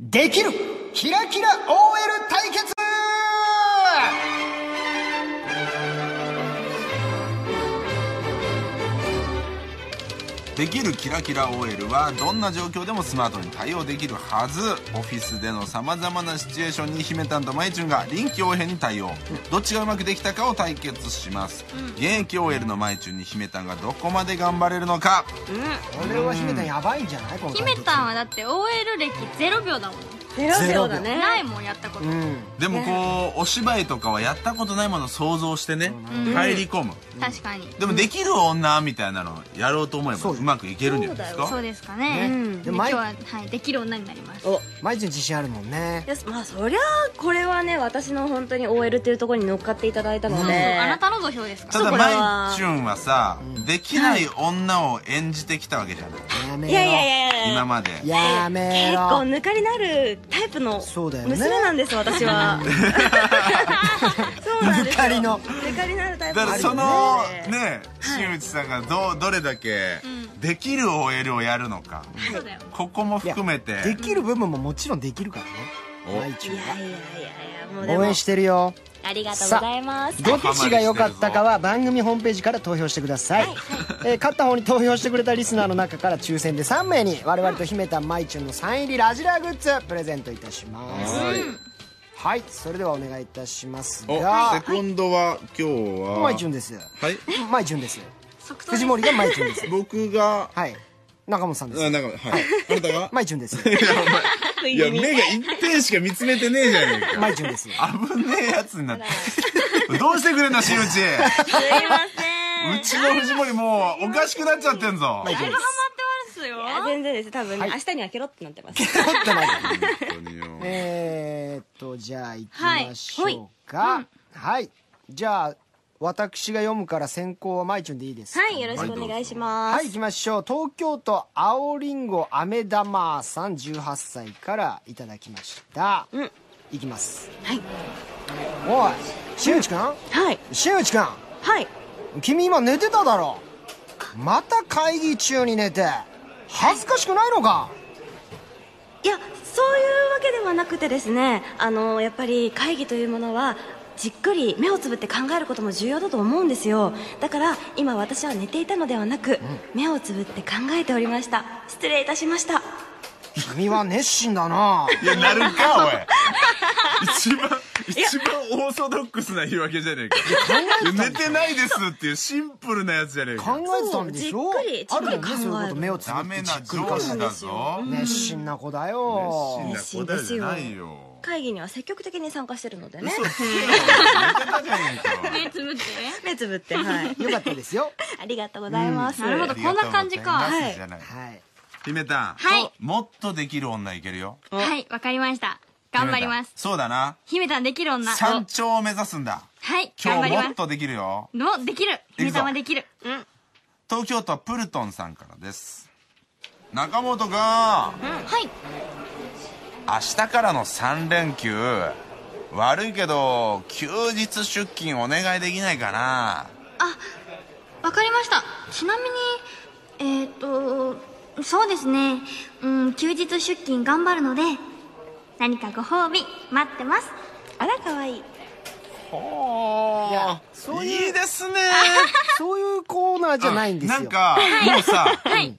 [SPEAKER 2] できるキラキラ OL 対決
[SPEAKER 1] できるキラキラ OL はどんな状況でもスマートに対応できるはずオフィスでのさまざまなシチュエーションに姫たんとまいちゅんが臨機応変に対応どっちがうまくできたかを対決します、現役 OL のまいちゅんに姫たんがどこまで頑張れるのか
[SPEAKER 2] これは姫たんやばいんじゃないこの
[SPEAKER 3] ひ
[SPEAKER 2] 対
[SPEAKER 3] め
[SPEAKER 2] 決
[SPEAKER 3] たんはだって OL 歴0秒だもん。
[SPEAKER 2] ゼロ秒
[SPEAKER 4] だね
[SPEAKER 3] ないもん、やったこと。
[SPEAKER 2] うん
[SPEAKER 1] でもこうお芝居とかはやったことないものを想像してね入り込む
[SPEAKER 3] 確かに。
[SPEAKER 1] でもできる女みたいなのをやろうと思えば
[SPEAKER 2] そう
[SPEAKER 1] うまくいけるんじゃないですか
[SPEAKER 3] そうですか
[SPEAKER 2] ね
[SPEAKER 3] ね。うん
[SPEAKER 2] で
[SPEAKER 3] で
[SPEAKER 2] ま
[SPEAKER 3] 今
[SPEAKER 2] い
[SPEAKER 3] 日は、はい、できる女になります。
[SPEAKER 2] 毎日自信あるもんね
[SPEAKER 4] ですまあそりゃあこれはね私の本当に OL っていうところに乗っかっていただいたので、
[SPEAKER 3] あなたの土俵ですか
[SPEAKER 1] た
[SPEAKER 3] ら。
[SPEAKER 1] だ
[SPEAKER 4] そうこれは
[SPEAKER 1] まいちゅんはさできない女を演じてきたわけじゃない
[SPEAKER 2] やめろ
[SPEAKER 4] いやいやいやいや
[SPEAKER 1] 今まで
[SPEAKER 2] やめ
[SPEAKER 4] 結構
[SPEAKER 2] ろ
[SPEAKER 4] ぬかりなるタイプの
[SPEAKER 2] そうだよね
[SPEAKER 4] 娘なんです、私
[SPEAKER 2] [laughs]
[SPEAKER 4] はそうなんですよ
[SPEAKER 2] ぬかりの
[SPEAKER 4] ぬかりなるタイ
[SPEAKER 1] だ
[SPEAKER 4] プ
[SPEAKER 1] か
[SPEAKER 4] の
[SPEAKER 1] らそのね新内さんがどうどれだけできる OL をやるのか
[SPEAKER 3] そうだよ。
[SPEAKER 1] ここも含めて
[SPEAKER 2] できる部分ももちろんできるからね
[SPEAKER 1] お
[SPEAKER 2] 毎日
[SPEAKER 4] いやいやいやいやもうでも
[SPEAKER 2] 応援してるよ
[SPEAKER 4] ありがとうございます
[SPEAKER 2] どっちが良かったかは番組ホームページから投票してください、えー勝った方に投票してくれたリスナーの中から抽選で3名に我々と姫たんまいちゅんのサイン入りラジラグッズプレゼントいたします
[SPEAKER 1] はい
[SPEAKER 2] はいそれではお願いいたします
[SPEAKER 1] お
[SPEAKER 2] が
[SPEAKER 1] セコンドは今日
[SPEAKER 2] まいちゅん
[SPEAKER 1] は
[SPEAKER 2] です
[SPEAKER 1] はい
[SPEAKER 2] まいちゅんです
[SPEAKER 3] 即答で
[SPEAKER 2] 藤森がまいちゅんです
[SPEAKER 1] 僕が
[SPEAKER 2] はい中本さんで
[SPEAKER 1] あ
[SPEAKER 2] す
[SPEAKER 1] なんかはいあなた
[SPEAKER 2] [laughs]
[SPEAKER 1] が
[SPEAKER 2] まいちゅんです
[SPEAKER 1] いやお前いや目が一点しか見つめてねえじゃねえか
[SPEAKER 2] [laughs] まいちゅんです
[SPEAKER 1] 危ねえやつにな [laughs] って。どうしてくれんの、新内。う [laughs]
[SPEAKER 4] すいません
[SPEAKER 1] ちの藤森もう、おかしくなっちゃってんぞ。
[SPEAKER 2] まいちゅんです
[SPEAKER 3] すよ。
[SPEAKER 4] あ全然です多分、
[SPEAKER 2] はい
[SPEAKER 4] 明日にはケロってなってます
[SPEAKER 2] ちょっと待って
[SPEAKER 1] 本当によ
[SPEAKER 2] えー、っとじゃあ行きましょうかはい、じゃあ私が読むから先行はまいちゅんでいいですか
[SPEAKER 4] はいよろしくお願いします、
[SPEAKER 2] はい行きましょう東京都青りんご飴玉さん18歳からいただきました、うん、いきます
[SPEAKER 4] はい
[SPEAKER 2] おい新内くん
[SPEAKER 4] はい
[SPEAKER 2] 新内く
[SPEAKER 4] はい
[SPEAKER 2] ん君今寝てただろまた会議中に寝て恥ずかしくないのか
[SPEAKER 4] いやそういうわけではなくてですねあのやっぱり会議というものはじっくり目をつぶって考えることも重要だと思うんですよだから今私は寝ていたのではなく、目をつぶって考えておりました失礼いたしました
[SPEAKER 2] 君は熱心だ
[SPEAKER 4] [laughs]
[SPEAKER 2] ない
[SPEAKER 1] やなるかおい一番一番オーソドックスな言い訳じゃねえかいや寝てないですっていうシンプルなやつじゃねえ
[SPEAKER 2] 考
[SPEAKER 1] か
[SPEAKER 2] えてたんでしょ
[SPEAKER 4] そうじっくり
[SPEAKER 2] あるよね
[SPEAKER 4] じっくり考える
[SPEAKER 2] そういうこと目をつぶ
[SPEAKER 1] ダ
[SPEAKER 2] って
[SPEAKER 1] メ
[SPEAKER 2] じ
[SPEAKER 1] な
[SPEAKER 2] っくり考
[SPEAKER 1] 上司
[SPEAKER 2] え
[SPEAKER 1] だ
[SPEAKER 2] る
[SPEAKER 1] ぞ
[SPEAKER 2] 熱心な子だよ
[SPEAKER 1] 熱心な答えじゃないよ
[SPEAKER 4] 会議には積極的に参加してるのでね
[SPEAKER 1] 嘘つけよ寝てたじゃね [laughs] えか
[SPEAKER 3] 目つぶって
[SPEAKER 4] 目つぶっ
[SPEAKER 2] [laughs]
[SPEAKER 4] てはい
[SPEAKER 2] よかったですよ
[SPEAKER 4] ありがとうございます、
[SPEAKER 3] なるほどこんな感じか
[SPEAKER 1] ありがとうございますじゃない
[SPEAKER 2] はい
[SPEAKER 1] 姫たん
[SPEAKER 3] はい
[SPEAKER 1] もっとできる女いけるよ
[SPEAKER 3] はいわかりました頑張り
[SPEAKER 1] 姫
[SPEAKER 3] ます
[SPEAKER 1] たんそうだな
[SPEAKER 3] 姫たんできる女
[SPEAKER 1] 山頂を目指すんだ
[SPEAKER 3] はい頑
[SPEAKER 1] 今
[SPEAKER 3] 張
[SPEAKER 1] 日
[SPEAKER 3] りま
[SPEAKER 1] もっとできるよ
[SPEAKER 3] すのできる姫たんはできる
[SPEAKER 1] 東京都プルトンさんからです中本君明
[SPEAKER 3] はい
[SPEAKER 1] 日からの3連休悪いけど休日出勤お願いできないかな
[SPEAKER 3] わかりましたちなみにえーっ、とそうですねうん休日出勤頑張るので何かご褒美待ってます
[SPEAKER 4] あら可愛い
[SPEAKER 2] いやそういう
[SPEAKER 1] いいですね
[SPEAKER 2] そういうコーナーじゃないんですよ
[SPEAKER 1] なんかもうさ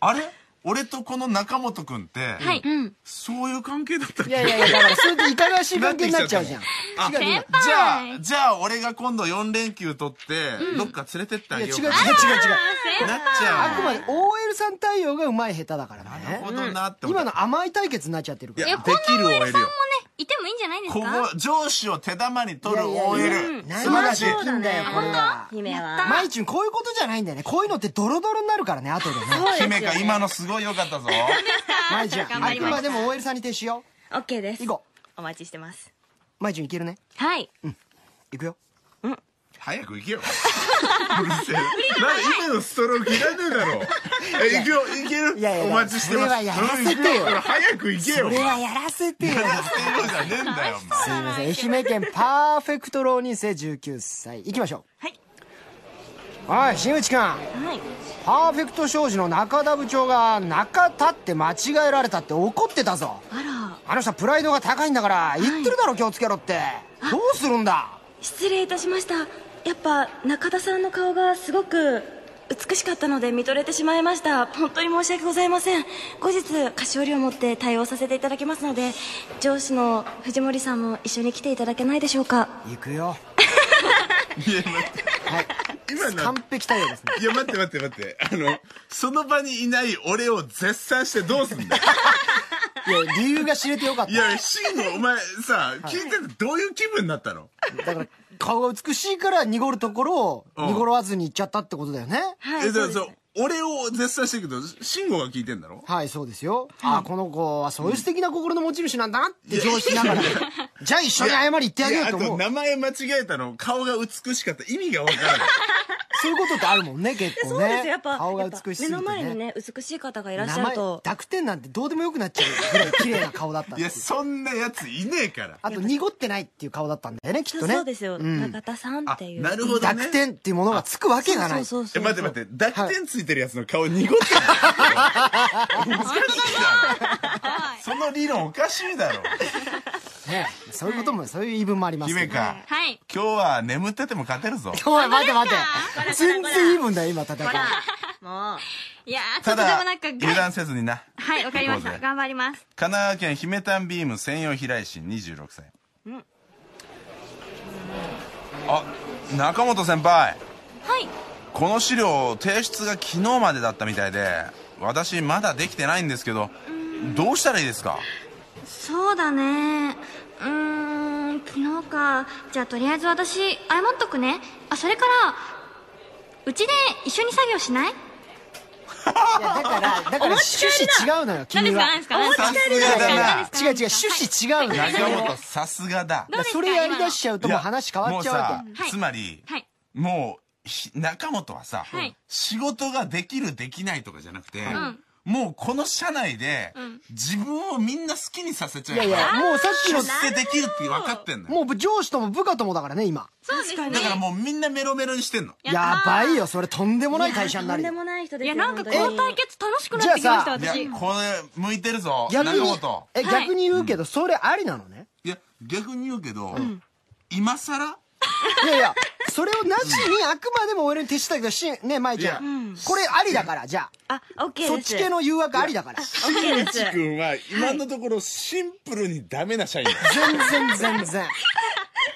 [SPEAKER 1] あれ俺とこの中本君って
[SPEAKER 3] はい、
[SPEAKER 1] そういう関係だったっ
[SPEAKER 2] い
[SPEAKER 1] け
[SPEAKER 2] やいやいやだからそれでいかがわしい関係になっちゃうじゃん
[SPEAKER 1] あ
[SPEAKER 2] 違う違う
[SPEAKER 1] じゃあじゃあ俺が今度4連休取ってどっか連れてってあ
[SPEAKER 2] い
[SPEAKER 1] げ
[SPEAKER 2] や
[SPEAKER 1] よ
[SPEAKER 2] 違う
[SPEAKER 1] うか
[SPEAKER 2] 違う違う違う
[SPEAKER 1] なっちゃう
[SPEAKER 2] あくまで OL さん対応がうまい下手だから
[SPEAKER 1] なる
[SPEAKER 2] ね
[SPEAKER 1] ほどなって思った
[SPEAKER 2] 今の甘い対決になっちゃってるか
[SPEAKER 1] い
[SPEAKER 2] ら
[SPEAKER 1] やで
[SPEAKER 3] やこんな
[SPEAKER 1] きる OL よ
[SPEAKER 3] ねいてもいいんじゃないです
[SPEAKER 1] こ
[SPEAKER 3] か
[SPEAKER 1] こ上司を手玉に取る
[SPEAKER 2] いやいやいや
[SPEAKER 1] OL 素
[SPEAKER 2] 何
[SPEAKER 1] 晴
[SPEAKER 2] が
[SPEAKER 1] ら
[SPEAKER 2] で
[SPEAKER 1] しい
[SPEAKER 2] きんだよこれは
[SPEAKER 4] 姫は
[SPEAKER 2] まいちゅんこういうことじゃないんだよねこういうのってドロドロになるからね後でね
[SPEAKER 1] 姫か今のすごい良かったぞ
[SPEAKER 2] まいちゅん
[SPEAKER 3] [laughs] 頑張
[SPEAKER 2] あ
[SPEAKER 3] り
[SPEAKER 2] く
[SPEAKER 3] ます
[SPEAKER 2] までも OL さんに徹しよ
[SPEAKER 4] OK です
[SPEAKER 2] う行こう
[SPEAKER 4] お待ちしてます
[SPEAKER 2] まいちゅんいけるね
[SPEAKER 4] はい
[SPEAKER 2] いくよ
[SPEAKER 1] 早く行
[SPEAKER 2] [laughs]
[SPEAKER 1] けようるせえなんで姫のストロークいらねえだろえ行くよ行ける
[SPEAKER 2] いやいやい
[SPEAKER 1] お
[SPEAKER 2] や
[SPEAKER 1] 待ちしてます
[SPEAKER 2] それはやらせて
[SPEAKER 1] う
[SPEAKER 2] よ
[SPEAKER 1] ん行く早く行けよ
[SPEAKER 2] これはやらせ [laughs] てよ
[SPEAKER 1] そうじゃねえんだよお前
[SPEAKER 2] すいません愛媛県パーフェクト浪人生19歳いきましょうはいおい新内君
[SPEAKER 4] はい
[SPEAKER 2] パーフェクト商事の中田部長が中田って間違えられたって怒ってたぞ
[SPEAKER 4] あら
[SPEAKER 2] あの人はプライドが高いんだから言ってるだろ気をつけろってどうするんだ
[SPEAKER 4] 失礼いたしましたやっぱ中田さんの顔がすごく美しかったので見とれてしまいました本当に申し訳ございません後日菓子折りを持って対応させていただきますので上司の藤森さんも一緒に来ていただけないでしょうか
[SPEAKER 2] 行くよ
[SPEAKER 1] い
[SPEAKER 2] [laughs]
[SPEAKER 1] や待って
[SPEAKER 2] はい
[SPEAKER 1] 今の
[SPEAKER 2] 完璧対応ですね
[SPEAKER 1] いや待って待って待ってあのその場にいない俺を絶賛してどうすんだよ
[SPEAKER 2] いや理由が知れてよかっ
[SPEAKER 1] いやシーのお前さ聞いててどういう気分になったの
[SPEAKER 2] ただから顔が美しいから濁るところ
[SPEAKER 1] う
[SPEAKER 2] を
[SPEAKER 1] ん
[SPEAKER 2] 濁らずに行っちゃったってことだよね
[SPEAKER 4] はい
[SPEAKER 1] え、
[SPEAKER 4] そ
[SPEAKER 1] だ
[SPEAKER 4] う
[SPEAKER 1] から
[SPEAKER 4] です
[SPEAKER 1] そう、俺を絶賛してるけど、慎吾が聞いてんだろ
[SPEAKER 2] はいそうですよあこの子はそういう素敵な心の持ち主なんだなって上司な
[SPEAKER 1] [laughs]
[SPEAKER 2] がらじゃあ一緒に謝り行ってあげようと
[SPEAKER 1] いやあ
[SPEAKER 2] 思
[SPEAKER 1] と
[SPEAKER 2] う
[SPEAKER 1] 名前間違えたの、顔が美しかった。意味がわからない。
[SPEAKER 2] そういうことってあるもんね結
[SPEAKER 4] そ
[SPEAKER 2] 構
[SPEAKER 4] うですよ
[SPEAKER 2] ね
[SPEAKER 4] やっぱ
[SPEAKER 2] 顔が
[SPEAKER 4] やっぱ
[SPEAKER 2] 美しすぎ
[SPEAKER 4] 目の
[SPEAKER 2] て
[SPEAKER 4] 前に
[SPEAKER 2] ね
[SPEAKER 4] ね美しい方がいらっ
[SPEAKER 2] 名
[SPEAKER 4] しゃ
[SPEAKER 2] 前
[SPEAKER 4] ると
[SPEAKER 2] 濁点なんてどうでもよくなっちゃうぐらい綺麗な顔だったっ
[SPEAKER 1] [laughs]
[SPEAKER 2] て
[SPEAKER 1] い
[SPEAKER 2] い
[SPEAKER 1] や、
[SPEAKER 2] う
[SPEAKER 1] そんなやついねえから。
[SPEAKER 2] あと濁ってないっていう顔だったんだよねきっ
[SPEAKER 4] そ
[SPEAKER 2] と
[SPEAKER 4] う
[SPEAKER 2] ね
[SPEAKER 4] そうですよ、中田さんっ
[SPEAKER 1] あ
[SPEAKER 4] てい、う
[SPEAKER 1] なるほどね。
[SPEAKER 2] 濁点っていうものがつくわけがない
[SPEAKER 4] そうそ
[SPEAKER 1] え、
[SPEAKER 4] うそう
[SPEAKER 1] 待って待って、濁点ついてるやつの顔濁ってる。難しいだろ。その理論おかしいだ [laughs] ろ。
[SPEAKER 2] ねそういうこともそういう言い分もありますけ
[SPEAKER 1] 姫
[SPEAKER 2] ど
[SPEAKER 1] か、
[SPEAKER 3] はい
[SPEAKER 1] 今日は眠ってても勝てるぞ。
[SPEAKER 2] おい待て待て全然言い分だよ今戦い
[SPEAKER 4] もう
[SPEAKER 3] いやーち
[SPEAKER 1] た
[SPEAKER 3] ょっとで
[SPEAKER 1] だ
[SPEAKER 3] もなんか、
[SPEAKER 1] 油断せずにな。
[SPEAKER 3] はいわかりまし
[SPEAKER 1] 行こ
[SPEAKER 3] た
[SPEAKER 1] うぜ
[SPEAKER 3] 頑張ります
[SPEAKER 1] 神奈川県姫丹ビーム専用平石26歳、あ中本先輩
[SPEAKER 3] はい
[SPEAKER 1] この資料提出が昨日までだったみたいで私まだできてないんですけどどうしたらいいですか
[SPEAKER 3] そうだねうーん昨日かじゃあとりあえず私謝っとくねあそれからうちで一緒に作業しない
[SPEAKER 2] いやだからだから趣旨違うのよ
[SPEAKER 3] 何で
[SPEAKER 2] 君
[SPEAKER 3] す
[SPEAKER 2] は
[SPEAKER 3] か何ですか何ですか
[SPEAKER 1] さす
[SPEAKER 2] だ
[SPEAKER 1] が
[SPEAKER 2] から
[SPEAKER 1] だな
[SPEAKER 2] 違う違う趣旨違うのよ
[SPEAKER 1] 中本さすがだ
[SPEAKER 3] どうですか
[SPEAKER 2] それやりだしちゃうともう話変わっちゃうわ
[SPEAKER 1] も
[SPEAKER 3] けはい
[SPEAKER 1] つまり、
[SPEAKER 3] はい
[SPEAKER 1] もうひ中本はさ、
[SPEAKER 3] はい
[SPEAKER 1] 仕事ができるできないとかじゃなくて、
[SPEAKER 3] ん
[SPEAKER 1] もうこの社内で、自分をみんな好きにさせちゃ
[SPEAKER 2] け
[SPEAKER 1] う
[SPEAKER 2] いやいやもうさっきの
[SPEAKER 1] 出世できるって分かってんのよ
[SPEAKER 2] もう上司とも部下ともだからね今
[SPEAKER 3] そうですね
[SPEAKER 1] だからもうみんなメロメロにしてんの
[SPEAKER 2] やばいよそれとんでもない会社にな
[SPEAKER 4] と
[SPEAKER 2] る
[SPEAKER 4] んで
[SPEAKER 2] よ
[SPEAKER 4] もない人で
[SPEAKER 3] い
[SPEAKER 4] すよ
[SPEAKER 3] やなんかこ
[SPEAKER 4] 本
[SPEAKER 3] の
[SPEAKER 4] 当
[SPEAKER 3] 対
[SPEAKER 4] に
[SPEAKER 3] 決楽しくなってきました
[SPEAKER 1] いや
[SPEAKER 3] 私
[SPEAKER 1] これ向いてるぞ
[SPEAKER 2] 逆
[SPEAKER 1] 中
[SPEAKER 2] に
[SPEAKER 1] 本
[SPEAKER 2] え逆に言うけどそれありなのね
[SPEAKER 1] いや逆に言うけど、今さら
[SPEAKER 2] いやいや、それをなしにあくまでも俺に徹したけど、し、ね、舞ちゃ
[SPEAKER 8] いや
[SPEAKER 2] ん。これありだから、じゃ
[SPEAKER 4] あ、OK で
[SPEAKER 2] あ。
[SPEAKER 4] す。
[SPEAKER 2] そっち系の誘惑ありだから。
[SPEAKER 1] [laughs]
[SPEAKER 4] OK です。
[SPEAKER 1] ちくんは今のところシンプルにダメな社員だ
[SPEAKER 2] 全然全然。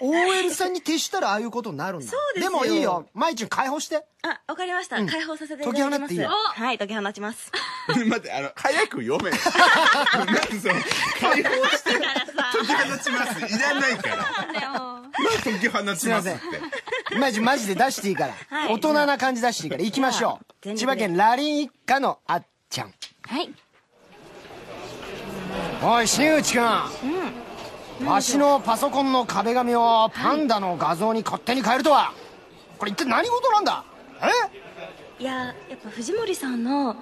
[SPEAKER 2] OL さんに徹したらああいうことになるんだ。
[SPEAKER 4] うです
[SPEAKER 2] で
[SPEAKER 4] よ
[SPEAKER 2] もいいよ。舞ちゃん解放して。
[SPEAKER 4] あ、わかりました。解放させていただき
[SPEAKER 2] 解き
[SPEAKER 4] ます。
[SPEAKER 2] 放っていいよ
[SPEAKER 4] はい、解き放ちます。
[SPEAKER 1] 待ってあの早く読めなんでその解放して解き放ちますいらないから解き放ちます
[SPEAKER 2] い
[SPEAKER 1] っ
[SPEAKER 2] ませ
[SPEAKER 1] て
[SPEAKER 2] んマジマジで出していいから。
[SPEAKER 4] はい
[SPEAKER 2] 大人な感じ出していいから。行きましょ
[SPEAKER 4] じゃ
[SPEAKER 2] う。
[SPEAKER 4] あ
[SPEAKER 2] 千葉県ラリン一家のあっちゃん。
[SPEAKER 9] はい
[SPEAKER 2] おい、新内くん。わしのパソコンの壁紙をパンダの画像に勝手に変えるとは。これ一体何事なんだえ
[SPEAKER 4] いや、やっぱ藤森さんの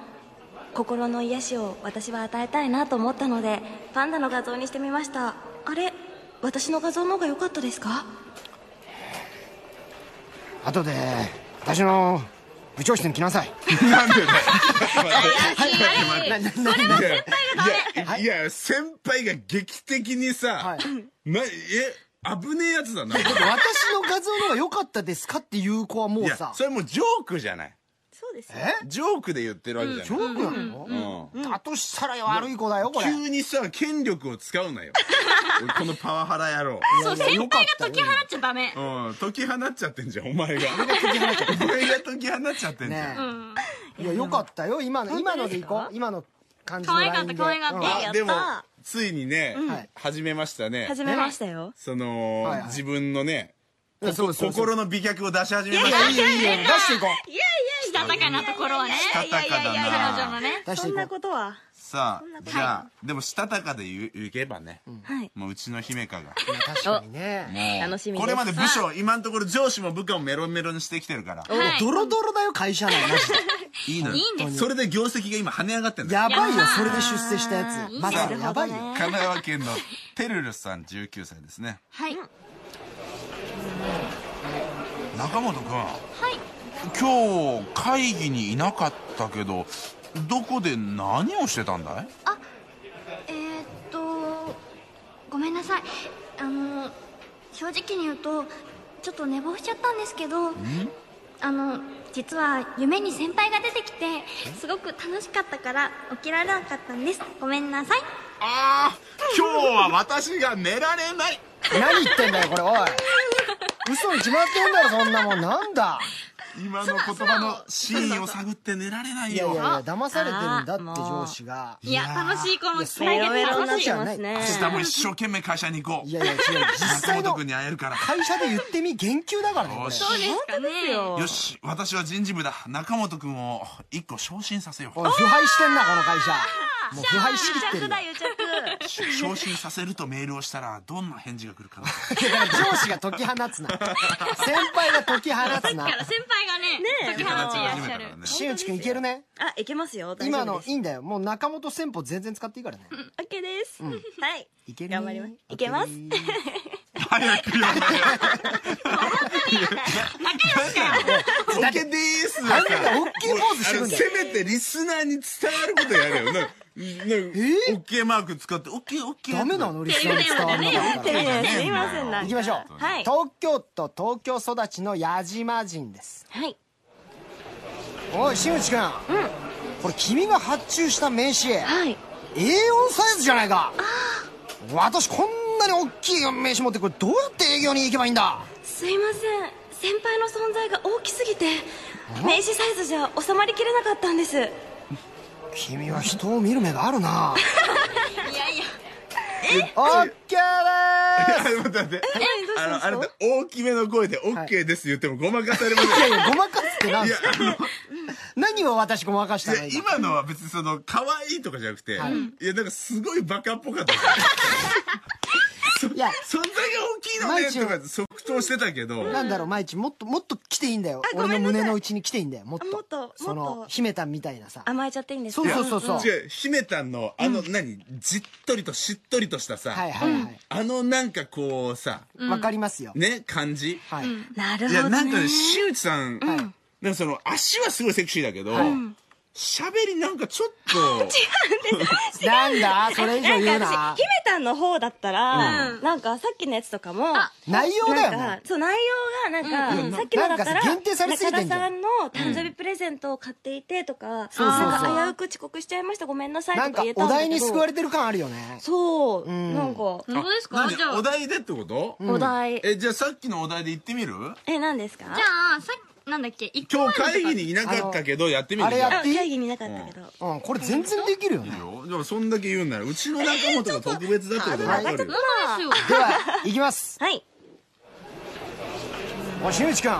[SPEAKER 4] 心の癒しを私は与えたいなと思ったので、パンダの画像にしてみました。あれ私の画像の方が良かったですか
[SPEAKER 2] 後で、私の部長室に来なさい。
[SPEAKER 1] なんでだよ
[SPEAKER 2] ななな
[SPEAKER 1] いやいや先輩が劇的に
[SPEAKER 2] は
[SPEAKER 1] さ
[SPEAKER 2] い
[SPEAKER 1] なえ危ねえやつだな
[SPEAKER 2] 私の画像の方が良かったですかっていう子はも
[SPEAKER 1] いうや
[SPEAKER 2] さ
[SPEAKER 1] そ。れもうジョークじゃない
[SPEAKER 4] そうです
[SPEAKER 2] え
[SPEAKER 1] ジョークで言ってるわけじゃ
[SPEAKER 2] ジョ
[SPEAKER 1] ない
[SPEAKER 2] ークなの、
[SPEAKER 1] うん
[SPEAKER 2] だとしたら悪い子だよ、これ。
[SPEAKER 1] 急にさ権力を使うな
[SPEAKER 2] [laughs]
[SPEAKER 1] よ俺このパワハラ野郎
[SPEAKER 3] そう先輩が解き放っちゃダメ
[SPEAKER 1] うん解き放っちゃってんじゃんお前がお前が解き放っちゃってんじ
[SPEAKER 2] ね
[SPEAKER 1] ゃん
[SPEAKER 2] え。いや、良かったよ、今の、今のでいこう。今の感じの
[SPEAKER 3] 可愛か
[SPEAKER 2] ライ
[SPEAKER 3] っ
[SPEAKER 2] ン
[SPEAKER 3] た
[SPEAKER 2] で。
[SPEAKER 3] 可愛かった
[SPEAKER 2] うん
[SPEAKER 3] ね
[SPEAKER 1] あ
[SPEAKER 4] やった
[SPEAKER 1] でもついにね
[SPEAKER 2] はい
[SPEAKER 1] 始めましたね
[SPEAKER 4] 始めましたよ。
[SPEAKER 1] その
[SPEAKER 2] はいはい
[SPEAKER 1] 自分のね
[SPEAKER 2] いやそうですそうです
[SPEAKER 1] 心の美脚を出し始めま
[SPEAKER 2] い
[SPEAKER 1] し
[SPEAKER 2] や、
[SPEAKER 1] た
[SPEAKER 2] いいよ、いいよ、出していこう。
[SPEAKER 3] したたかなところはね
[SPEAKER 10] したたか
[SPEAKER 3] 彼
[SPEAKER 10] だ
[SPEAKER 3] 女
[SPEAKER 10] な
[SPEAKER 3] のね
[SPEAKER 2] 出し
[SPEAKER 4] そ
[SPEAKER 2] てい
[SPEAKER 4] ん
[SPEAKER 2] こ
[SPEAKER 4] な
[SPEAKER 2] う。
[SPEAKER 4] ことは。
[SPEAKER 10] さあじゃあでもしたたかで言う言けばね
[SPEAKER 4] はい。
[SPEAKER 10] もううちの姫香が
[SPEAKER 2] 確かにね。
[SPEAKER 4] 楽しみです。
[SPEAKER 10] これまで部署今のところ上司も部下もメロンメロンにしてきてるから
[SPEAKER 3] はい
[SPEAKER 2] ドロドロだよ、会社内。マジで
[SPEAKER 10] いいの
[SPEAKER 3] い
[SPEAKER 10] よ
[SPEAKER 3] いんです
[SPEAKER 10] それで業績が今跳ね上がってんだよ
[SPEAKER 2] やばいよ、それで出世したやつ。まだ
[SPEAKER 4] なる
[SPEAKER 2] や
[SPEAKER 4] ほ
[SPEAKER 2] ば
[SPEAKER 4] ど
[SPEAKER 2] いよ。
[SPEAKER 4] ね。
[SPEAKER 10] 神奈川県のてるるさん19歳ですね
[SPEAKER 3] はい
[SPEAKER 10] 中本君今日会議にいなかったけどどこで何をしてたんだい
[SPEAKER 3] えーっとごめんなさいあの正直に言うとちょっと寝坊しちゃったんですけどあの実は夢に先輩が出てきてすごく楽しかったから起きられなかったんですごめんなさい
[SPEAKER 1] ああ今日は私が寝られない
[SPEAKER 2] 何言ってんだよ、これ、おい。嘘に決まってんだろ、そんなもん。なんだ。
[SPEAKER 10] 今の言葉の真意を探って寝られない
[SPEAKER 2] いやいやい
[SPEAKER 10] よ
[SPEAKER 2] や、騙されてるんだって、
[SPEAKER 4] あーもう
[SPEAKER 2] 上司が。
[SPEAKER 3] いや楽しいこの
[SPEAKER 2] そう
[SPEAKER 3] 来
[SPEAKER 4] メ
[SPEAKER 3] 月
[SPEAKER 4] ロメロにな
[SPEAKER 3] 楽
[SPEAKER 4] っ
[SPEAKER 3] しい
[SPEAKER 4] ちゃいますね。
[SPEAKER 10] 明日も一生懸命会社に行こう
[SPEAKER 2] いやい
[SPEAKER 4] [laughs]
[SPEAKER 2] や、違う。実際
[SPEAKER 10] 中
[SPEAKER 2] の
[SPEAKER 10] 本君に会えるから
[SPEAKER 2] 会社で言ってみ、言及だからね、こ
[SPEAKER 10] よ
[SPEAKER 2] れ
[SPEAKER 10] し。
[SPEAKER 3] そうですかね
[SPEAKER 10] よし私は人事部だ中本君を一個昇進させよう
[SPEAKER 2] おい腐敗してんな、この会社。もう腐敗しきってるよ。だ
[SPEAKER 10] 昇進させるとメールをしたらどんな返事が来るかな
[SPEAKER 2] から上司が解き放つな。先輩が解き放つな
[SPEAKER 3] だか。ら先輩がね解き放
[SPEAKER 10] 形
[SPEAKER 3] ち
[SPEAKER 10] が
[SPEAKER 3] いら
[SPEAKER 10] 始
[SPEAKER 3] っ
[SPEAKER 10] め
[SPEAKER 3] し
[SPEAKER 10] た
[SPEAKER 3] ゃる
[SPEAKER 10] からね
[SPEAKER 2] 新内くんいけるね。
[SPEAKER 4] あ、いけますよ。大丈
[SPEAKER 2] 今
[SPEAKER 4] 夫
[SPEAKER 2] の
[SPEAKER 4] です
[SPEAKER 2] いいんだよ。もう中本戦法全然使っていいからね。
[SPEAKER 4] オッケーです。はい。
[SPEAKER 2] いけるね
[SPEAKER 4] 頑張ります。いけます。
[SPEAKER 10] 早くやばい
[SPEAKER 1] オッケーでーす
[SPEAKER 2] あんたオッケーポーズして
[SPEAKER 1] あ
[SPEAKER 2] る
[SPEAKER 1] の
[SPEAKER 2] んだ
[SPEAKER 4] [laughs]
[SPEAKER 2] よ。
[SPEAKER 1] せめてリスナーに伝わることやれよなな
[SPEAKER 10] オッケーマーク使ってオッケーオッケー
[SPEAKER 2] ダメなのリスナーに伝わんなかっ
[SPEAKER 4] い
[SPEAKER 2] た
[SPEAKER 4] や
[SPEAKER 2] ら
[SPEAKER 4] いやすいませんな
[SPEAKER 2] 行きましょう。
[SPEAKER 4] はい
[SPEAKER 2] 東京都東京育ちの矢島人です。
[SPEAKER 9] はい
[SPEAKER 2] おい、新内くん。これ君が発注した名刺。
[SPEAKER 9] はい
[SPEAKER 2] A4 サイズじゃないか私こんなに大きい名刺持ってこれどうやって営業に行けばいいんだ
[SPEAKER 4] すいません先輩の存在が大きすぎて名刺サイズじゃ収まりきれなかったんですえ
[SPEAKER 2] 君は人を見る目があるないやいやオッケーで
[SPEAKER 1] 待って待ってあ
[SPEAKER 4] どうしたんで
[SPEAKER 1] のあな
[SPEAKER 4] すか
[SPEAKER 1] た大きめの声で「オッケーです」言ってもごまかされますせ
[SPEAKER 2] い
[SPEAKER 1] ん
[SPEAKER 2] やいやごまかすってなん
[SPEAKER 1] い
[SPEAKER 2] で
[SPEAKER 1] や
[SPEAKER 2] すか
[SPEAKER 1] あの
[SPEAKER 2] 何を私ごまかした
[SPEAKER 1] い
[SPEAKER 2] の
[SPEAKER 1] や
[SPEAKER 2] 今
[SPEAKER 1] 今のは別にその可愛いとかじゃなくて、
[SPEAKER 2] はい
[SPEAKER 1] い、やなんかすごいバカっぽかった
[SPEAKER 2] [laughs]
[SPEAKER 1] じゃん
[SPEAKER 2] いや
[SPEAKER 1] そ存在が大きいのねとか即答してたけど
[SPEAKER 2] なんだろう毎日もっともっと来ていいんだよ
[SPEAKER 4] ご
[SPEAKER 2] 俺
[SPEAKER 4] め
[SPEAKER 2] の
[SPEAKER 4] んなさい
[SPEAKER 2] 胸の内に来ていいんだよもっと
[SPEAKER 4] あもっともっと
[SPEAKER 2] その姫たんみたいなさ
[SPEAKER 4] 甘えちゃっていいんです
[SPEAKER 2] そう
[SPEAKER 4] か
[SPEAKER 2] そうそうそうはい
[SPEAKER 1] 違う姫たんのあの、何じっとりとしっとりとしたさ、
[SPEAKER 2] はいは
[SPEAKER 1] あのなんかこうさ
[SPEAKER 2] いわかりますよ
[SPEAKER 1] ね感じ
[SPEAKER 2] はい
[SPEAKER 4] なる
[SPEAKER 1] い
[SPEAKER 4] ほ
[SPEAKER 1] や
[SPEAKER 4] どね
[SPEAKER 1] なんかね新内さん、
[SPEAKER 2] い
[SPEAKER 1] なんかその足はすごいセクシーだけど、喋りなんかちょっと。
[SPEAKER 2] [laughs] なん
[SPEAKER 4] [laughs]
[SPEAKER 2] だそれ以上言う
[SPEAKER 4] なんか
[SPEAKER 2] な
[SPEAKER 4] 私、姫たんの方だったら、なんかさっきのやつとかも、
[SPEAKER 2] 内容だよも
[SPEAKER 4] なん
[SPEAKER 2] う
[SPEAKER 4] かそう、内容がなんか、さっきのだった
[SPEAKER 2] なん
[SPEAKER 4] ら、
[SPEAKER 2] か限定されすぎ
[SPEAKER 4] 中
[SPEAKER 2] て
[SPEAKER 4] 田
[SPEAKER 2] んじゃ
[SPEAKER 4] さ
[SPEAKER 2] ん
[SPEAKER 4] んの誕生日プレゼントを買っていてとか、
[SPEAKER 2] そうそうそう
[SPEAKER 4] なんか危うく遅刻しちゃいました、ごめんなさい
[SPEAKER 2] なんか
[SPEAKER 4] とか言えた
[SPEAKER 2] お
[SPEAKER 4] んだけど。
[SPEAKER 2] 題に救われてる感あるよね
[SPEAKER 4] そう、
[SPEAKER 2] ん
[SPEAKER 4] なんか、
[SPEAKER 3] 本当ですか
[SPEAKER 1] 何
[SPEAKER 3] じゃあ
[SPEAKER 1] お題でってこと
[SPEAKER 4] お題。
[SPEAKER 1] え、じゃあさっきのお題で言ってみる
[SPEAKER 4] え、何ですか
[SPEAKER 3] じゃあさっきなんだっけ一個
[SPEAKER 1] 今
[SPEAKER 3] 前の
[SPEAKER 1] 日会議にいなかったけどやってみる
[SPEAKER 2] あれや
[SPEAKER 4] あ、
[SPEAKER 2] ってい
[SPEAKER 4] 会
[SPEAKER 2] い
[SPEAKER 4] 議になかったけど。
[SPEAKER 2] うんこれ全然できるよ
[SPEAKER 4] [laughs]
[SPEAKER 2] ね
[SPEAKER 1] よでもそんだけ言うんならうちの仲本が特別だってことわかるよ
[SPEAKER 3] そうですよ
[SPEAKER 2] ではいきます
[SPEAKER 4] はい。
[SPEAKER 2] おしみちくん、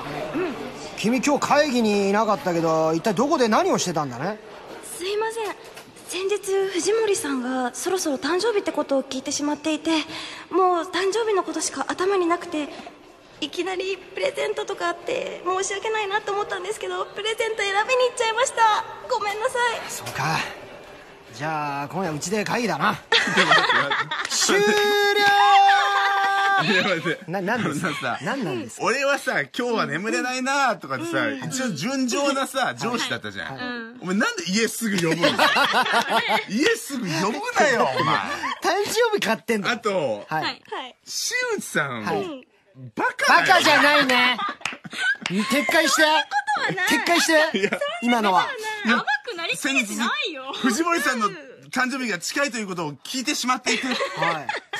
[SPEAKER 2] 君今日会議にいなかったけど一体どこで何をしてたんだね
[SPEAKER 4] すいません先日藤森さんがそろそろ誕生日ってことを聞いてしまっていてもう誕生日のことしか頭になくていきなりプレゼントとかあって申し訳ないなと思ったんですけどプレゼント選びに行っちゃいましたごめんなさい
[SPEAKER 2] そうかじゃあ今夜うちで会議だな終
[SPEAKER 1] いや待って
[SPEAKER 2] 了な
[SPEAKER 1] [laughs]
[SPEAKER 2] 何ですか
[SPEAKER 1] あのさ
[SPEAKER 2] 何なんですか
[SPEAKER 1] 俺はさ今日は眠れないなとかでさ一応純情なさ上司だったじゃんお前なんで家すぐ呼ぶ
[SPEAKER 2] [laughs]
[SPEAKER 1] の家すぐ呼ぶなよお前
[SPEAKER 2] 誕生日買ってんだ
[SPEAKER 1] あと
[SPEAKER 2] はい
[SPEAKER 4] はい
[SPEAKER 1] 新内さん
[SPEAKER 2] はい
[SPEAKER 1] バカ
[SPEAKER 2] バ
[SPEAKER 1] だ
[SPEAKER 2] カ
[SPEAKER 1] よ
[SPEAKER 2] じゃない
[SPEAKER 4] [laughs]
[SPEAKER 2] ね撤回して撤回して今のは
[SPEAKER 3] 甘くなりすぎてないよ
[SPEAKER 1] 藤森さんの誕生日が近いということを聞いてしま
[SPEAKER 2] [laughs]
[SPEAKER 1] っていて
[SPEAKER 2] はい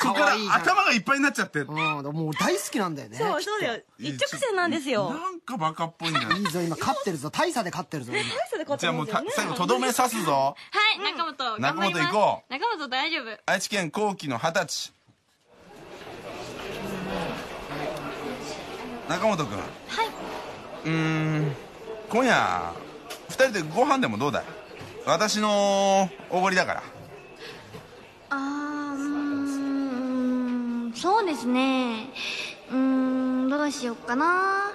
[SPEAKER 1] そこから
[SPEAKER 2] 可愛いじゃん
[SPEAKER 1] 頭がいっぱいになっちゃって
[SPEAKER 2] うん、もう大好きなんだよね。
[SPEAKER 4] そうそうだよ一直線なんですよ
[SPEAKER 1] なんかバカっぽいん [laughs] だよ
[SPEAKER 2] いいぞ、今、勝ってるぞ。大差で勝ってるぞ、今。
[SPEAKER 4] そうでこ
[SPEAKER 1] じゃあもうた
[SPEAKER 4] ね
[SPEAKER 1] 最後とどめ刺すぞ
[SPEAKER 3] はい中本頑張
[SPEAKER 1] 中本
[SPEAKER 3] ります
[SPEAKER 1] 行こ
[SPEAKER 3] 中本大丈夫
[SPEAKER 1] 愛知県後期の二十歳中本君はいうーん今夜二人でご飯でもどうだい私のおごりだから
[SPEAKER 3] あーうーんそうですねうーんどうしようかな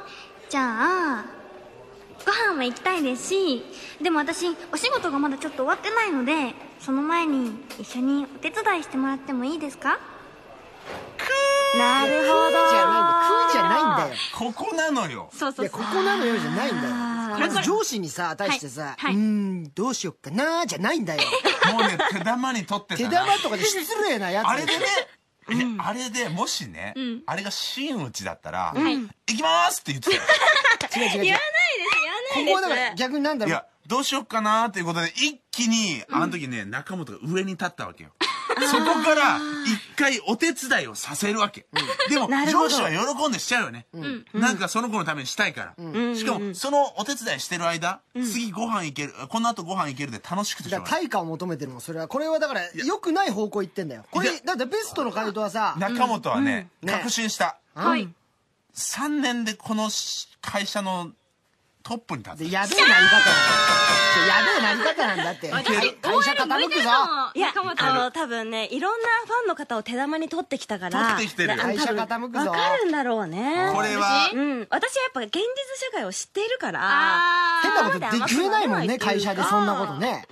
[SPEAKER 3] じゃあご飯は行きたいですしでも私お仕事がまだちょっと終わってないのでその前に一緒にお手伝いしてもらってもいいですか
[SPEAKER 4] なるほど
[SPEAKER 2] じゃないんだ。空じゃないんだよ。
[SPEAKER 1] ここなの [laughs] よ
[SPEAKER 3] そう
[SPEAKER 2] いや、ここなのよじゃないんだよ。まず上司にさ、対してさ、
[SPEAKER 3] はいう
[SPEAKER 2] ーん、どうしよっかなーじゃないんだよ。
[SPEAKER 1] もうね手玉に取って
[SPEAKER 2] 手
[SPEAKER 1] たな
[SPEAKER 2] 玉とかで失礼なやつ。
[SPEAKER 1] あれでねいやあれでもしね、あれが真打ちだったら「行きます!」って言ってたよ
[SPEAKER 2] 違う違う違う。
[SPEAKER 4] 言わないです言わない
[SPEAKER 2] こ
[SPEAKER 4] です
[SPEAKER 2] こはだから逆になんだ
[SPEAKER 1] い
[SPEAKER 2] ろう
[SPEAKER 1] や。、どうしよっかなーっていうことで、一気に、あの時ね、中本が上に立ったわけよ。そこから、一回お手伝いをさせるわけ。でも、上司は喜んでしちゃうよね。なんかその子のためにしたいから。しかも、そのお手伝いしてる間、次ご飯行ける、この後ご飯行けるで楽しくてしょ
[SPEAKER 2] だ
[SPEAKER 1] う
[SPEAKER 2] か
[SPEAKER 1] が
[SPEAKER 2] ら
[SPEAKER 1] ない。
[SPEAKER 2] 対価を求めてるもん、それは。これはだから、良くない方向行ってんだよ。こ
[SPEAKER 1] い
[SPEAKER 2] れ
[SPEAKER 1] や、
[SPEAKER 2] だってベストの回答はさ、
[SPEAKER 1] 中本はね、
[SPEAKER 2] うんね
[SPEAKER 1] 確信した。
[SPEAKER 3] はい
[SPEAKER 1] 3年でこのし会社のトップに立
[SPEAKER 2] で
[SPEAKER 1] つ。
[SPEAKER 2] やべえな言い方なんだ。そうやべえな言い方なんだって。会社傾くぞ。
[SPEAKER 4] いや
[SPEAKER 3] 中本
[SPEAKER 4] あの多分ねいろんなファンの方を手玉に取ってきたから
[SPEAKER 1] 取ってきてるよ
[SPEAKER 4] であの
[SPEAKER 2] 会社
[SPEAKER 4] 多分
[SPEAKER 2] 傾くぞ
[SPEAKER 4] わかるんだろうね
[SPEAKER 1] これは
[SPEAKER 4] う、ん、私はやっぱ現実社会を知っているから
[SPEAKER 3] あー
[SPEAKER 2] 変なことで言えないもんね、会社でそんなことね。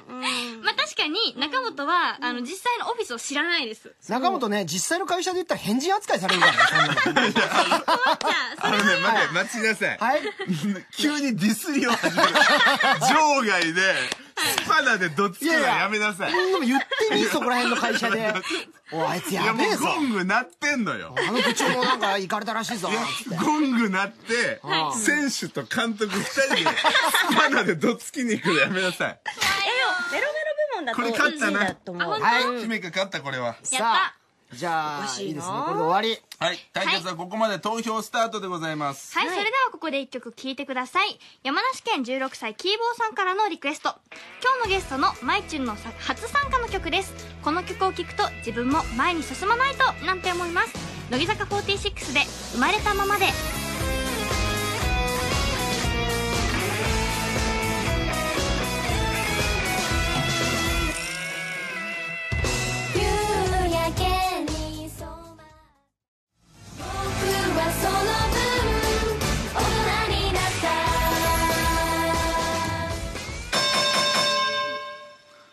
[SPEAKER 3] まあ確かに中本はあの実際のオフィスを知らないです
[SPEAKER 2] 中本ね、実際の会社で言ったら変人扱いされるからね、そんなの。
[SPEAKER 3] じゃあ
[SPEAKER 1] あのね、待って、待ちなさい。
[SPEAKER 2] はい。
[SPEAKER 1] [laughs] 急にディスりを始める。場外で、スパナでどつくのはやめなさい。い
[SPEAKER 2] みんなも言ってみ、そこら辺の会社で。おあいつや
[SPEAKER 1] や、
[SPEAKER 2] べ
[SPEAKER 1] も
[SPEAKER 2] え
[SPEAKER 1] う
[SPEAKER 2] ぞ。
[SPEAKER 1] ゴング鳴ってんのよ。
[SPEAKER 2] あの部長もなんか行かれたらしいぞ。つって
[SPEAKER 1] ゴング鳴って、選手と監督二人で、スパナでどつきに行くのやめなさい。
[SPEAKER 4] メロメロ
[SPEAKER 1] これ
[SPEAKER 4] 部門だと
[SPEAKER 1] 勝ったな
[SPEAKER 4] 1位だと思う。
[SPEAKER 2] はい。
[SPEAKER 1] 姫が勝った、これは。
[SPEAKER 2] さあ、じゃあ、いいですね。これで終わり。
[SPEAKER 1] はい、対決はここまで投票スタートでございます。
[SPEAKER 3] はい、それではここで一曲聴いてください。山梨県16歳キーボーさんからのリクエスト。今日のゲストのまいちゅんのさ初参加の曲です。この曲を聴くと自分も前に進まないとなんて思います。乃木坂46で生まれたままで。
[SPEAKER 11] 夕焼けに染まる僕はその分大人になった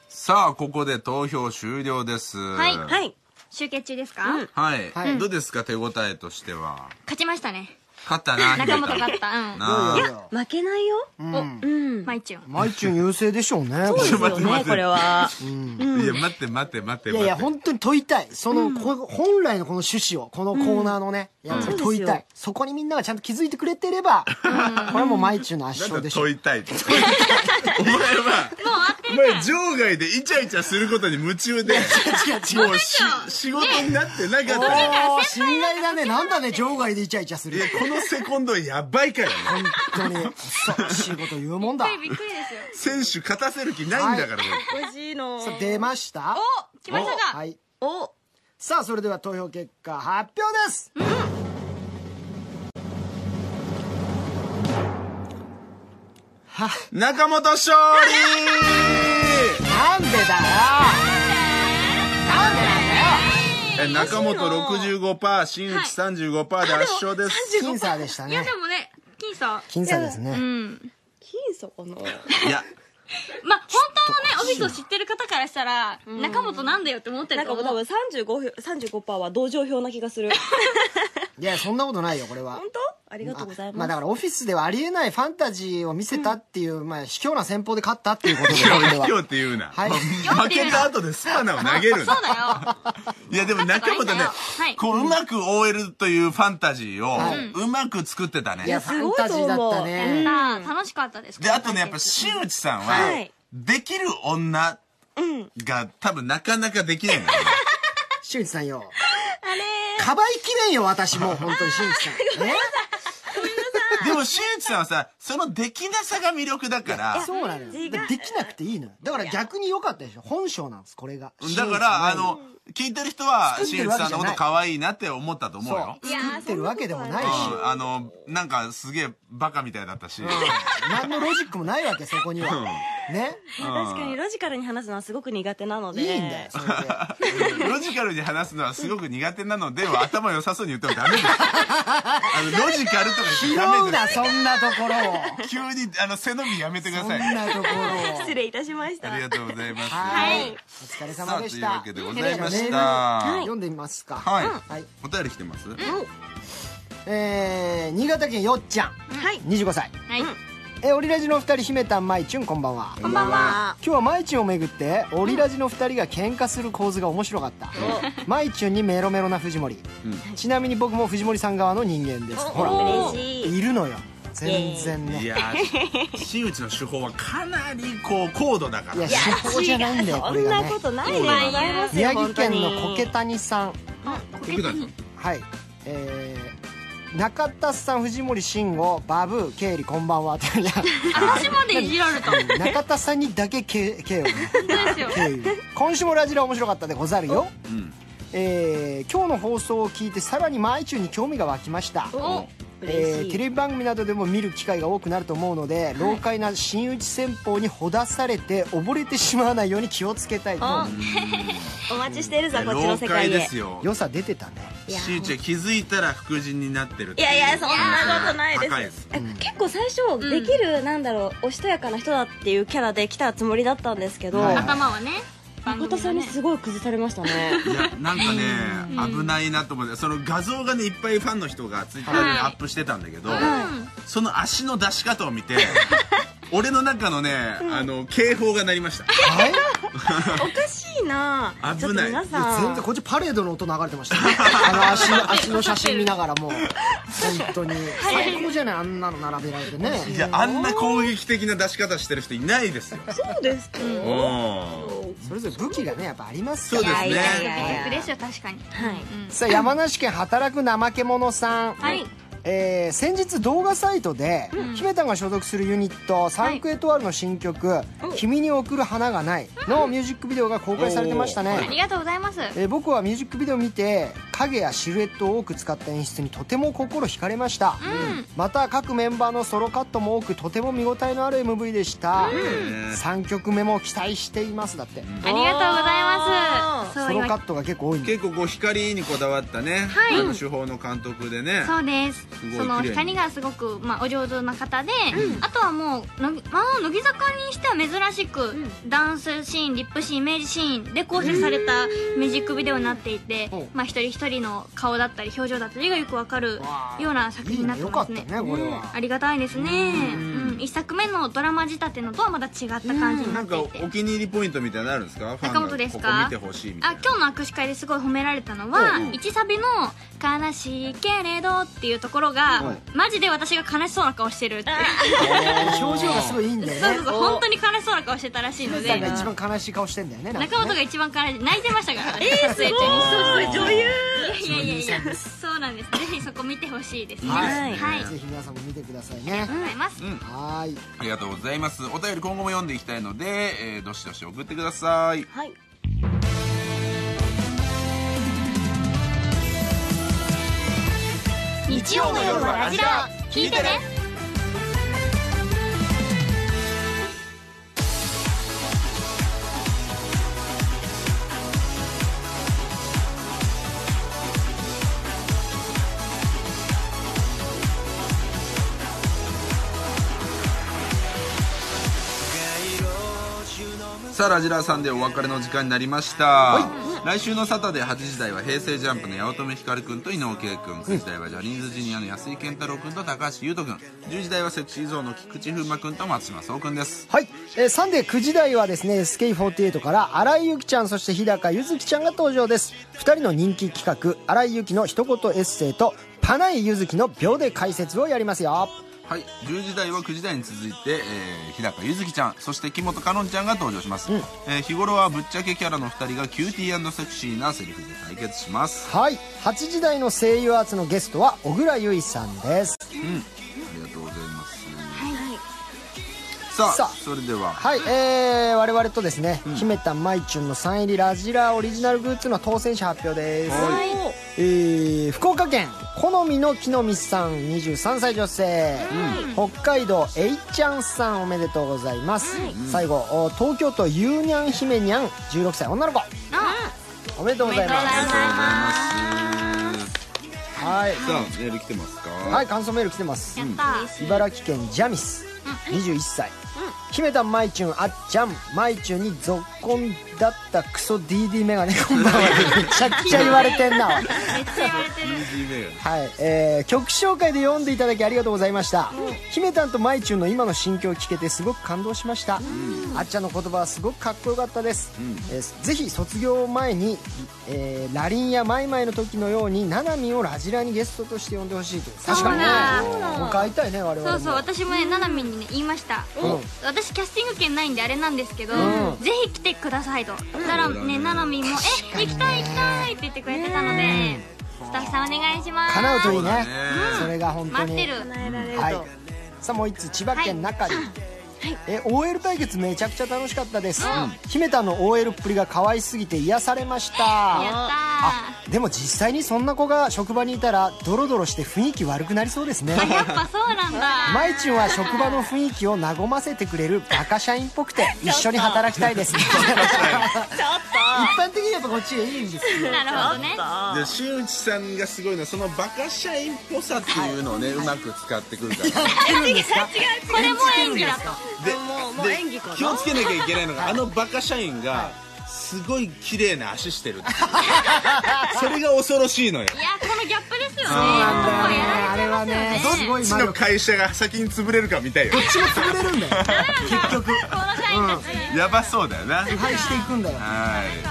[SPEAKER 1] さあ、ここで投票終了です。
[SPEAKER 3] はい
[SPEAKER 1] は
[SPEAKER 4] はい。
[SPEAKER 3] 集計中ですか、
[SPEAKER 1] い。
[SPEAKER 2] はい
[SPEAKER 1] どうですか、手応えとしては。
[SPEAKER 3] 勝ちましたね。
[SPEAKER 1] 勝ったな、
[SPEAKER 3] 中本
[SPEAKER 1] 秀
[SPEAKER 3] 勝った。うん。
[SPEAKER 1] なあ
[SPEAKER 2] いやいや
[SPEAKER 4] 負けないよ。
[SPEAKER 2] うん
[SPEAKER 4] うん。
[SPEAKER 3] まいちゅん。
[SPEAKER 2] マイチュン優勢でしょうね
[SPEAKER 4] そうです
[SPEAKER 1] ちょっ
[SPEAKER 4] よ
[SPEAKER 1] と待って待っ
[SPEAKER 4] ね、
[SPEAKER 1] て
[SPEAKER 4] これは。
[SPEAKER 1] いや、待って待って待って
[SPEAKER 2] いや
[SPEAKER 1] 待
[SPEAKER 2] いや
[SPEAKER 1] って。
[SPEAKER 2] 本当に問いたいその、こ本来のこの趣旨をこのコーナーのね、やっぱり問いたいそこにみんながちゃんと気づいてくれてれば、これはもうマイチュンの圧
[SPEAKER 1] な
[SPEAKER 2] 勝
[SPEAKER 1] んか
[SPEAKER 2] でしょう
[SPEAKER 1] 問いたいって。
[SPEAKER 3] [laughs]
[SPEAKER 1] お前は、お前場外でイチャイチャすることに夢中で、
[SPEAKER 2] [laughs]
[SPEAKER 1] もうし仕事になってなかったよ。
[SPEAKER 2] おー信頼だねなんだね場外でイチャイチャす
[SPEAKER 1] い
[SPEAKER 2] る
[SPEAKER 1] や、このセコンドやばいからね。
[SPEAKER 2] 本当にそう仕事言うもんだ
[SPEAKER 3] びっくりですよ。
[SPEAKER 1] 選手勝たせる気ないんだから、これ
[SPEAKER 4] 欲しいの。
[SPEAKER 2] さあ出ました
[SPEAKER 3] お来ましたが。
[SPEAKER 2] はい
[SPEAKER 4] お、
[SPEAKER 2] さあそれでは投票結果発表です、
[SPEAKER 1] 中本勝利
[SPEAKER 2] なんでだよなんで
[SPEAKER 1] え中本65%、新内35%で圧勝です。
[SPEAKER 2] なんだよ僅差でした
[SPEAKER 3] いや
[SPEAKER 2] ね
[SPEAKER 3] でもね、僅差。
[SPEAKER 2] 僅差ですね、
[SPEAKER 3] うん。
[SPEAKER 4] 金そこの。
[SPEAKER 1] いや、
[SPEAKER 3] まあ、本当のね、オフィスを知ってる方からしたら、中本なんだよって思って
[SPEAKER 4] [laughs] な
[SPEAKER 3] ると
[SPEAKER 4] んかも
[SPEAKER 3] 思
[SPEAKER 4] う多
[SPEAKER 3] う。
[SPEAKER 4] 分35票、35%は同情票な気が [laughs] する。
[SPEAKER 2] いやそんなことないよこれは
[SPEAKER 4] 本当ありがとうござい
[SPEAKER 2] まあ
[SPEAKER 4] ま
[SPEAKER 2] だ
[SPEAKER 4] す。
[SPEAKER 2] からオフィスではありえないファンタジーを見せたっていう、まあ卑怯な戦法で勝ったっていうことでこれは
[SPEAKER 1] 今日って言うな。
[SPEAKER 2] はい
[SPEAKER 1] 負けた後でスパナを投げるな
[SPEAKER 3] そう。だよ。
[SPEAKER 1] いやでも中本ね
[SPEAKER 3] はい、
[SPEAKER 1] こううまく OL というファンタジーをうまく作ってた
[SPEAKER 2] いや
[SPEAKER 1] ね。
[SPEAKER 2] ファンタジーだったね
[SPEAKER 3] やった楽しかったです。
[SPEAKER 1] で、あとね、やっぱ新内さん
[SPEAKER 4] は、
[SPEAKER 1] はいできる女が多分なかなかできない
[SPEAKER 2] [laughs]
[SPEAKER 1] んだよね。
[SPEAKER 2] 新内さんよかばいきれんよ私もう本当に新内さんえ
[SPEAKER 1] でも新内さんはさ、そのできなさが魅力だから、
[SPEAKER 2] そうなのよでできなくていいのよだから逆に良かったでしょ本性なんですこれが
[SPEAKER 1] だから、あの、聞いてる人は
[SPEAKER 2] 作っ
[SPEAKER 1] 新
[SPEAKER 2] てる
[SPEAKER 1] 内
[SPEAKER 2] わけ
[SPEAKER 1] さんのこ
[SPEAKER 2] じゃな
[SPEAKER 1] と
[SPEAKER 2] い
[SPEAKER 1] 可愛いなって思ったと思うよ。
[SPEAKER 2] そう作ってるわけでもないし
[SPEAKER 1] うんあの、なんかすげえバカみたいだったし。
[SPEAKER 2] 何のロジックもないわけそこにはね
[SPEAKER 4] 確かにロジカルに話すのはすごく苦手なの
[SPEAKER 2] い
[SPEAKER 4] で。
[SPEAKER 2] いんだよ
[SPEAKER 1] [laughs]
[SPEAKER 2] それ
[SPEAKER 1] [laughs]
[SPEAKER 2] で
[SPEAKER 1] ロジカルに話すのはすごく苦手なのでは頭良さそうに言ってもダメで
[SPEAKER 2] [laughs]
[SPEAKER 1] す。あの、ロジカルとか言ってダ
[SPEAKER 2] 拾
[SPEAKER 1] メ
[SPEAKER 2] う
[SPEAKER 1] で
[SPEAKER 2] なそんなところを
[SPEAKER 1] す。急に、あの、背伸びやめてくだ
[SPEAKER 2] そん
[SPEAKER 1] さい。
[SPEAKER 2] なところを
[SPEAKER 4] [laughs] 失礼いたしました。
[SPEAKER 1] ありがとうございます。
[SPEAKER 2] はい。お疲れ
[SPEAKER 1] さ
[SPEAKER 2] 様
[SPEAKER 1] あ、
[SPEAKER 2] で
[SPEAKER 1] とい
[SPEAKER 2] し
[SPEAKER 1] うわ
[SPEAKER 2] た。
[SPEAKER 1] けでございま
[SPEAKER 2] メ
[SPEAKER 1] し
[SPEAKER 2] ール
[SPEAKER 1] た。は
[SPEAKER 2] 読んでみますか。
[SPEAKER 1] い。
[SPEAKER 2] はい。
[SPEAKER 1] お便り来てます
[SPEAKER 2] えー、新潟県よっちゃん。
[SPEAKER 4] はい。
[SPEAKER 2] 25歳。
[SPEAKER 3] はい。
[SPEAKER 2] えー、オリラジのお二人、姫たん、まいちゅん、こんばんは。こんばんは。今日はまいちゅんをめぐって、オリラジの二人が喧嘩する構図が面白かった。まいちゅんにメロメロな藤森。ちなみに僕も藤森さん側の人間です。ほら、
[SPEAKER 4] 嬉しい。
[SPEAKER 2] いるのよ。全然
[SPEAKER 1] い
[SPEAKER 2] ね。
[SPEAKER 1] やー、真打ちの手法はかなりこう、高度だか
[SPEAKER 2] い
[SPEAKER 1] ら
[SPEAKER 2] や、。出法じゃないんだよ、
[SPEAKER 4] そ
[SPEAKER 2] これ
[SPEAKER 4] ん
[SPEAKER 2] が
[SPEAKER 4] な
[SPEAKER 2] ね
[SPEAKER 4] こ。とないでございますよ。
[SPEAKER 2] 宮城県
[SPEAKER 4] 本当
[SPEAKER 2] の
[SPEAKER 4] に
[SPEAKER 2] 苔谷さん。
[SPEAKER 1] 国内の
[SPEAKER 2] はい、えー、中田さん藤森慎吾バブー経理こんばんはいや
[SPEAKER 3] 私までいじられた。
[SPEAKER 2] 中田さんにだけ経経をね
[SPEAKER 3] ですよ。
[SPEAKER 2] 経由今週もラジラ面白かったでござるよ、えー今日の放送を聞いてさらに毎中に興味が湧きました
[SPEAKER 3] お、
[SPEAKER 2] えーテレビ番組などでも見る機会が多くなると思うので老快な真打ち戦法にほだされて溺れてしまわないように気をつけたいと
[SPEAKER 4] お [laughs] 待ちしてるぞ、こっちの
[SPEAKER 1] 老
[SPEAKER 4] 世
[SPEAKER 1] 快
[SPEAKER 4] 界へ。
[SPEAKER 1] ですよ。
[SPEAKER 2] 良さ出てた
[SPEAKER 3] [laughs]
[SPEAKER 2] ね
[SPEAKER 1] 真打ちは気づいたら副人になってるって。
[SPEAKER 4] いうやいや、そんなことないです。
[SPEAKER 1] 高いです。
[SPEAKER 4] え結構最初、できる、なんだろう、おしとやかな人だっていうキャラで来たつもりだったんですけど、
[SPEAKER 2] はい
[SPEAKER 3] 頭はね。番組
[SPEAKER 4] 中田さ
[SPEAKER 3] が
[SPEAKER 4] んに
[SPEAKER 3] ね。
[SPEAKER 4] すごい崩されましたね。
[SPEAKER 1] いやなんかね危ないなと思ってその画像がねいっぱいファンの人がツイッターでアップしてたんだけど、その足の出し方を見て俺の中のねあの警報が鳴りました
[SPEAKER 2] はい
[SPEAKER 4] おかしいな
[SPEAKER 1] 危ない
[SPEAKER 4] ちょっと皆
[SPEAKER 2] いや
[SPEAKER 4] さ
[SPEAKER 2] 全
[SPEAKER 4] ん
[SPEAKER 2] 然こっちパレードの音流れてました、
[SPEAKER 1] [laughs]
[SPEAKER 2] ね、あの足の足の写真見ながらもう本当に最高じゃないあんなの並べられてね
[SPEAKER 1] いやあんな攻撃的な出し方してる人いないですよ
[SPEAKER 4] そうですか
[SPEAKER 1] おー
[SPEAKER 2] それぞれ武器がねやっぱあります
[SPEAKER 1] そ
[SPEAKER 2] か
[SPEAKER 1] う
[SPEAKER 2] ら
[SPEAKER 1] です
[SPEAKER 4] いやいやい
[SPEAKER 1] ね
[SPEAKER 4] や
[SPEAKER 3] 逆ですよ、確かに。
[SPEAKER 4] はい。
[SPEAKER 2] さあ山梨県働く怠け者さん、
[SPEAKER 3] はい
[SPEAKER 2] えー先日動画サイトで、姫たんが所属するユニットサンクエトワールの新曲「君に贈る花がない」のミュージックビデオが公開されてましたね
[SPEAKER 3] ありがとうございます。
[SPEAKER 2] えー僕はミュージックビデオを見て影やシルエットを多く使った演出にとても心惹かれました、また各メンバーのソロカットも多くとても見応えのある MV でした、3曲目も期待していますだって、
[SPEAKER 3] ありがとうございます。そう
[SPEAKER 2] ソロ
[SPEAKER 3] 今
[SPEAKER 2] カットが結構多いんで
[SPEAKER 1] 結構こう光にこだわったね、
[SPEAKER 3] はい
[SPEAKER 1] あの手法の監督でね
[SPEAKER 3] そうです
[SPEAKER 1] ごい
[SPEAKER 3] その
[SPEAKER 1] 綺麗に
[SPEAKER 3] 光がすごく、まあ、お上手な方で、あとはもうのぎ、まあ、乃木坂にしては珍しく、ダンスシーンリップシーンイメージシーンで構成されたミュージックビデオになっていて、まあ、一人一人の顔だったり表情だったりがよくわかるような作
[SPEAKER 2] い
[SPEAKER 3] 品
[SPEAKER 2] い
[SPEAKER 3] になっ
[SPEAKER 2] ね
[SPEAKER 3] て
[SPEAKER 2] よか
[SPEAKER 3] ま
[SPEAKER 2] っ
[SPEAKER 3] す
[SPEAKER 2] た
[SPEAKER 3] ね
[SPEAKER 2] ねこれは
[SPEAKER 3] ありがたいですね、うん、一作目のドラマ仕立てのとはまた違った感じに
[SPEAKER 1] な
[SPEAKER 3] なっ
[SPEAKER 1] んか
[SPEAKER 3] ていて、
[SPEAKER 1] お気に入りポイントみたいなのあるんですかファンが
[SPEAKER 3] 中本ですか
[SPEAKER 1] ここ見てほしいみた
[SPEAKER 3] あ
[SPEAKER 1] いな
[SPEAKER 3] 今日の握手会ですごい褒められたのは、1サビの「悲しいけれど」っていうところが、マジで私が悲しそうな顔してるって
[SPEAKER 2] 表情がすごいいいんだ
[SPEAKER 3] [laughs] そう
[SPEAKER 2] よ
[SPEAKER 3] そう
[SPEAKER 2] ね
[SPEAKER 3] そう本当に悲しそうな顔してたらしいの
[SPEAKER 2] さん
[SPEAKER 3] で
[SPEAKER 2] が一番悲しい顔してんだよねなんか
[SPEAKER 3] 中本
[SPEAKER 2] ね
[SPEAKER 3] が一番悲しい泣いてましたからえ [laughs] えー、すごい
[SPEAKER 4] 女優
[SPEAKER 3] いやいやいやいやそうなんですぜひそこ見てほしいですね
[SPEAKER 2] はい
[SPEAKER 3] はいあり
[SPEAKER 2] ぜ
[SPEAKER 3] がと
[SPEAKER 2] ひ皆さんも見てくださいね
[SPEAKER 3] うございます、
[SPEAKER 2] はーい
[SPEAKER 1] ありがとうございますお便り今後も読んでいきたいので、えーどしどし送ってください
[SPEAKER 4] はい
[SPEAKER 3] 日曜の夜はラジラ聞いてね
[SPEAKER 1] さあラジラーさんでお別れの時間になりました、来週のサタデー8時台は平成ジャンプの八乙女光くんと井上圭くん9時台はジャニーズジュニアの安井健太郎くんと高橋優斗くん10時台はセクシーゾーンの菊池風磨くんと松島聡くんです
[SPEAKER 2] はい、えー、サンデー9時台はですね SK48 から新井由紀ちゃんそして日高ゆずきちゃんが登場です2人の人気企画新井由紀の一言エッセイとパナイゆずきの秒で解説をやりますよ
[SPEAKER 1] はい、10時台は9時台に続いて、えー日高ゆずきちゃんそして木本かのんちゃんが登場します、えー日頃はぶっちゃけキャラの2人がキューティーセクシーなセリフで対決します
[SPEAKER 2] はい8時台の声優アーツのゲストは小倉優衣さんです
[SPEAKER 1] ありがとうございます
[SPEAKER 3] はいはい
[SPEAKER 1] さあ
[SPEAKER 2] さあ
[SPEAKER 1] それでは
[SPEAKER 2] はい、えー、我々とですね、姫たまいちゅんのサイン入りラジラオリジナルグッズの当選者発表です、えー福岡県好みの木の実さん23歳女性、北海道えいちゃんさんおめでとうございます、最後お東京都ゆうにゃん姫にゃん16歳女の子おめでとうございますはい
[SPEAKER 1] さあメール来てますか
[SPEAKER 2] はい感想メール来てます
[SPEAKER 3] やったー
[SPEAKER 2] 茨城県ジャミス21歳、姫田まいちゅんあっちゃんまいちゅんにぞっこんだったクソ DD メガ
[SPEAKER 3] [laughs]
[SPEAKER 2] ネこんばんはめちゃくちゃ言われてんなおい
[SPEAKER 3] めっちゃ言われてる
[SPEAKER 2] はい、えー曲紹介で読んでいただきありがとうございました、姫たんとまいちゅんの今の心境を聞けてすごく感動しました、あっちゃんの言葉はすごくかっこよかったです、えーぜひ卒業前に、えーラリンやマイマイの時のようにななみんをラジラにゲストとして呼んでほしいと確かにね僕会いたいね我々も
[SPEAKER 3] そうそう私もねななみんにね言いました、私キャスティング権ないんであれなんですけど、
[SPEAKER 2] う
[SPEAKER 3] ぜひ来てくださいとだからねななみんも「え行きたい行きたい」って言ってくれてたので、スタッフさんお願いします
[SPEAKER 2] 叶うといいね
[SPEAKER 1] う
[SPEAKER 2] それが本当
[SPEAKER 3] 待っ
[SPEAKER 2] に
[SPEAKER 3] てる
[SPEAKER 2] はい、さあもう一つ千葉県中里、え OL 対決めちゃくちゃ楽しかったです、姫田の OL っぷりが可愛すぎて癒されました
[SPEAKER 3] やった
[SPEAKER 2] でも実際にそんな子が職場にいたらドロドロして雰囲気悪くなりそうですね
[SPEAKER 3] ーやっぱそうなんだ
[SPEAKER 2] まいちゅんは職場の雰囲気を和ませてくれるバカ社員っぽく
[SPEAKER 3] [laughs]
[SPEAKER 2] て一緒に働きたいです [laughs] 一般的にやっぱこっちがいいんですよ
[SPEAKER 3] なるほどね
[SPEAKER 1] で新内さんがすごいのはそのバカ社員っぽさっていうのをね、うまく使ってくるから
[SPEAKER 3] これも演技だと
[SPEAKER 1] でで気をつけなきゃいけないのがあのバカ社員がすごい綺麗な足してるっ
[SPEAKER 3] [laughs]
[SPEAKER 1] ていうそれが恐ろしいのよ
[SPEAKER 3] いやこのギャップですよね
[SPEAKER 2] あ
[SPEAKER 3] もうやられ
[SPEAKER 2] れはねすごい
[SPEAKER 1] どっちの会社が先に潰れるかみたいよ
[SPEAKER 2] こっちも潰れるんだよ結局
[SPEAKER 3] この社員たち、
[SPEAKER 1] やばそうだよな
[SPEAKER 2] 腐敗していくんだよ、ね
[SPEAKER 1] はい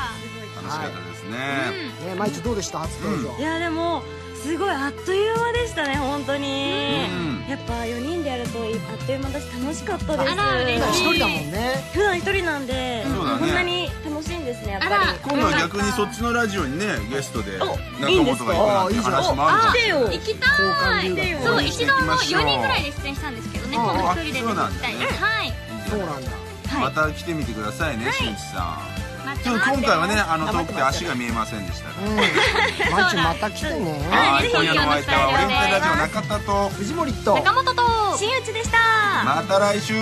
[SPEAKER 1] 楽しかったですね、
[SPEAKER 2] まいちゅんどうでした初登場、
[SPEAKER 4] いやでもすごいあっという間でしたね本当に、やっぱ4人でやるとあっという間だし楽しかったです
[SPEAKER 3] あら嬉
[SPEAKER 2] 一
[SPEAKER 3] しい
[SPEAKER 2] 人だもんね
[SPEAKER 4] 普段一人なんで、
[SPEAKER 1] そうだね
[SPEAKER 4] こんなに楽しいんですねやっぱ
[SPEAKER 3] あ
[SPEAKER 4] り
[SPEAKER 3] ら
[SPEAKER 1] 今度は逆にそっちのラジオにねゲストで仲
[SPEAKER 4] いい
[SPEAKER 1] 本
[SPEAKER 4] んですか
[SPEAKER 1] が行くなんていう話もあるじゃん
[SPEAKER 3] 行きたいそう一度も4人ぐらいで出演したんですけどね今度1人で出て
[SPEAKER 1] そう
[SPEAKER 3] み
[SPEAKER 1] なんだ
[SPEAKER 3] たいですはい
[SPEAKER 2] そうなんだ
[SPEAKER 1] また来てみてくださいね、新内さ
[SPEAKER 3] 待っ
[SPEAKER 1] んで
[SPEAKER 3] てま
[SPEAKER 1] も
[SPEAKER 3] す
[SPEAKER 1] 今回はねあの遠くて足が見えませんでしたが
[SPEAKER 2] うん、まいちゅんまた来てね
[SPEAKER 1] はい
[SPEAKER 3] ぜひ
[SPEAKER 1] 今夜のお相手はオ
[SPEAKER 3] 今
[SPEAKER 1] リ
[SPEAKER 3] 日
[SPEAKER 1] ン
[SPEAKER 3] の
[SPEAKER 1] ピ
[SPEAKER 3] スタジオで
[SPEAKER 1] ックラジオ中田と
[SPEAKER 2] 藤森と
[SPEAKER 3] 中本と
[SPEAKER 4] 新内でした
[SPEAKER 1] また来週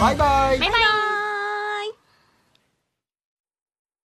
[SPEAKER 2] バイバイ
[SPEAKER 3] バイバイ